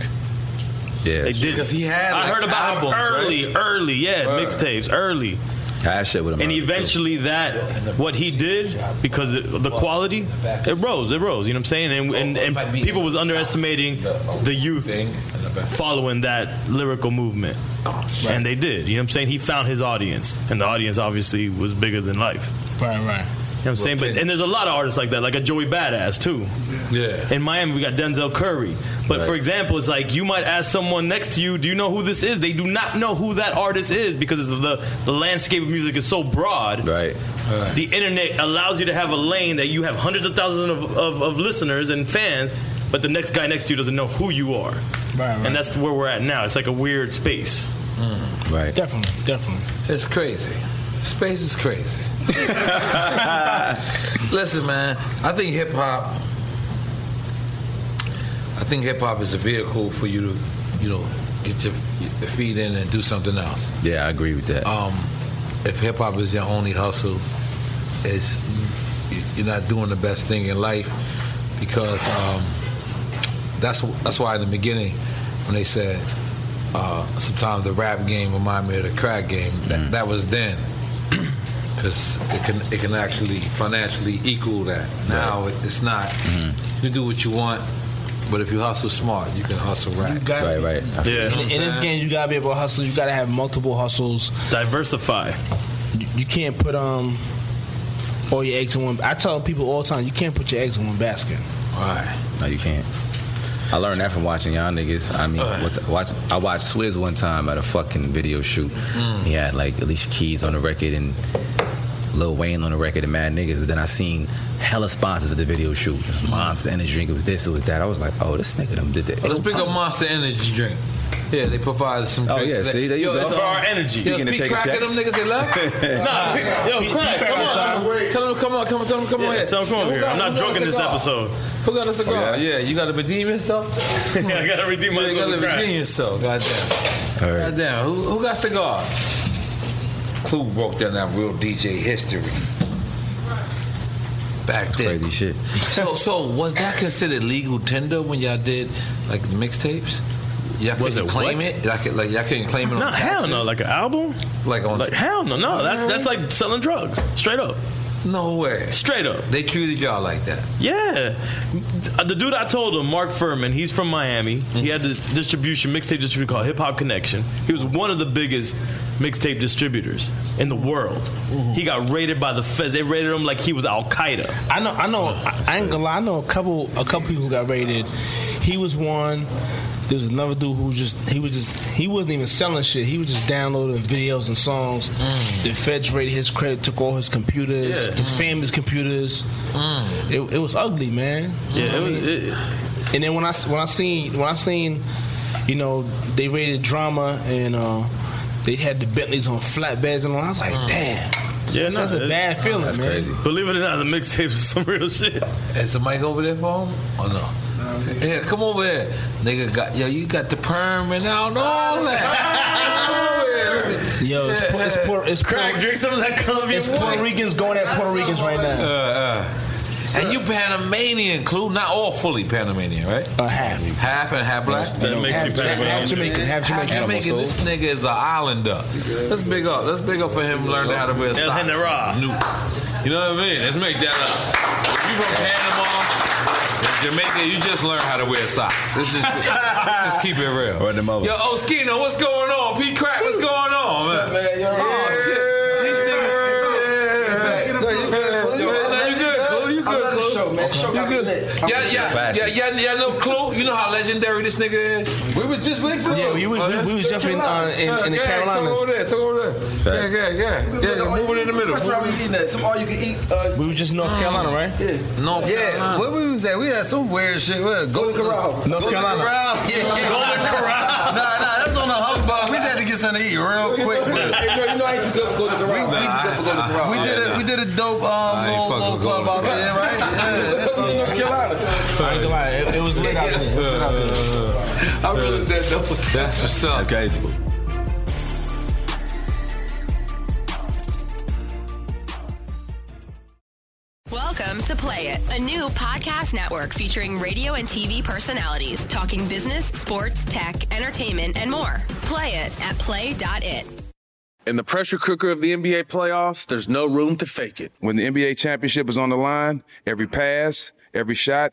O: Yeah.
F: They did.
H: Because he had,
F: I
H: like,
F: heard about him
H: albums,
F: early, early. Yeah, mixtapes, early.
O: That shit with him.
F: And eventually, that what he did because the, the quality it rose, it rose. You know what I'm saying? And and, and people was underestimating the youth following that lyrical movement, and they did. You know what I'm saying? He found his audience, and the audience obviously was bigger than life.
J: Right, right.
F: You know what I'm saying? But and there's a lot of artists like that, like a Joey Badass too.
H: Yeah.
F: In Miami, we got Denzel Curry. But for example, it's like you might ask someone next to you, "Do you know who this is?" They do not know who that artist is because it's the the landscape of music is so broad.
O: Right.
F: The internet allows you to have a lane that you have hundreds of thousands of, of, of listeners and fans, but the next guy next to you doesn't know who you are.
J: Right, right.
F: And that's where we're at now. It's like a weird space.
O: Right.
J: Definitely, definitely.
H: It's crazy. Space is crazy. Listen, man, I think hip hop. I think hip hop is a vehicle for you to, you know, get your, your feet in and do something else.
O: Yeah, I agree with that.
H: Um, if hip hop is your only hustle, it's you're not doing the best thing in life because um, that's that's why in the beginning when they said uh, sometimes the rap game remind me of the crack game that, that was then because it can it can actually financially equal that now it it's not you do what you want but if you hustle smart you can hustle rap
J: got- Right,
O: right
J: In, in this game, you gotta be able to hustle. You gotta have multiple hustles.
F: Diversify.
J: You, you can't put um all your eggs in one. I tell people all the time, you can't put your eggs in one basket.
H: Right.
O: No, you can't. I learned that from watching y'all niggas. I mean, what's, watch, I watched Swizz one time at a fucking video shoot.
H: Mm.
O: He had like Alicia Keys on the record and Lil Wayne on the record and Mad Niggas. But then I seen hella sponsors at the video shoot. It was
H: Mm.
O: Monster Energy Drink. It was this. It was that. I was like, oh, this nigga done did that.
H: Oh, let's pick up Monster Energy drink. Yeah, they provide some.
O: Oh,
H: drinks
O: yeah,
H: that-
O: see, there you
H: Yo,
O: go.
H: it's
O: For
H: a-
O: our energy.
H: Yo,
O: Speaking of
H: Pete
O: taking
H: Crack and them
O: checks.
H: niggas they left.
O: Nah,
F: yo, Crack, come on,
H: tell them, come on, come on, tell them, come on here.
F: tell 'em come
H: Yo,
F: over
H: who
F: here.
H: got-
F: I'm not
H: who got
F: drunk
H: a
F: in this
H: cigar?
F: episode.
H: Who got a cigar?
O: Oh,
H: yeah. you got to redeem yourself.
F: yeah, I gotta redeem
H: Yeah,
F: myself. with
H: You got to
F: crack.
H: redeem yourself. Goddamn.
O: All right.
H: Goddamn. Who, who got cigars? Clue broke down that real DJ history. Back then,
O: crazy shit.
H: so, so was that considered legal tender when y'all did like mixtapes? Y'all
F: Was it
H: couldn't claim
F: what?
H: it. Y'all could, like y'all couldn't claim it on
F: No,
H: taxes.
F: hell no, like an album.
H: Like on
F: Like hell no, no. That's that's like selling drugs, straight up.
H: No way.
F: Straight up.
H: They treated y'all like that.
F: Yeah, Uh, the dude I told him, Mark Furman, he's from Miami. He had the distribution mixtape distribution called Hip Hop Connection. He was one of the biggest mixtape distributors in the world. He got raided by the feds. They raided him like he was Al Qaeda.
J: I know, I know, I, I ain't gonna lie. I know a couple, a couple people who got raided. He was one. There was another dude who was just, he was just, he wasn't even selling shit. He was just downloading videos and songs. The feds raided his credit, took all his
F: Mm.
J: computers,
F: Yeah. Mm.
J: his family's computers. It, it was ugly, man.
F: Yeah, it was-
J: I mean, and then when I when I seen when I seen, you know, they rated drama and uh, they had the Bentleys on flatbeds and all. I was like, damn.
F: Mm. Yeah,
J: that's,
F: no,
J: that's a
F: it-
J: bad feeling,
F: that's
J: man.
F: crazy. Believe it or not, the mixtapes is some real shit.
H: Is the mic over there for him? Oh no. Yeah, come over here, nigga. Got yo, you got the perm and out and all that. Come over here.
J: Yo, it's, Pu- it's, Pu- it's
F: Crack,
J: Pu-
F: drink some of that Colombian
J: It's Puerto
F: wine.
J: Ricans going at Puerto Ricans right
H: Uh,
J: now.
H: uh. And you Panamanian, clue? Not all fully Panamanian, right?
J: A half.
H: Half and half black?
F: That makes you Half- Panamanian. half Jamaican, half Jamaican.
H: Half Jamaican. This nigga is an islander. Let's big up. Let's big up for him learning how to wear
F: El
H: socks.
F: General.
H: Nuke. You know what I mean? Let's make that up. If you from Panama, Jamaica, you just learn how to wear socks. It's just, just keep it real. Run them over. Yo, Oskino, what's going on? P. Crack, what's going on, man? Oh, shit. These niggas. No, you good, Clue. You good, Clue. You good. Yeah, yeah, yeah, yeah, yeah, no clue. You know how legendary this nigga is. We was just with
J: Yeah, we
H: Oh,
J: was- we- we was just in, uh, in- in the Carolinas.
H: Talk over there, talk over there.
J: Fact.
H: Yeah, yeah, yeah, yeah. yeah move it in the middle.
P: Restaurant we
H: Move it.
P: was eating at some all you can eat. Uh,
J: we were just North Carolina, right?
P: Yeah.
H: North
P: yeah.
H: Carolina.
P: Where we was at? We had some weird shit. We had Golden Corral.
J: North
P: Golden
J: Carolina.
P: Corral. Yeah.
J: Golden Corral.
P: nah, nah, that's on the humbug. We just had to get something to eat real quick.
H: Hey, no, you know I used to go for Golden Corral.
P: We,
H: Nah,
P: we, used to go for Golden
H: I-
P: Corral.
H: I-
P: we did a,
H: yeah,
P: we did a dope um,
H: I ain't
P: little,
H: fuck
P: little
H: with
P: club out
H: Golden
P: there,
H: Corral.
P: right? Yeah. North Carolina.
J: I ain't gonna lie, it, it was lit out there. It was lit out there.
H: I really did though. That's what's up. That's
G: crazy.
K: Welcome to Play It, a new podcast network featuring radio and TV personalities talking business, sports, tech, entertainment, and more. Play it at play.it.
L: In the pressure cooker of the NBA playoffs, there's no room to fake it.
M: When the NBA championship is on the line, every pass, every shot,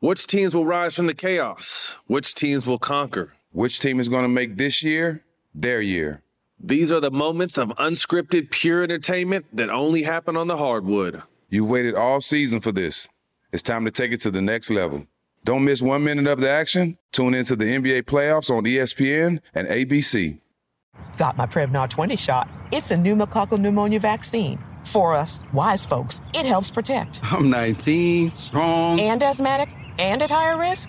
L: Which teams will rise from the chaos? Which teams will conquer?
M: Which team is going to make this year their year?
L: These are the moments of unscripted, pure entertainment that only happen on the hardwood.
M: You've waited all season for this. It's time to take it to the next level. Don't miss one minute of the action. Tune into the NBA playoffs on E ESPN and ABC.
Q: Got my Prevnar 20 shot. It's a pneumococcal pneumonia vaccine. For us, wise folks, it helps protect.
R: I'm 19, strong.
Q: And asthmatic and at higher risk?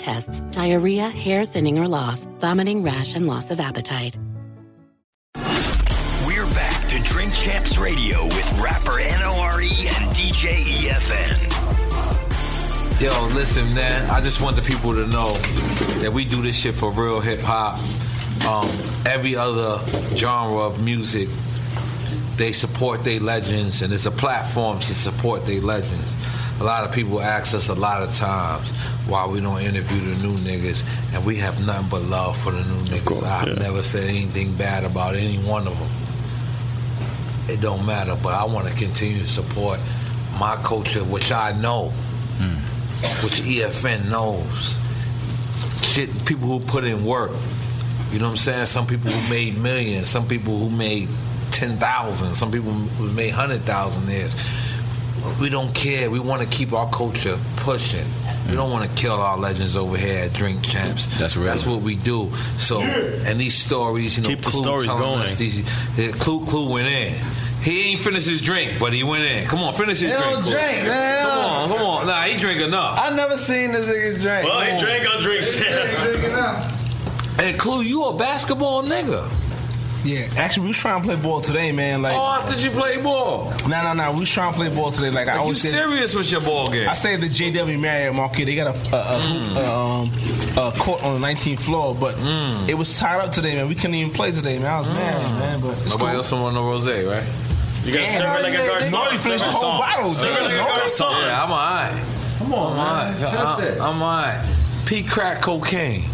A: tests, diarrhea, hair thinning or loss, vomiting, rash, and loss of appetite.
E: We're back to Drink Champs Radio with rapper NORE E and E DJ EFN.
H: Yo, listen, man. I just want the people to know that we do this shit for real hip hop. Um, every other genre of music, they support their legends, and it's a platform to support their legends. A lot of people ask us a lot of times why we don't interview the new niggas, and we have nothing but love for the new niggas. I've never said anything bad about any one of them it don't matter. But I want to continue to support my culture, which I know, which EFN E knows. Shit, people who put in work. You know what I'm saying? Some people who made millions, some people who made ten thousand, some people who made hundred thousand years. We don't care. We want to keep our culture pushing. We don't want to kill our legends over here at Drink Champs. That's real. That's what we do. So, and these stories, you know,
F: Keep the
H: Clue
F: stories
H: telling
F: going.
H: us these. yeah, Clue Clue went in. He ain't finished his drink, but he went in. Come on, finish his
P: He
H: drink.
P: don't
H: Clue.
P: drink, man.
H: Come on, come on. Nah, he drink enough.
P: I never seen this nigga drink.
H: Well, he drank, I'll drink
P: This
H: shit.
P: nigga drinking up.
H: And Clue, you a basketball nigga.
J: Yeah, actually, we was trying to play ball today, man. Like,
H: oh, I thought you played ball.
J: No, no, no. We was trying to play ball today. Like, I
H: Are you
J: always said,
H: serious with your ball game?
J: I stayed at the JW Marriott Marquis. They got a, a, a,
H: Mm.
J: hoop, uh, um, a court on the 19th floor, but
H: Mm.
J: it was tied up today, man. We couldn't even play today, man. I was mad, man. But it's
H: Nobody
J: cool.
H: else want no rosé, right?
J: You gotta Damn, serve it like a nigga, garçon. nigga, Serve finished the it whole song. bottle, Serve nigga. it like a garçon.
H: Yeah, I'm alright. Come on, I'm
J: man. Trust
H: alright.
J: it.
H: I'm alright. P crack cocaine.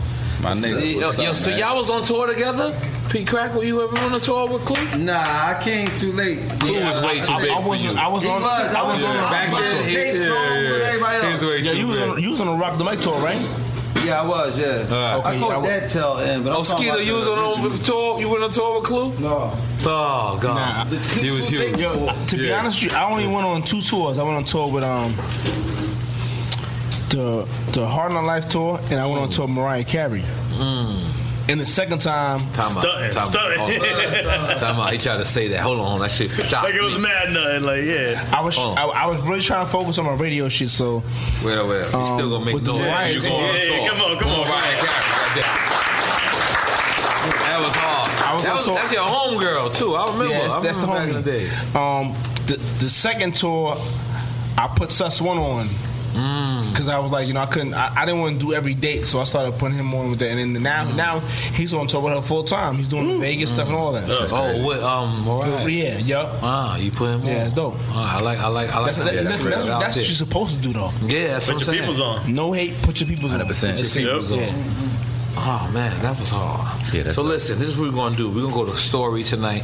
O: My
H: See,
O: nigga.
H: yo,
O: what's
H: yo,
O: up,
H: so
O: man?
H: y'all was on tour together? P crack, were you ever on a tour with Clue?
P: Nah, I came too late.
H: Clue was way too big for you.
P: He was. I was on. I was on tapes on with everybody else.
J: yeah, you was, on, you was on the Rock the Mic tour, right?
P: Yeah, I was. Yeah. I
J: Okay, I
P: caught
J: was-
P: that tail end, but I'm
H: Oh,
P: talking
H: Skeeter,
P: about
H: you was
P: the
H: on
P: original.
H: a tour. You went on tour with Clue?
P: No.
H: Oh God, you was huge.
J: Yo, to be
H: Yeah.
J: honest with you, I only went on two tours. I went on tour with um the the Hard on Life tour, and I went on tour with Mariah Carey. And the second time,
H: Mm. Time out.
J: Stuntin',
H: Time out. Oh,
J: stuntin'.
H: Hold on. Time out. He tried to say that. Hold on, that shit shocked
J: Like it was
H: me. Oh.
J: mad nothing. Like yeah, I was I, I was really trying to focus on my radio shit. So
H: Wait up, wait up. You still
J: Um,
H: gonna make
J: with the
H: noise?
J: Mariah
H: You
J: thing.
H: going on
J: Yeah,
H: tour?
J: yeah, come on, come on.
H: Mariah Carey, right there. That was hard.
J: I was
H: that
J: on
H: was,
J: tour.
H: that's your homegirl too. I remember.
J: Yeah,
H: I remember
J: that's the
H: back
J: homie.
H: in the days.
J: Um, the, the second tour, I put Sus One on.
H: Mm.
J: Cause I was like, you know, I couldn't, I, I didn't want to do every date, so I started putting him on with that. And then now,
H: Mm.
J: now he's on tour with her full time. He's doing the Vegas stuff and all that. So it's
H: oh,
J: crazy.
H: with um, Mariah.
J: Yeah, yeah.
H: Ah, you put him on.
J: Yeah, it's dope.
H: Ah, I like, I like, I like.
J: That's, that,
H: yeah,
J: that's, that's,
H: right.
J: that's what you're supposed to do, though.
H: Yeah, that's what I'm saying.
J: No hate, put your peoples on. 100%.
H: Put your peoples on. Oh man, that was hard.
O: Yeah, that's
H: so listen, this is what we're gonna do. We're gonna go to story tonight.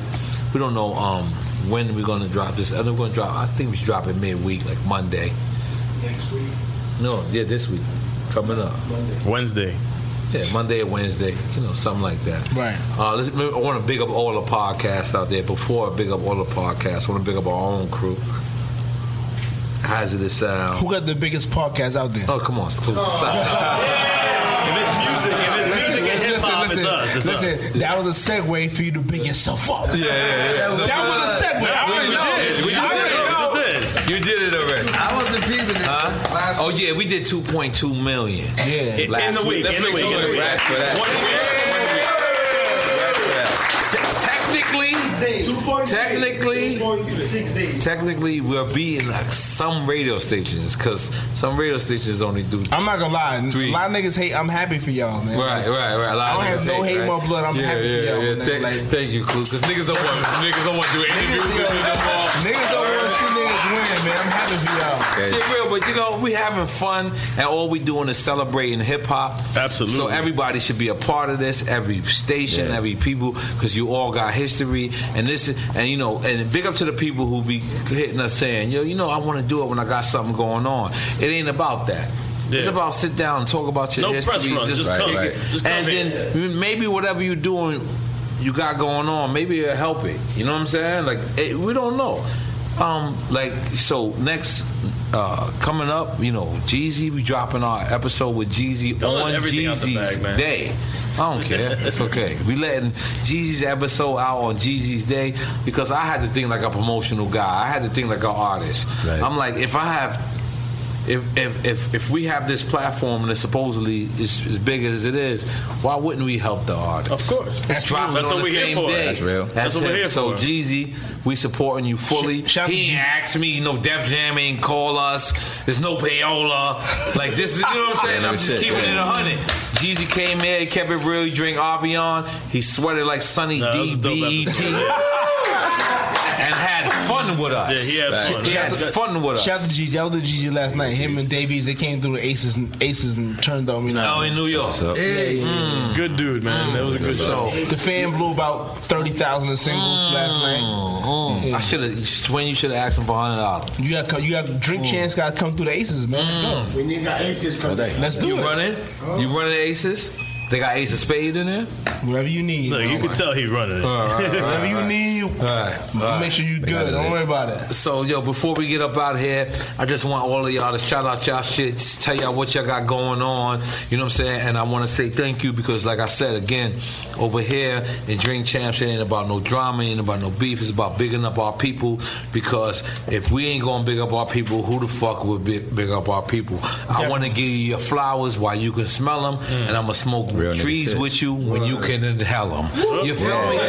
H: We don't know um, when we're gonna drop this. I think we're gonna drop. I think we should drop it midweek, like Monday.
I: Next week.
H: No, yeah, this week coming up.
F: Wednesday.
H: Yeah, Monday or Wednesday, you know, something like that.
J: Right.
H: Uh, let's, I want to big up all the podcasts out there. Before I big up all the podcasts, I want to big up our own crew. Hazardous Sound.
J: Who got the biggest podcast out there?
H: Oh, come on, Clue.
F: If it's music, if it's
J: Listen,
F: music and hip hop, it's
J: listen,
F: us. It's
J: listen,
F: us.
J: that was a segue for you to big yourself up.
H: Yeah, yeah, yeah.
J: That was a segue. I already
H: we
J: know.
H: did. We just
J: I
H: did.
J: already know.
H: We just did. You did it already.
P: I wasn't peeping this last
H: Oh yeah, we did 2.2 million.
J: Yeah,
F: In the week,
H: Let's
F: in the week,
H: make some
F: in the
H: noise
F: week.
H: for that.
F: One week.
H: Rats for that. technically, technically, technically, we're beating like some radio stations because some radio stations only do.
J: I'm not gonna lie. A lot of niggas hate. I'm happy for y'all, man.
H: Right, right, right. A lot
J: I don't
H: of
J: have
H: niggas
J: no
H: hate,
J: hate
H: right?
J: more blood. I'm
H: yeah,
J: happy for
H: yeah,
J: y'all.
H: Yeah,
J: nigga.
H: Thank,
J: Like-
H: thank you, Clue. Because niggas don't want niggas don't want to do interviews.
J: Niggas don't want to see niggas win, man. I'm happy for y'all.
H: Shit, real, but you know we having fun, and all we doing is celebrating hip hop. Absolutely. So everybody should be a part of this. Every station, every people, because you all got history, and this, is, and you know, and big up to the people who be hitting us saying, yo, you know, I want to do it when I got something going on. It ain't about that. It's about sit down and talk about your
F: No press
H: history.
F: runs, just
H: kick
F: come.
H: it.
F: Just come
H: and
F: in.
H: then maybe whatever you're doing, you got going on, maybe it'll help it. You know what I'm saying? Like it, we don't know. Um, like so next uh, coming up, you know, Jeezy, we dropping our episode with Jeezy
F: Don't let
H: on
F: everything out the
H: Jeezy's
F: bag, man.
H: day. I don't care. It's okay. We letting Jeezy's episode out on Jeezy's day because I had to think like a promotional guy. I had to think like an artist. I'm like, if I have if if if, if we have this platform and it supposedly is as big as it is, why wouldn't we help the artists? Of course,
F: That's
H: drop
F: true.
H: it
F: That's
H: on
F: what
H: the
F: we're here
H: same
F: for.
H: day.
F: That's real. That's what
H: it.
F: we're here
H: so
F: for.
H: Jeezy, we supporting you fully. he ain't asked me, you know, Def Jam ain't call us. There's no payola. Like this is, you know what I'm saying?
G: Yeah,
H: I'm just
G: shit,
H: keeping
G: yeah.
H: it a hundred. Jeezy came in, he kept it real. He drank Avion. He sweated like Sunny D B E T. And had fun with us.
J: Yeah, he had fun.
H: He had fun with us.
J: Shout out to Jeezy. I was with Jeezy last night. Him and Davies, they came through the aces and aces and turned on me. Now.
H: Oh, in New York. That's what's up.
J: Mm, Good dude, man. That was a good show. The fan blew about thirty thousand in singles last night.
H: Mm. I should have. When you should have asked him for hundred dollars.
J: You got co- you got drink chance. Got to come through the aces, man. Let's go. We need the aces come. Let's do
H: Mm. you
J: it.
H: running? You running aces? They got ace of spade in there.
J: Whatever you need.
H: Look, you can tell he running it.
J: Whatever you need.
H: Make
J: sure you good. Don't worry about it.
H: So, yo, before we get up out of here, I just want all of y'all to shout out y'all shit, just tell y'all what y'all got going on. You know what I'm saying? And I want to say thank you because, like I said again, over here in Drink Champs, it ain't about no drama, it ain't about no beef. It's about bigging up our people because if we ain't gonna big up our people, who the fuck would big, big up our people? I want to give you your flowers while you can smell them,
J: Mm.
H: and I'm gonna smoke
G: nigga
H: trees
G: shit.
H: with you when you can inhale them. You feel me?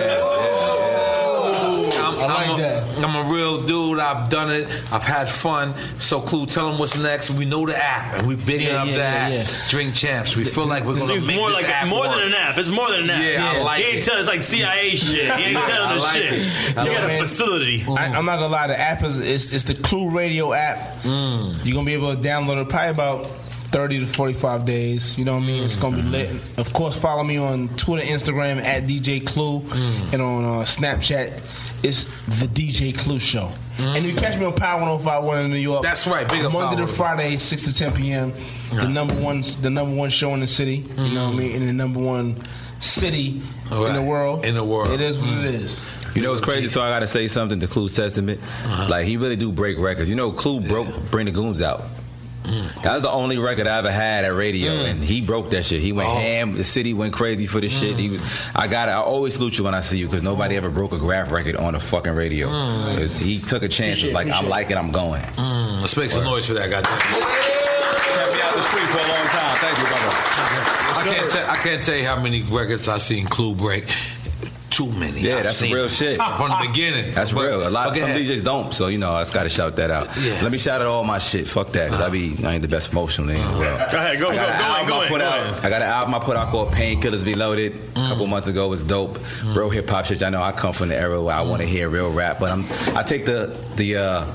H: I'm, I'm a- I'm a real dude. I've done it. I've had fun. So, Clue, tell them what's next. We know the app, and we bigging
F: Yeah,
H: up
F: yeah,
H: the app.
F: yeah, yeah.
H: Drink champs. We feel like we're
F: It
H: gonna
F: seems
H: make
F: more
H: this
F: like
H: app
F: more than
H: work.
F: an app. It's more than an app.
H: Yeah, I
F: he
H: like
F: ain't
H: it.
F: tell. It's like CIA shit. He ain't telling the shit. You got a facility.
J: I, I'm not gonna lie. The app is it's, it's the Clue Radio app.
F: Mm.
J: You're gonna be able to download it probably about 30 to 45 days. You know what I mean? It's gonna be
F: Mm-hmm.
J: lit. Of course, follow me on Twitter, Instagram at DJ Clue,
F: Mm.
J: and on uh, Snapchat it's the DJ Clue Show.
F: Mm.
J: And you catch me on Power 1051 in New York.
H: That's right, big up
J: Monday
H: Power.
J: to
H: oh
J: Friday, six to 10 p.m. The number one, the number one show in the city. You know
F: Mm.
J: what I mean? And the number one city in the world. In the world, it is what it is.
O: You know what's crazy? So I gotta say something to Clue's testament. Like he really do break records. You know, Clue broke Bring the Goons out. That was the only record I ever had at radio, and he broke that shit. He went ham. The city went crazy for this shit. He, was, I got. I always salute you when I see you because nobody ever broke a graph record on a fucking radio.
H: Mm.
O: So it's- he took a chance. was like, I'm like it. I'm going.
H: Mm, let's make some noise for that, goddamn.
S: Kept me out the street for a long time. Thank you,
H: I can't, tell, I can't tell you how many records I seen Clue break. Too many.
O: Yeah,
H: I've
O: that's some
H: seen
O: real
H: them
O: shit
H: from the beginning.
O: That's
H: But-
O: real. A lot of
H: but go
O: some
H: ahead.
O: DJs don't, so you know I just gotta shout that out.
H: Yeah.
O: Let me shout out all my shit. Fuck that, cause I be I ain't the best promotional in the world.
F: Go ahead, go, go, go
O: I got an
F: ahead,
O: album
F: go
O: I
F: ahead,
O: put
F: go
O: out.
F: ahead.
O: I got an album I put out called Painkillers Reloaded
H: Mm.
O: a couple months ago. It's dope. Real hip hop shit. I know I come from the era where I
H: Mm.
O: want to hear real rap, but I'm I take the the. uh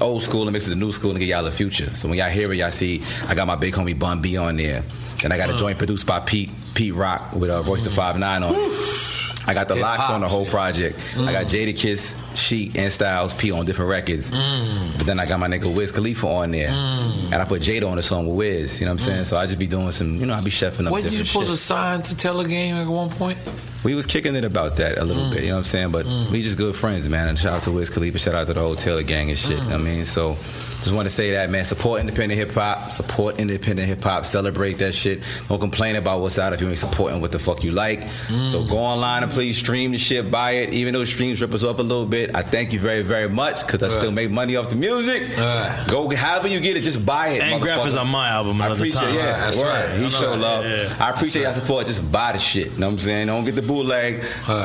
O: Old school and mix it with the new school and get y'all the future. So when y'all hear it, y'all see I got my big homie Bun B on there, and I got
H: Mm.
O: a joint produced by Pete Pete Rock with uh, Royce the Five Nine on. it. I got the
H: Hip-hop
O: locks on the whole project. I got Jada Kiss, Chic, and Styles P on different records.
H: Mm.
O: But then I got my nigga Wiz Khalifa on there, and I put Jada on the song with Wiz. You know what I'm saying? So I just be doing some, you know, I be chefing up
H: Wasn't Mm. you
O: different
H: supposed to
O: shit.
H: sign to Telegame at one point?
O: We was kicking it about that a
F: Mm.
O: little bit. You know what I'm saying? But we just good friends, man. And shout out to Wiz Khalifa, shout out to the whole Taylor gang and shit. I mean, so just want to say that, man. Support independent hip hop. Support independent hip hop. Celebrate that shit. Don't complain about what's out if you ain't
F: Mm.
O: supporting what the fuck you like. So go online and please stream the shit, buy it. Even though streams rip us off a little bit, it. I thank you very, very much because I still make money off the music. Go however you get it, just buy it.
F: And Graph is
O: motherfucker.
F: on my album
O: I
F: another
O: appreciate,
F: time.
O: yeah,
F: That's
O: word.
F: right.
O: He
F: Another-
O: show love.
F: yeah.
O: I appreciate y'all support. Just buy the shit. You know what I'm saying? Don't get the bootleg.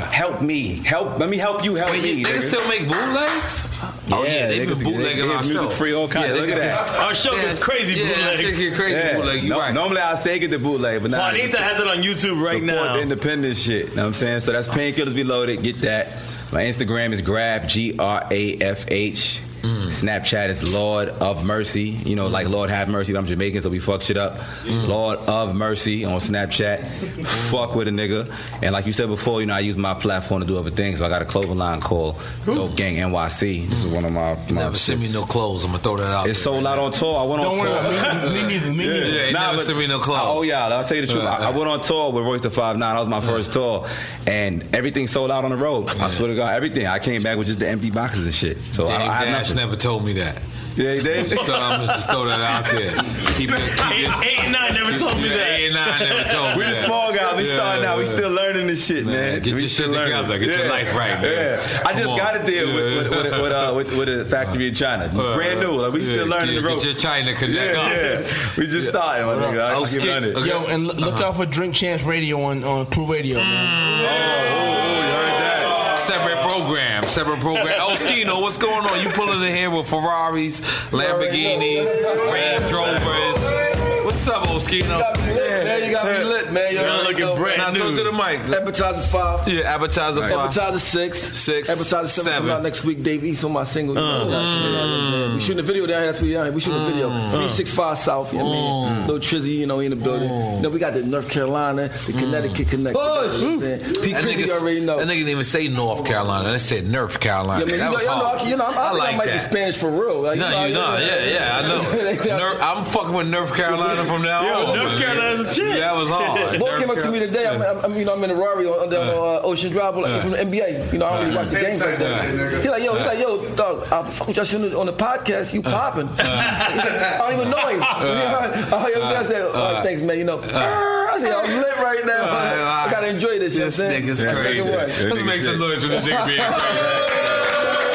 O: help me. Help. Let me help you. Help me.
H: They can
O: nigga.
H: still make bootlegs? Oh yeah, they've
O: niggas-
H: been bootlegging
O: they-
H: our
O: music
H: show.
O: free all kinds.
H: Yeah, they
O: Look
H: got
O: at
H: the-
O: that.
H: Our show
F: gets
H: Yeah, crazy yeah, bootleg. shit get crazy bootleg, you
O: No-
H: right.
O: Normally I say get the bootleg, but now
F: Juanita has it on YouTube right
O: support
F: now.
O: the independent shit. You know what I'm saying? So that's Painkillers Be Loaded. Get that. My Instagram is Graf G R A F H.
H: Mm.
O: Snapchat is Lord of Mercy. You know, like Lord have mercy. but I'm Jamaican, so we fuck shit up.
H: Mm.
O: Lord of Mercy on Snapchat. fuck with a nigga. And like you said before, you know, I use my platform to do other things. So I got a clothing line called Dope Gang NYC. This is one of my, my
H: Never send me no clothes. I'm gonna throw that out.
O: It's sold out on tour. I went on tour.
H: Yeah, yeah,
O: oh Nah,
H: never
O: but-
H: send me no clothes. Uh,
O: I- Oh yeah, I'll tell you the truth. I, I went on tour with Royce the Five Nine. That was my first tour, and everything sold out on the road. I swear to God, everything. I came back with just the empty boxes and shit. So I, I
H: Dame
O: have
H: Dash
O: nothing.
H: never told me that.
O: Yeah, he did.
H: Just, um, just throw that out there. Keep it, keep it.
F: Eight and nine never told me
H: Yeah,
F: that.
H: Eight and nine never told
O: We
H: me
O: the
H: that.
O: small guys. We starting out. We still learning this shit, man. We
H: Get your
O: still
H: shit
O: learning.
H: together. Get your
O: Yeah.
H: life right, man.
O: Yeah. I
H: Come
O: just
H: on.
O: got it there with, with, with, with, uh, with, with a factory in China.
H: Uh,
O: Brand new. Like, we still
H: yeah,
O: learning
H: get-
O: the ropes.
H: Get your China connect
O: Yeah,
H: up. Oh,
O: yeah. We just starting, my nigga. I- I keep learning.
J: Oh, Yo, and l-
H: Uh-huh.
J: look out for Drink Chance Radio on, on Crew Radio, man.
H: Separate program, separate program. Oh, Skino, what's going on? You pulling in here with Ferraris, Lamborghinis, Range Rovers. What's up, Oskino?
M: Man, you got me lit, man. You already know.
H: Now talk to the mic.
M: Appetizer five.
H: Yeah, appetizer five.
M: Appetizer six.
H: Six.
M: Appetizer seven.
H: Seven.
M: Coming out next week. Dave East on my single. You
H: Uh.
M: know that shit, you know what I'm saying? We shooting a video down here. That's what we down here. We shooting a video.
H: Uh.
M: Three six five South. You know what I
H: Mm.
M: mean? Little Trizzy, you know, he in the building. You know, we got the North Carolina, the Connecticut connect.
H: Push.
M: You know what I'm saying? Pete
H: Mm. That
M: Crizzy
H: nigga-
M: already know.
H: That nigga didn't even say North Carolina. They said Nerf Carolina.
M: Yeah, man, you
H: that
M: know,
H: was
M: y'all know,
H: hard.
M: I, can- you know, I'm, I,
H: I
M: think I
H: like
M: might be
H: that.
M: Spanish for real. Like,
H: No, you know, yeah, yeah, I know. Nerf, I'm fucking with Nerf Carolina from now
M: Yo,
H: on.
M: North
H: man.
M: Carolina's a chick.
H: That was hard.
M: Boy
H: North
M: came up to me
H: Carolina-
M: today. I'm, I'm- I'm, you know, I'm in the Rari on, on the uh, Ocean Drive, but like,
H: Yeah.
M: from the NBA. You know, I don't really watch the games like that. He like, yo, he like, yo, dog, I fuck with y'all shooting on the podcast. You popping? He like, I don't even know him. I heard him I said, oh, thanks, man. You know, I said, I'm lit right now.
T: Ah,
M: I gotta enjoy this. This nigga's
H: Crazy. Let's make some noise for this nigga being crazy.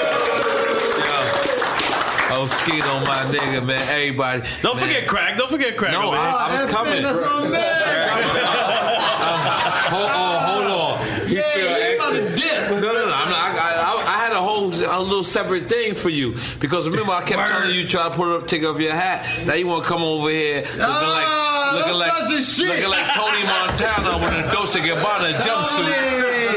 H: Yo. Oh, skeet on my nigga, man. Everybody.
F: Don't forget crack. Don't forget crack.
H: No,
F: over here.
H: I, I was coming. Hold on, hold on. You feel extra- No, no, no. I'm not, I, I, I had a whole a little separate thing for you because remember I kept telling you try to put it up, take off your hat. Now you want to come over here looking
T: Ah,
H: like looking
T: that's
H: like
T: not the shit.
H: looking like Tony Montana with a Dolce Gabbana jumpsuit.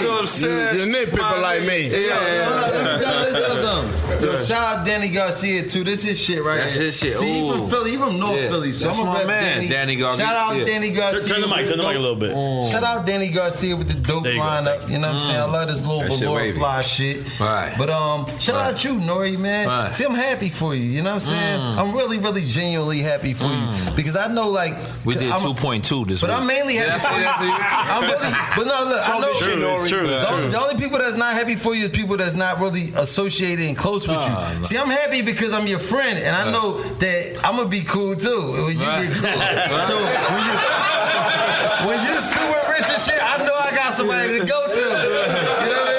H: You know what I'm saying? You, need people like me. Yeah, yeah.
P: Yo, shout out Danny Garcia too. This is shit right
H: That's
P: here.
H: his shit.
P: See, he
H: Ooh.
P: from Philly. He from North
H: Yeah.
P: Philly. So
H: That's
P: I'm
H: my
P: gonna rep
H: man,
P: Danny.
H: Danny Garcia.
P: Shout out
H: Yeah.
P: Danny
H: Turn-
P: Garcia.
F: turn the mic,
P: with
F: turn the mic a
P: dope-
F: little bit. Mm.
P: Shout out Danny Garcia with the dope
F: There you go.
P: lineup. You know what
H: Mm.
P: I'm saying? I love this little
F: That shit
P: velour
F: wavy.
P: fly shit.
H: Right.
P: But um, shout
H: Right.
P: out you, Nori, man.
H: Right.
P: See, I'm happy for you. You know what I'm saying?
H: Mm.
P: I'm really, really genuinely happy for you because I know like
H: We did
P: I'm-
H: 2.2 this
P: But
H: week.
P: I'm mainly
H: Did I
P: happy.
H: say that to you?
P: I'm really. But no, look, I
H: Talk
P: know.
H: is true, it's true, it's
P: the, only-
H: true.
P: the only people that's not happy for you is people that's not really associated and close with
H: Ah,
P: you. See, I'm happy because I'm your friend, and I
H: Right.
P: know that I'm gonna be cool too when you
H: Right.
P: get cool.
H: Right.
P: So when you when you're super rich and shit, I know I got somebody to go to. You know what I mean?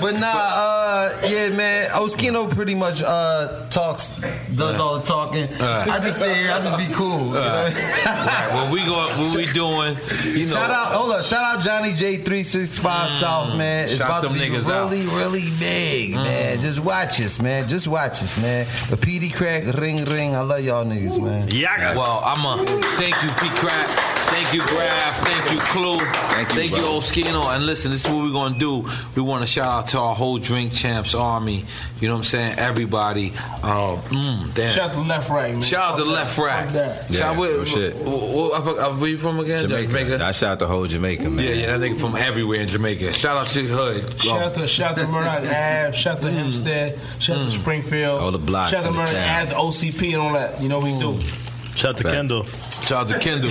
P: but nah, uh, yeah, man. Oskino pretty much uh, talks, does all the talking.
H: Alright.
P: I just sit here, I just be cool. you know?
H: Alright. Right, what we going? What we doing? You know, Mm.
P: shout out, hold up, shout out Johnny J three six five South man. It's
H: shout
P: about to
H: them
P: be
H: niggas out. Mm.
P: really, really big, man. Just watch us, man. Just watch us, man. The PD crack, ring, ring. I love y'all niggas, man.
H: Yaga. Well, I'm a thank you, P. Crap. Thank you, Graf. Thank you, Clue. Thank you, thank you Old Skino. And listen, this is what we're gonna do. We want to shout out to our whole Drink Champs Army. You know what I'm saying? Everybody. Uh, mm, damn.
J: Shout out to Left Right, man.
H: Shout out to Left Rack.
J: that.
H: Shout
O: Yeah,
H: where,
O: no shit.
H: where- where- where you from again?
O: Jamaica. I shout out the whole Jamaica, man.
H: Yeah, yeah, that nigga from everywhere in Jamaica. Shout out to the hood.
J: Shout out to shout out to Murdoch Ave, shout out to Hempstead, shout out to Springfield,
H: Mm. All the blocks
J: shout out to
H: in the
J: Murdoch
H: town. Mm.
J: Ave, the OCP, and all that. You know we do.
F: Shout out to Kendall.
H: Shout out to Kendall.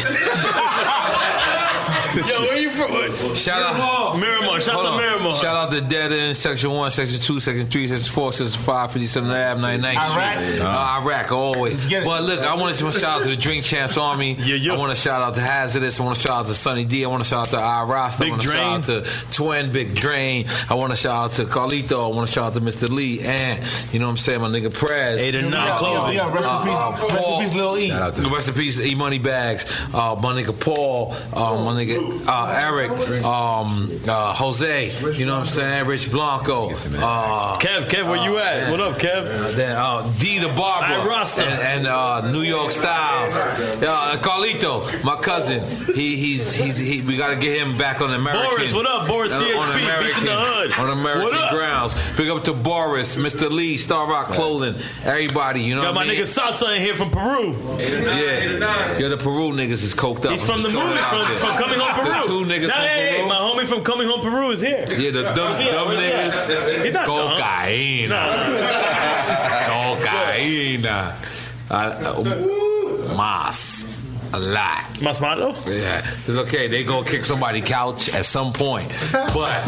F: Yo, where you from?
H: Shout out
F: Miramar. Shout out to
H: Hold on.
F: Miramar.
H: Shout out to Dead End, Section 1, Section 2, Section 3, Section 4, Section 5, 57 Ave, 99th
U: Iraq.
H: Street. Uh, Iraq, always. But look, I want to shout out to the Drink Champs Army. I want to shout out to Hazardous. I want to shout out to Sunny D. I want to shout out to I Rost. I
F: Big
H: want to shout
F: Drain.
H: out to Twin Big Drain. I want to shout out to Carlito. I want to shout out to Mr. Lee. And, you know what I'm saying, my nigga Prez.
F: Eight and nine
H: Uh,
F: club.
H: uh,
F: Rest in peace-
H: uh,
F: rest in
H: Paul.
F: peace, Lil E. Shout out to
H: Rest in peace, E Money Bags. Uh, my nigga Paul. Uh, my nigga uh, Eric. Um, uh, Jose. You know what I'm saying? Rich Blanco. Uh,
F: Kev, Kev, where you at? what up, Kev?
H: Then uh, D the Barber
F: I Rasta.
H: and, and uh, New York Styles, uh, Carlito, my cousin. He he's he's he, we got to get him back on American. Uh,
F: Boris, what up? Boris
H: on
F: CHP,
H: American,
F: beats in the hood.
H: on
F: What
H: American
F: up?
H: grounds. Big up to Boris, Mr. Lee, Star Rock Clothing, everybody. You know
F: Got
H: what
F: my
H: I mean?
F: nigga Salsa in here from Peru.
H: Yeah, yeah. The Peru niggas is coked up.
F: He's
H: I'm
F: from
H: just
F: the
H: throwing
F: movement
H: it out
F: from,
H: there.
F: from Coming Home Peru.
H: The two niggas
F: Nah,
H: from
F: hey,
H: Peru.
F: my homie from Coming Home Peru is here.
H: Yeah, the dumb,
F: Yeah,
H: dumb
F: yeah. He's
H: niggas.
F: not dumb.
H: Cocaína. Cocaína. Uh, Mas. A lot.
F: Mas Mato?
H: Yeah. It's okay. They gonna kick somebody couch at some point. But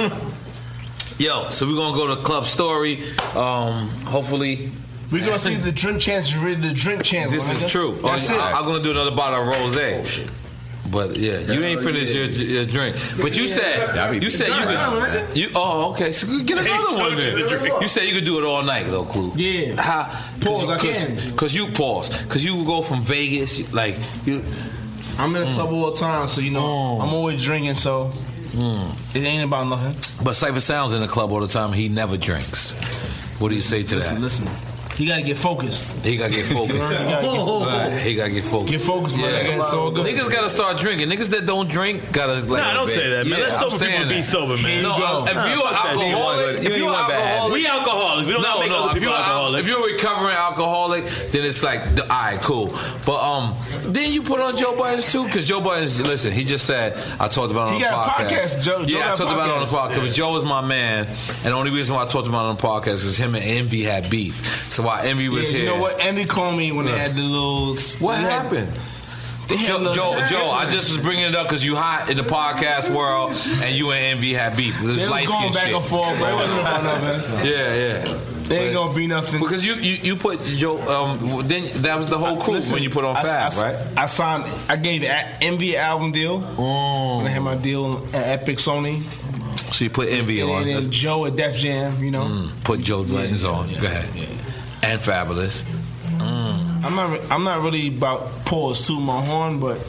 H: yo, so we're gonna go to Club Story. Um, hopefully
J: We gonna see the drink chance, the drink chance.
H: this
J: my nigga.
H: is true.
J: That's
H: Oh,
J: it. Oh,
H: I, am gonna do another bottle of rosé. But yeah, you ain't finished your, your drink. But you
L: I
H: said
L: be-
H: you said you could. You, oh, okay. So get another one. Then. You said you could do it all night though, Clue. Yeah. How?
J: Pause, I
H: Cause,
J: can.
H: Cause you pause. Cause you go from Vegas. you- Like you.
J: I'm in a
H: Mm.
J: club all the time, so you know I'm always drinking. So
H: Mm.
J: it ain't about nothing.
H: But Cypher Sounds in the club all the time. He never drinks. What do you say to that?
J: Listen, he gotta get focused.
H: He gotta get focused.
J: You gotta get focused.
H: Right, He gotta get focused.
J: Get focused, my nigga. It's all good.
H: Niggas gotta start drinking. Niggas that don't drink gotta. Like,
F: Nah, don't say that, man. Let
H: I'm
F: sober
H: saying
F: people be
H: that.
F: sober, man.
H: No,
F: You go.
H: if
F: Nah,
H: you're
F: fuck that shit. You wanna go
H: alcoholic,
F: to-
H: if
F: you
H: you're
F: want bad habits.
H: alcoholic,
F: We alcoholics. We don't
H: no,
F: gotta make
H: no.
F: other
H: if
F: people
H: you're al-
F: alcoholics.
H: If you're a recovering alcoholic, then it's like, the- all right, cool. But um, then you put on Joe Biden's too, because Joe Biden's. Listen, he just said I talked about it on
J: He
H: the
J: got a
H: podcast.
J: podcast, Joe. Joe
H: yeah, I
J: got a
H: talked about it on the
J: podcast.
H: podcast. But Joe is my man, and the only reason why I talked about it on the podcast is him and Envy had beef. So why Envy
J: Yeah,
H: was
J: you
H: here?
J: know what? Andy called me when they had the little.
H: What
J: they had-
H: happened?
J: They had
H: Joe,
J: little-
H: Joe, Joe, I just was bringing it up because you hot in the podcast world and you and Envy had beef. This
J: They was
H: light
J: going
H: skin
J: back
H: shit.
J: and forth, but it wasn't about nothing.
H: Yeah, yeah.
J: They ain't gonna be nothing.
H: Because you, you, you put Joe, um, then that was the whole crew
J: Listen,
H: when you put on
J: I-
H: Oh, Fab,
J: I,
H: right?
J: I signed. I gave A- Envy an album deal.
H: Mm.
J: When I had my deal at Epic Sony,
H: So you put Envy on.
J: and then Joe at Def Jam. You know,
H: Mm, put Joe Buttons on. Go ahead. And Fabulous. mm.
J: I'm not. re- I'm not really about pause to my horn, but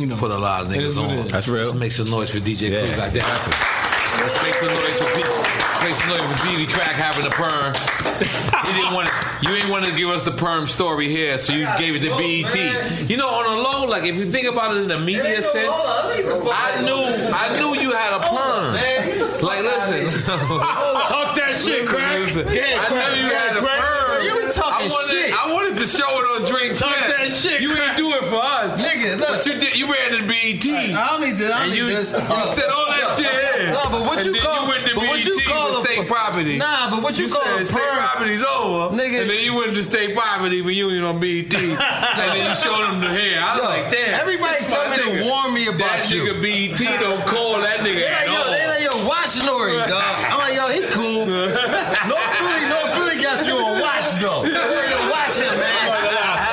J: you know,
H: Mm. Put a lot of
J: It is
H: niggas
J: what it
H: on.
J: is.
H: Let's make some noise for DJ yeah. Clue. Goddamn. Let's make some noise for people. Make some noise for BD Crack having a perm. You didn't want to, you ain't want to give us the perm story here, so you gave it to BET. You know, on a low, like if you think about it in the media sense, I knew, I knew you had a
F: Oh,
H: perm. Like, listen,
F: Talk that shit, Crack.
H: Listen,
F: Yeah,
H: I
F: Crack,
H: knew you had a
F: Crack.
H: perm.
F: You was talking
H: I wanted,
F: shit.
H: I wanted to show it on Drink
F: Talk
H: Champ.
F: that shit,
H: You
F: Crack.
H: ain't do it for us,
F: Nigga, look.
H: But you did. You ran to BET.
P: I don't need to- I don't
H: And
P: need
H: you,
P: this.
H: You said all that
P: No,
H: shit.
P: no, but what
H: and
P: you
H: then
P: call-
H: You went to
P: but what
H: BET
P: you call
H: for
P: a-
H: state property.
P: Nah, but what you call
H: said
P: a
H: state
P: perm-
H: property's over,
P: Nigga.
H: And then you went to state property reunion on BET, and then you showed them the hair. I was
P: Yo,
H: like, damn.
P: everybody
H: this
P: tell
H: my
P: me to
H: nigga.
P: warn me about
H: that
P: you.
H: nigga BET don't call that nigga.
P: They like,
H: at
P: yo,
H: all.
P: they like, yo, watch Nori, dog. I'm like, yo, he cool. No Philly, no Philly got you on watch, though. Yo, yo, watch him, man.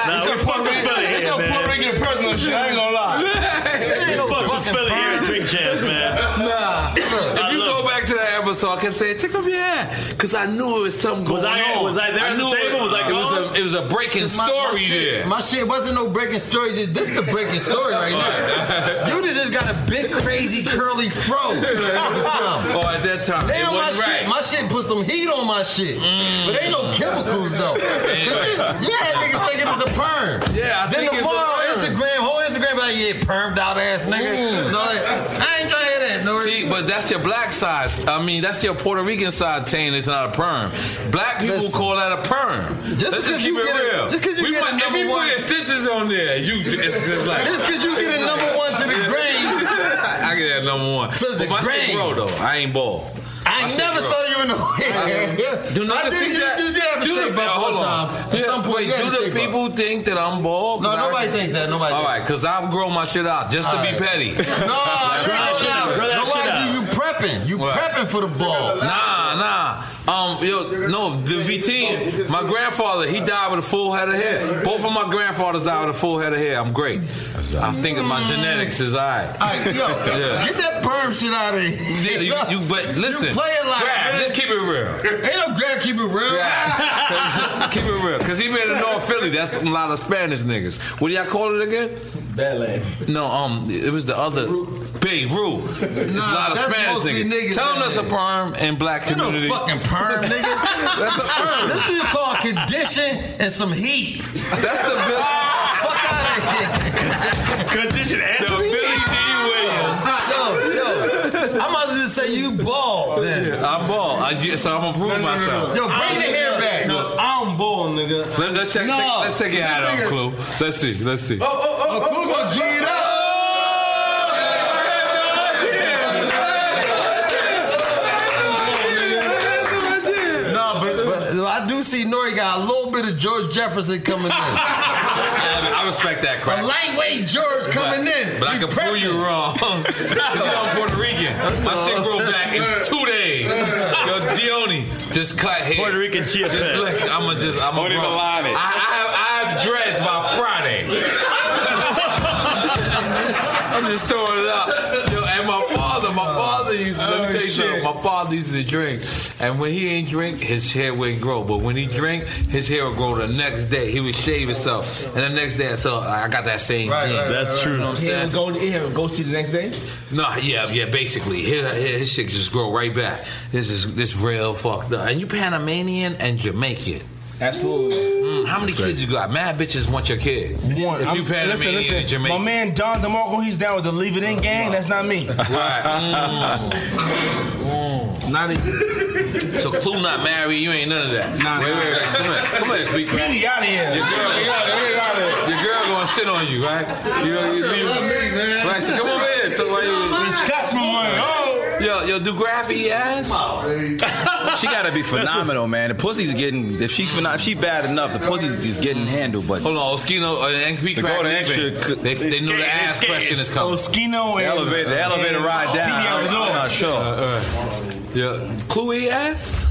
F: Nah, we fuck with Philly
J: It's
F: here,
J: some
F: man.
J: public and personal shit. I ain't gonna lie.
P: It ain't no
F: Fuck with
P: fucking
F: Philly here,
P: problem.
F: at drink chance, man.
H: Nah.
F: I
H: if you
F: love
H: go back to that episode, I kept saying, "Take off your hat," because I knew it was something
F: Was
H: going
F: I-
H: on.
F: was I there at the
H: Oh, knew
F: table?
H: It,
F: Was I
H: it was
F: gone?
H: a it was a breaking
P: My-
H: story
P: my shit,
H: there.
P: My shit wasn't no breaking story. Just, this the breaking story right now. You just got a big, crazy, curly fro. at the time.
H: Oh, at that time,
P: Damn,
H: it
P: my
H: wasn't
P: shit,
H: right. Mm.
P: my shit put some heat on my shit. But ain't no chemicals though. yeah, niggas thinking it's a perm.
H: Yeah, I
P: then
H: think it's a
P: tomorrow
H: perm. Mm.
P: Instagram, whole Instagram, be like yeah, permed out ass nigga. No, like, I ain't trying to hear that. No,
H: See, but that's your black side. I mean, that's your Puerto Rican side. Saying it's not a perm. Black people
P: Listen.
H: call that a perm.
P: Just
H: Let's just
P: because
H: keep
P: you
H: it
P: get a-
H: real.
P: just 'cause you
H: we
P: get a
H: want
P: number
H: every
P: one-
H: put stitches on there. You it's just like
P: just because you get a number one to the grain,
H: I get that number one.
P: So it's
H: But
P: a
H: my shit
P: grain.
H: grow though. I ain't bald.
P: I I, never saw you in the wig.
H: Do not
P: I did,
H: think
P: you,
H: that.
P: You did have a
H: do the-
P: shake buff
H: uh,
P: one
H: hold on.
P: time. At
H: Yeah,
P: some point,
H: wait,
P: you had
H: do
P: a
H: the
P: shake buff.
H: people think that I'm bald?
P: No,
H: 'Cause I-
P: nobody thinks that. Nobody
H: All
P: thinks
H: right, because I've grown my shit out just to
P: All
H: be
P: right.
H: petty.
P: No, grow that shit out. Grow that shit out. You prepping. You prepping for the ball.
H: Nah, nah. Um, yo, no, the VT, my grandfather, he died with a full head of hair. Both of my grandfathers died with a full head of hair. I'm great. I think that my genetics is all right.
P: Mm. Yo, get that perm shit out of
H: Yeah,
P: here.
H: you, you, but listen,
P: you playing like
H: Grab,
P: man.
H: just keep it real.
P: Ain't no grab, keep it real.
H: keep it real, cause he been in North Philly. That's a lot of Spanish niggas. What do y'all call it again? Badlands. No, um, it was the other Big Roo. It's a lot of
P: that's
H: Spanish
P: mostly
H: niggas.
P: niggas
H: Tell
P: down
H: them that's a
P: there.
H: perm in black
P: Ain't no
H: community.
P: fucking perm, nigga.
H: That's a perm.
P: This is called condition and some heat.
H: That's the bill.
P: Fuck out of here.
H: Condition and
P: some Billy D Williams. Yo, yo. I'm about to just say you bald then.
H: I'm bald. I ju- so I'm gonna prove myself.
P: Yo, bring the hair back.
H: Look,
P: I'm bald, nigga.
H: Let, us check.
P: No.
H: Take, let's take your hat off,
P: Nigga.
H: Clue. Let's see. Let's see.
P: oh, oh, oh, Google G it up. No, oh. but, but I do see Nori got a little bit of George Jefferson coming in.
H: I respect that crap.
P: A lightweight George coming
H: but,
P: in.
H: But I can prove you wrong. Because I'm Puerto Rican. My shit grow back in two days. Yo, Dione, just cut hair. Puerto Rican chia Just look, I'm going to just, I'm going to even line it. I, I, have, I have dreads by Friday. I'm just throwing it up. Yo, and my father, my father used to,
P: Oh,
H: let me tell you something. My father used to drink. And when he ain't drink, his hair wouldn't grow. But when he drink, his hair would grow the next day. He would shave himself. And the next day, so I got that same gene. You know what I'm saying?
J: Go in here and go to the next day.
H: No, yeah, yeah. Basically, his, his shit just grow right back. This is this real fucked up. And you Panamanian and Jamaican.
J: Absolutely.
H: Mm, how many kids you got? Mad bitches want your kid.
J: One.
H: If
J: I'm-
H: you Panamanian
J: listen,
H: and
J: listen. My
H: Jamaican.
J: man Don DeMarco, he's down with the Leave It In gang. That's not me.
H: Right. Mm.
J: Not
H: so Clue not married. You ain't none of that. wait, wait, wait. Come here. Come here. Be
J: Really out of here.
H: Your girl, Your girl gonna sit on you, right? You know, you leave. Right. So come over here. So why you?
J: It's cut from one. Oh.
H: Yo, yo, do graphy ass?
O: she gotta be phenomenal, man. The pussy's getting if she's phenom- if she bad enough, the pussy's just getting handled. But
H: Hold on, Oskino uh, and NP
O: The golden
H: crack.
O: extra
H: leaving.
O: could-
H: They, they knew the ass question is coming.
J: Oskino
O: The
J: and
O: elevator, the elevator
J: and-
O: ride down.
J: PDL
O: I'm
J: Lord.
O: not sure.
H: Uh, Yeah, Chloe ass.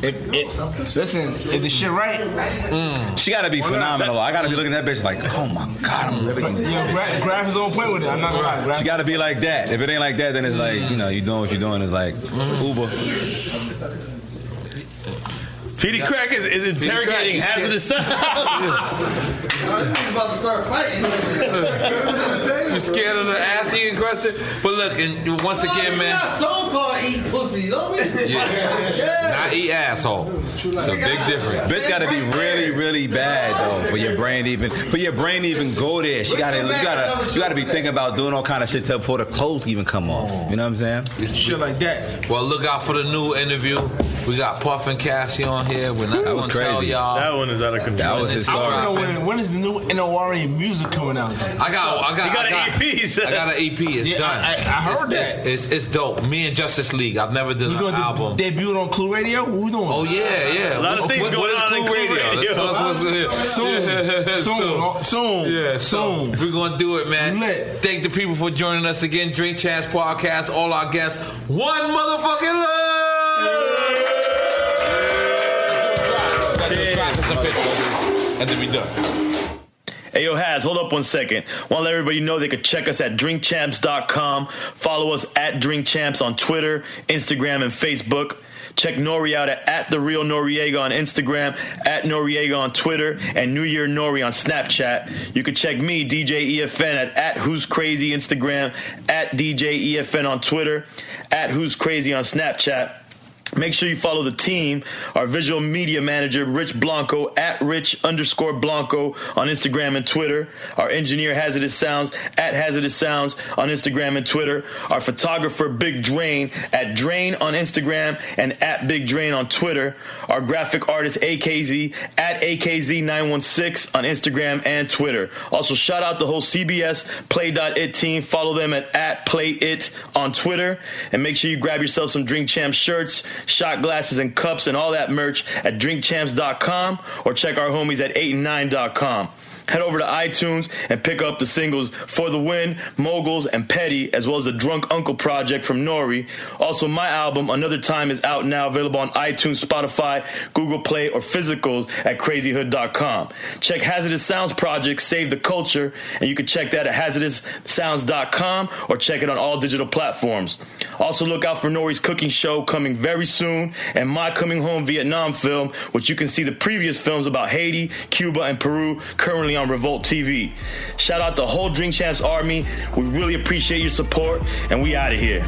J: If, if, listen, if the shit right, Mm.
O: She gotta be phenomenal. I gotta be looking at that bitch like, oh my god, I'm living in this.
J: yo, Graf, Graf is on point with it. I'm not gonna lie. Graf,
O: She gotta be like that. If it ain't like that, then it's like, you know, you doing what you're doing. It's like
J: Mm-hmm.
O: Uber.
F: PD Crack is, is interrogating
H: Crack is
F: hazardous
P: He's about to start fighting.
H: You scared of the ass eating question? But look, and once again, man,
P: Not so-called eat pussy. Don't be.
H: yeah, not eat asshole. It's a big difference.
O: Bitch gotta be really, really bad though for your brain to even for your brain to even go there. She gotta you gotta you gotta be thinking about doing all kind of shit till before the clothes even come off. You know what I'm saying?
J: shit like that.
H: Well, look out for the new interview. We got Puff and Cassie on here. We're not
O: That was
H: gonna tell
O: crazy.
H: y'all.
F: That one is out of control.
O: That was his
H: It's
J: I
H: all
J: want to know
H: right.
J: when, when is the new NORA music coming out?
H: I got, I got,
F: You got E
H: I
F: an
H: got,
F: EP, sir.
H: I got an EP. It's
J: Yeah,
H: done.
J: I- I- I heard
H: it's,
J: that.
H: It's, it's, it's dope. Me and Justice League. I've never done
J: You
H: an
J: doing
H: album.
J: the debut on Clue Radio? What we doing?
H: Oh yeah, yeah.
F: A lot of
H: What-
F: things
H: what-
F: going on in
H: What
F: Clue
H: is Clue Radio?
F: Radio.
H: Let's Tell us what's here.
J: Soon.
H: Yeah,
J: Soon. Soon.
H: Yeah, so
J: Soon.
H: we're gonna do it, man.
J: Lit.
H: Thank the people for joining us again. Drink Chats Podcast. All our guests. One motherfucking love. Got to drop us a bit for this, and then we done.
F: Hey, yo, Has, hold up one second. Want to let everybody know they could check us at drinkchamps.com. Follow us at drinkchamps on Twitter, Instagram, and Facebook. Check Nori out at, at the real Noriega on Instagram, at Noriega on Twitter, and New Year Nori on Snapchat. You can check me, DJ EFN, at, at Who's Crazy E Instagram, at DJ EFN on Twitter, at Who's Crazy on Snapchat. Make sure you follow the team, our visual media manager, Rich Blanco, at Rich underscore Blanco on Instagram and Twitter. Our engineer, Hazardous Sounds, at Hazardous Sounds on Instagram and Twitter. Our photographer, Big Drain, at Drain on Instagram and at Big Drain on Twitter. Our graphic artist, AKZ, at AKZ916 on Instagram and Twitter. Also, shout out the whole CBS Play.it team. Follow them at, at PlayIt on Twitter. And make sure you grab yourself some Drink Champ shirts, shot glasses, and cups and all that merch at drinkchamps.com or check our homies at 8and9.com. Head over to iTunes and pick up the singles For the Win, Moguls, and Petty, as well as the Drunk Uncle Project from Nori. Also, my album, Another Time, is out now, available on iTunes, Spotify, Google Play, or physicals at crazyhood.com. Check Hazardous Sounds Project, Save the Culture, and you can check that at hazardoussounds.com or check it on all digital platforms. Also, look out for Nori's cooking show coming very soon and my Coming Home Vietnam film, which you can see the previous films about Haiti, Cuba, and Peru currently on Revolt TV. Shout out the whole Drink Champs Army. We really appreciate your support, and we out of here.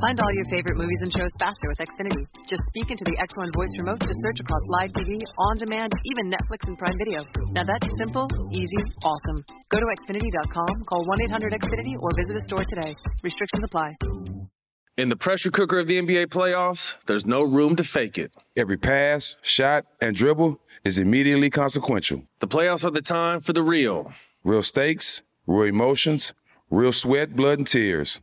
L: Find all your favorite movies and shows faster with Xfinity. Just speak into the X1 voice remote to search across live TV, on demand, even Netflix and Prime Video. Now that's simple, easy, awesome. Go to Xfinity.com, call 1 800 Xfinity, or visit a store today. Restrictions apply.
C: In the pressure cooker of the NBA playoffs, there's no room to fake it.
M: Every pass, shot, and dribble is immediately consequential.
C: The playoffs are the time for the real.
M: Real stakes, real emotions, real sweat, blood, and tears,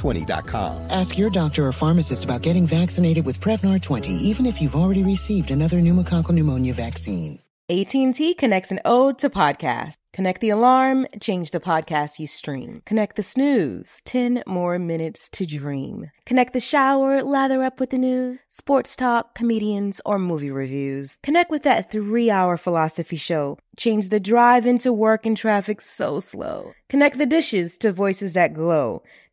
V: Prevnar20.com.
W: Ask your doctor or pharmacist about getting vaccinated with Prevnar 20, even if you've already received another pneumococcal pneumonia vaccine.
K: AT&T connects an ode to podcast. Connect the alarm, change the podcast you stream. Connect the snooze, 10 more minutes to dream. Connect the shower, lather up with the news, sports talk, comedians, or movie reviews. Connect with that three-hour philosophy show. Change the drive into work and traffic so slow. Connect the dishes to voices that glow.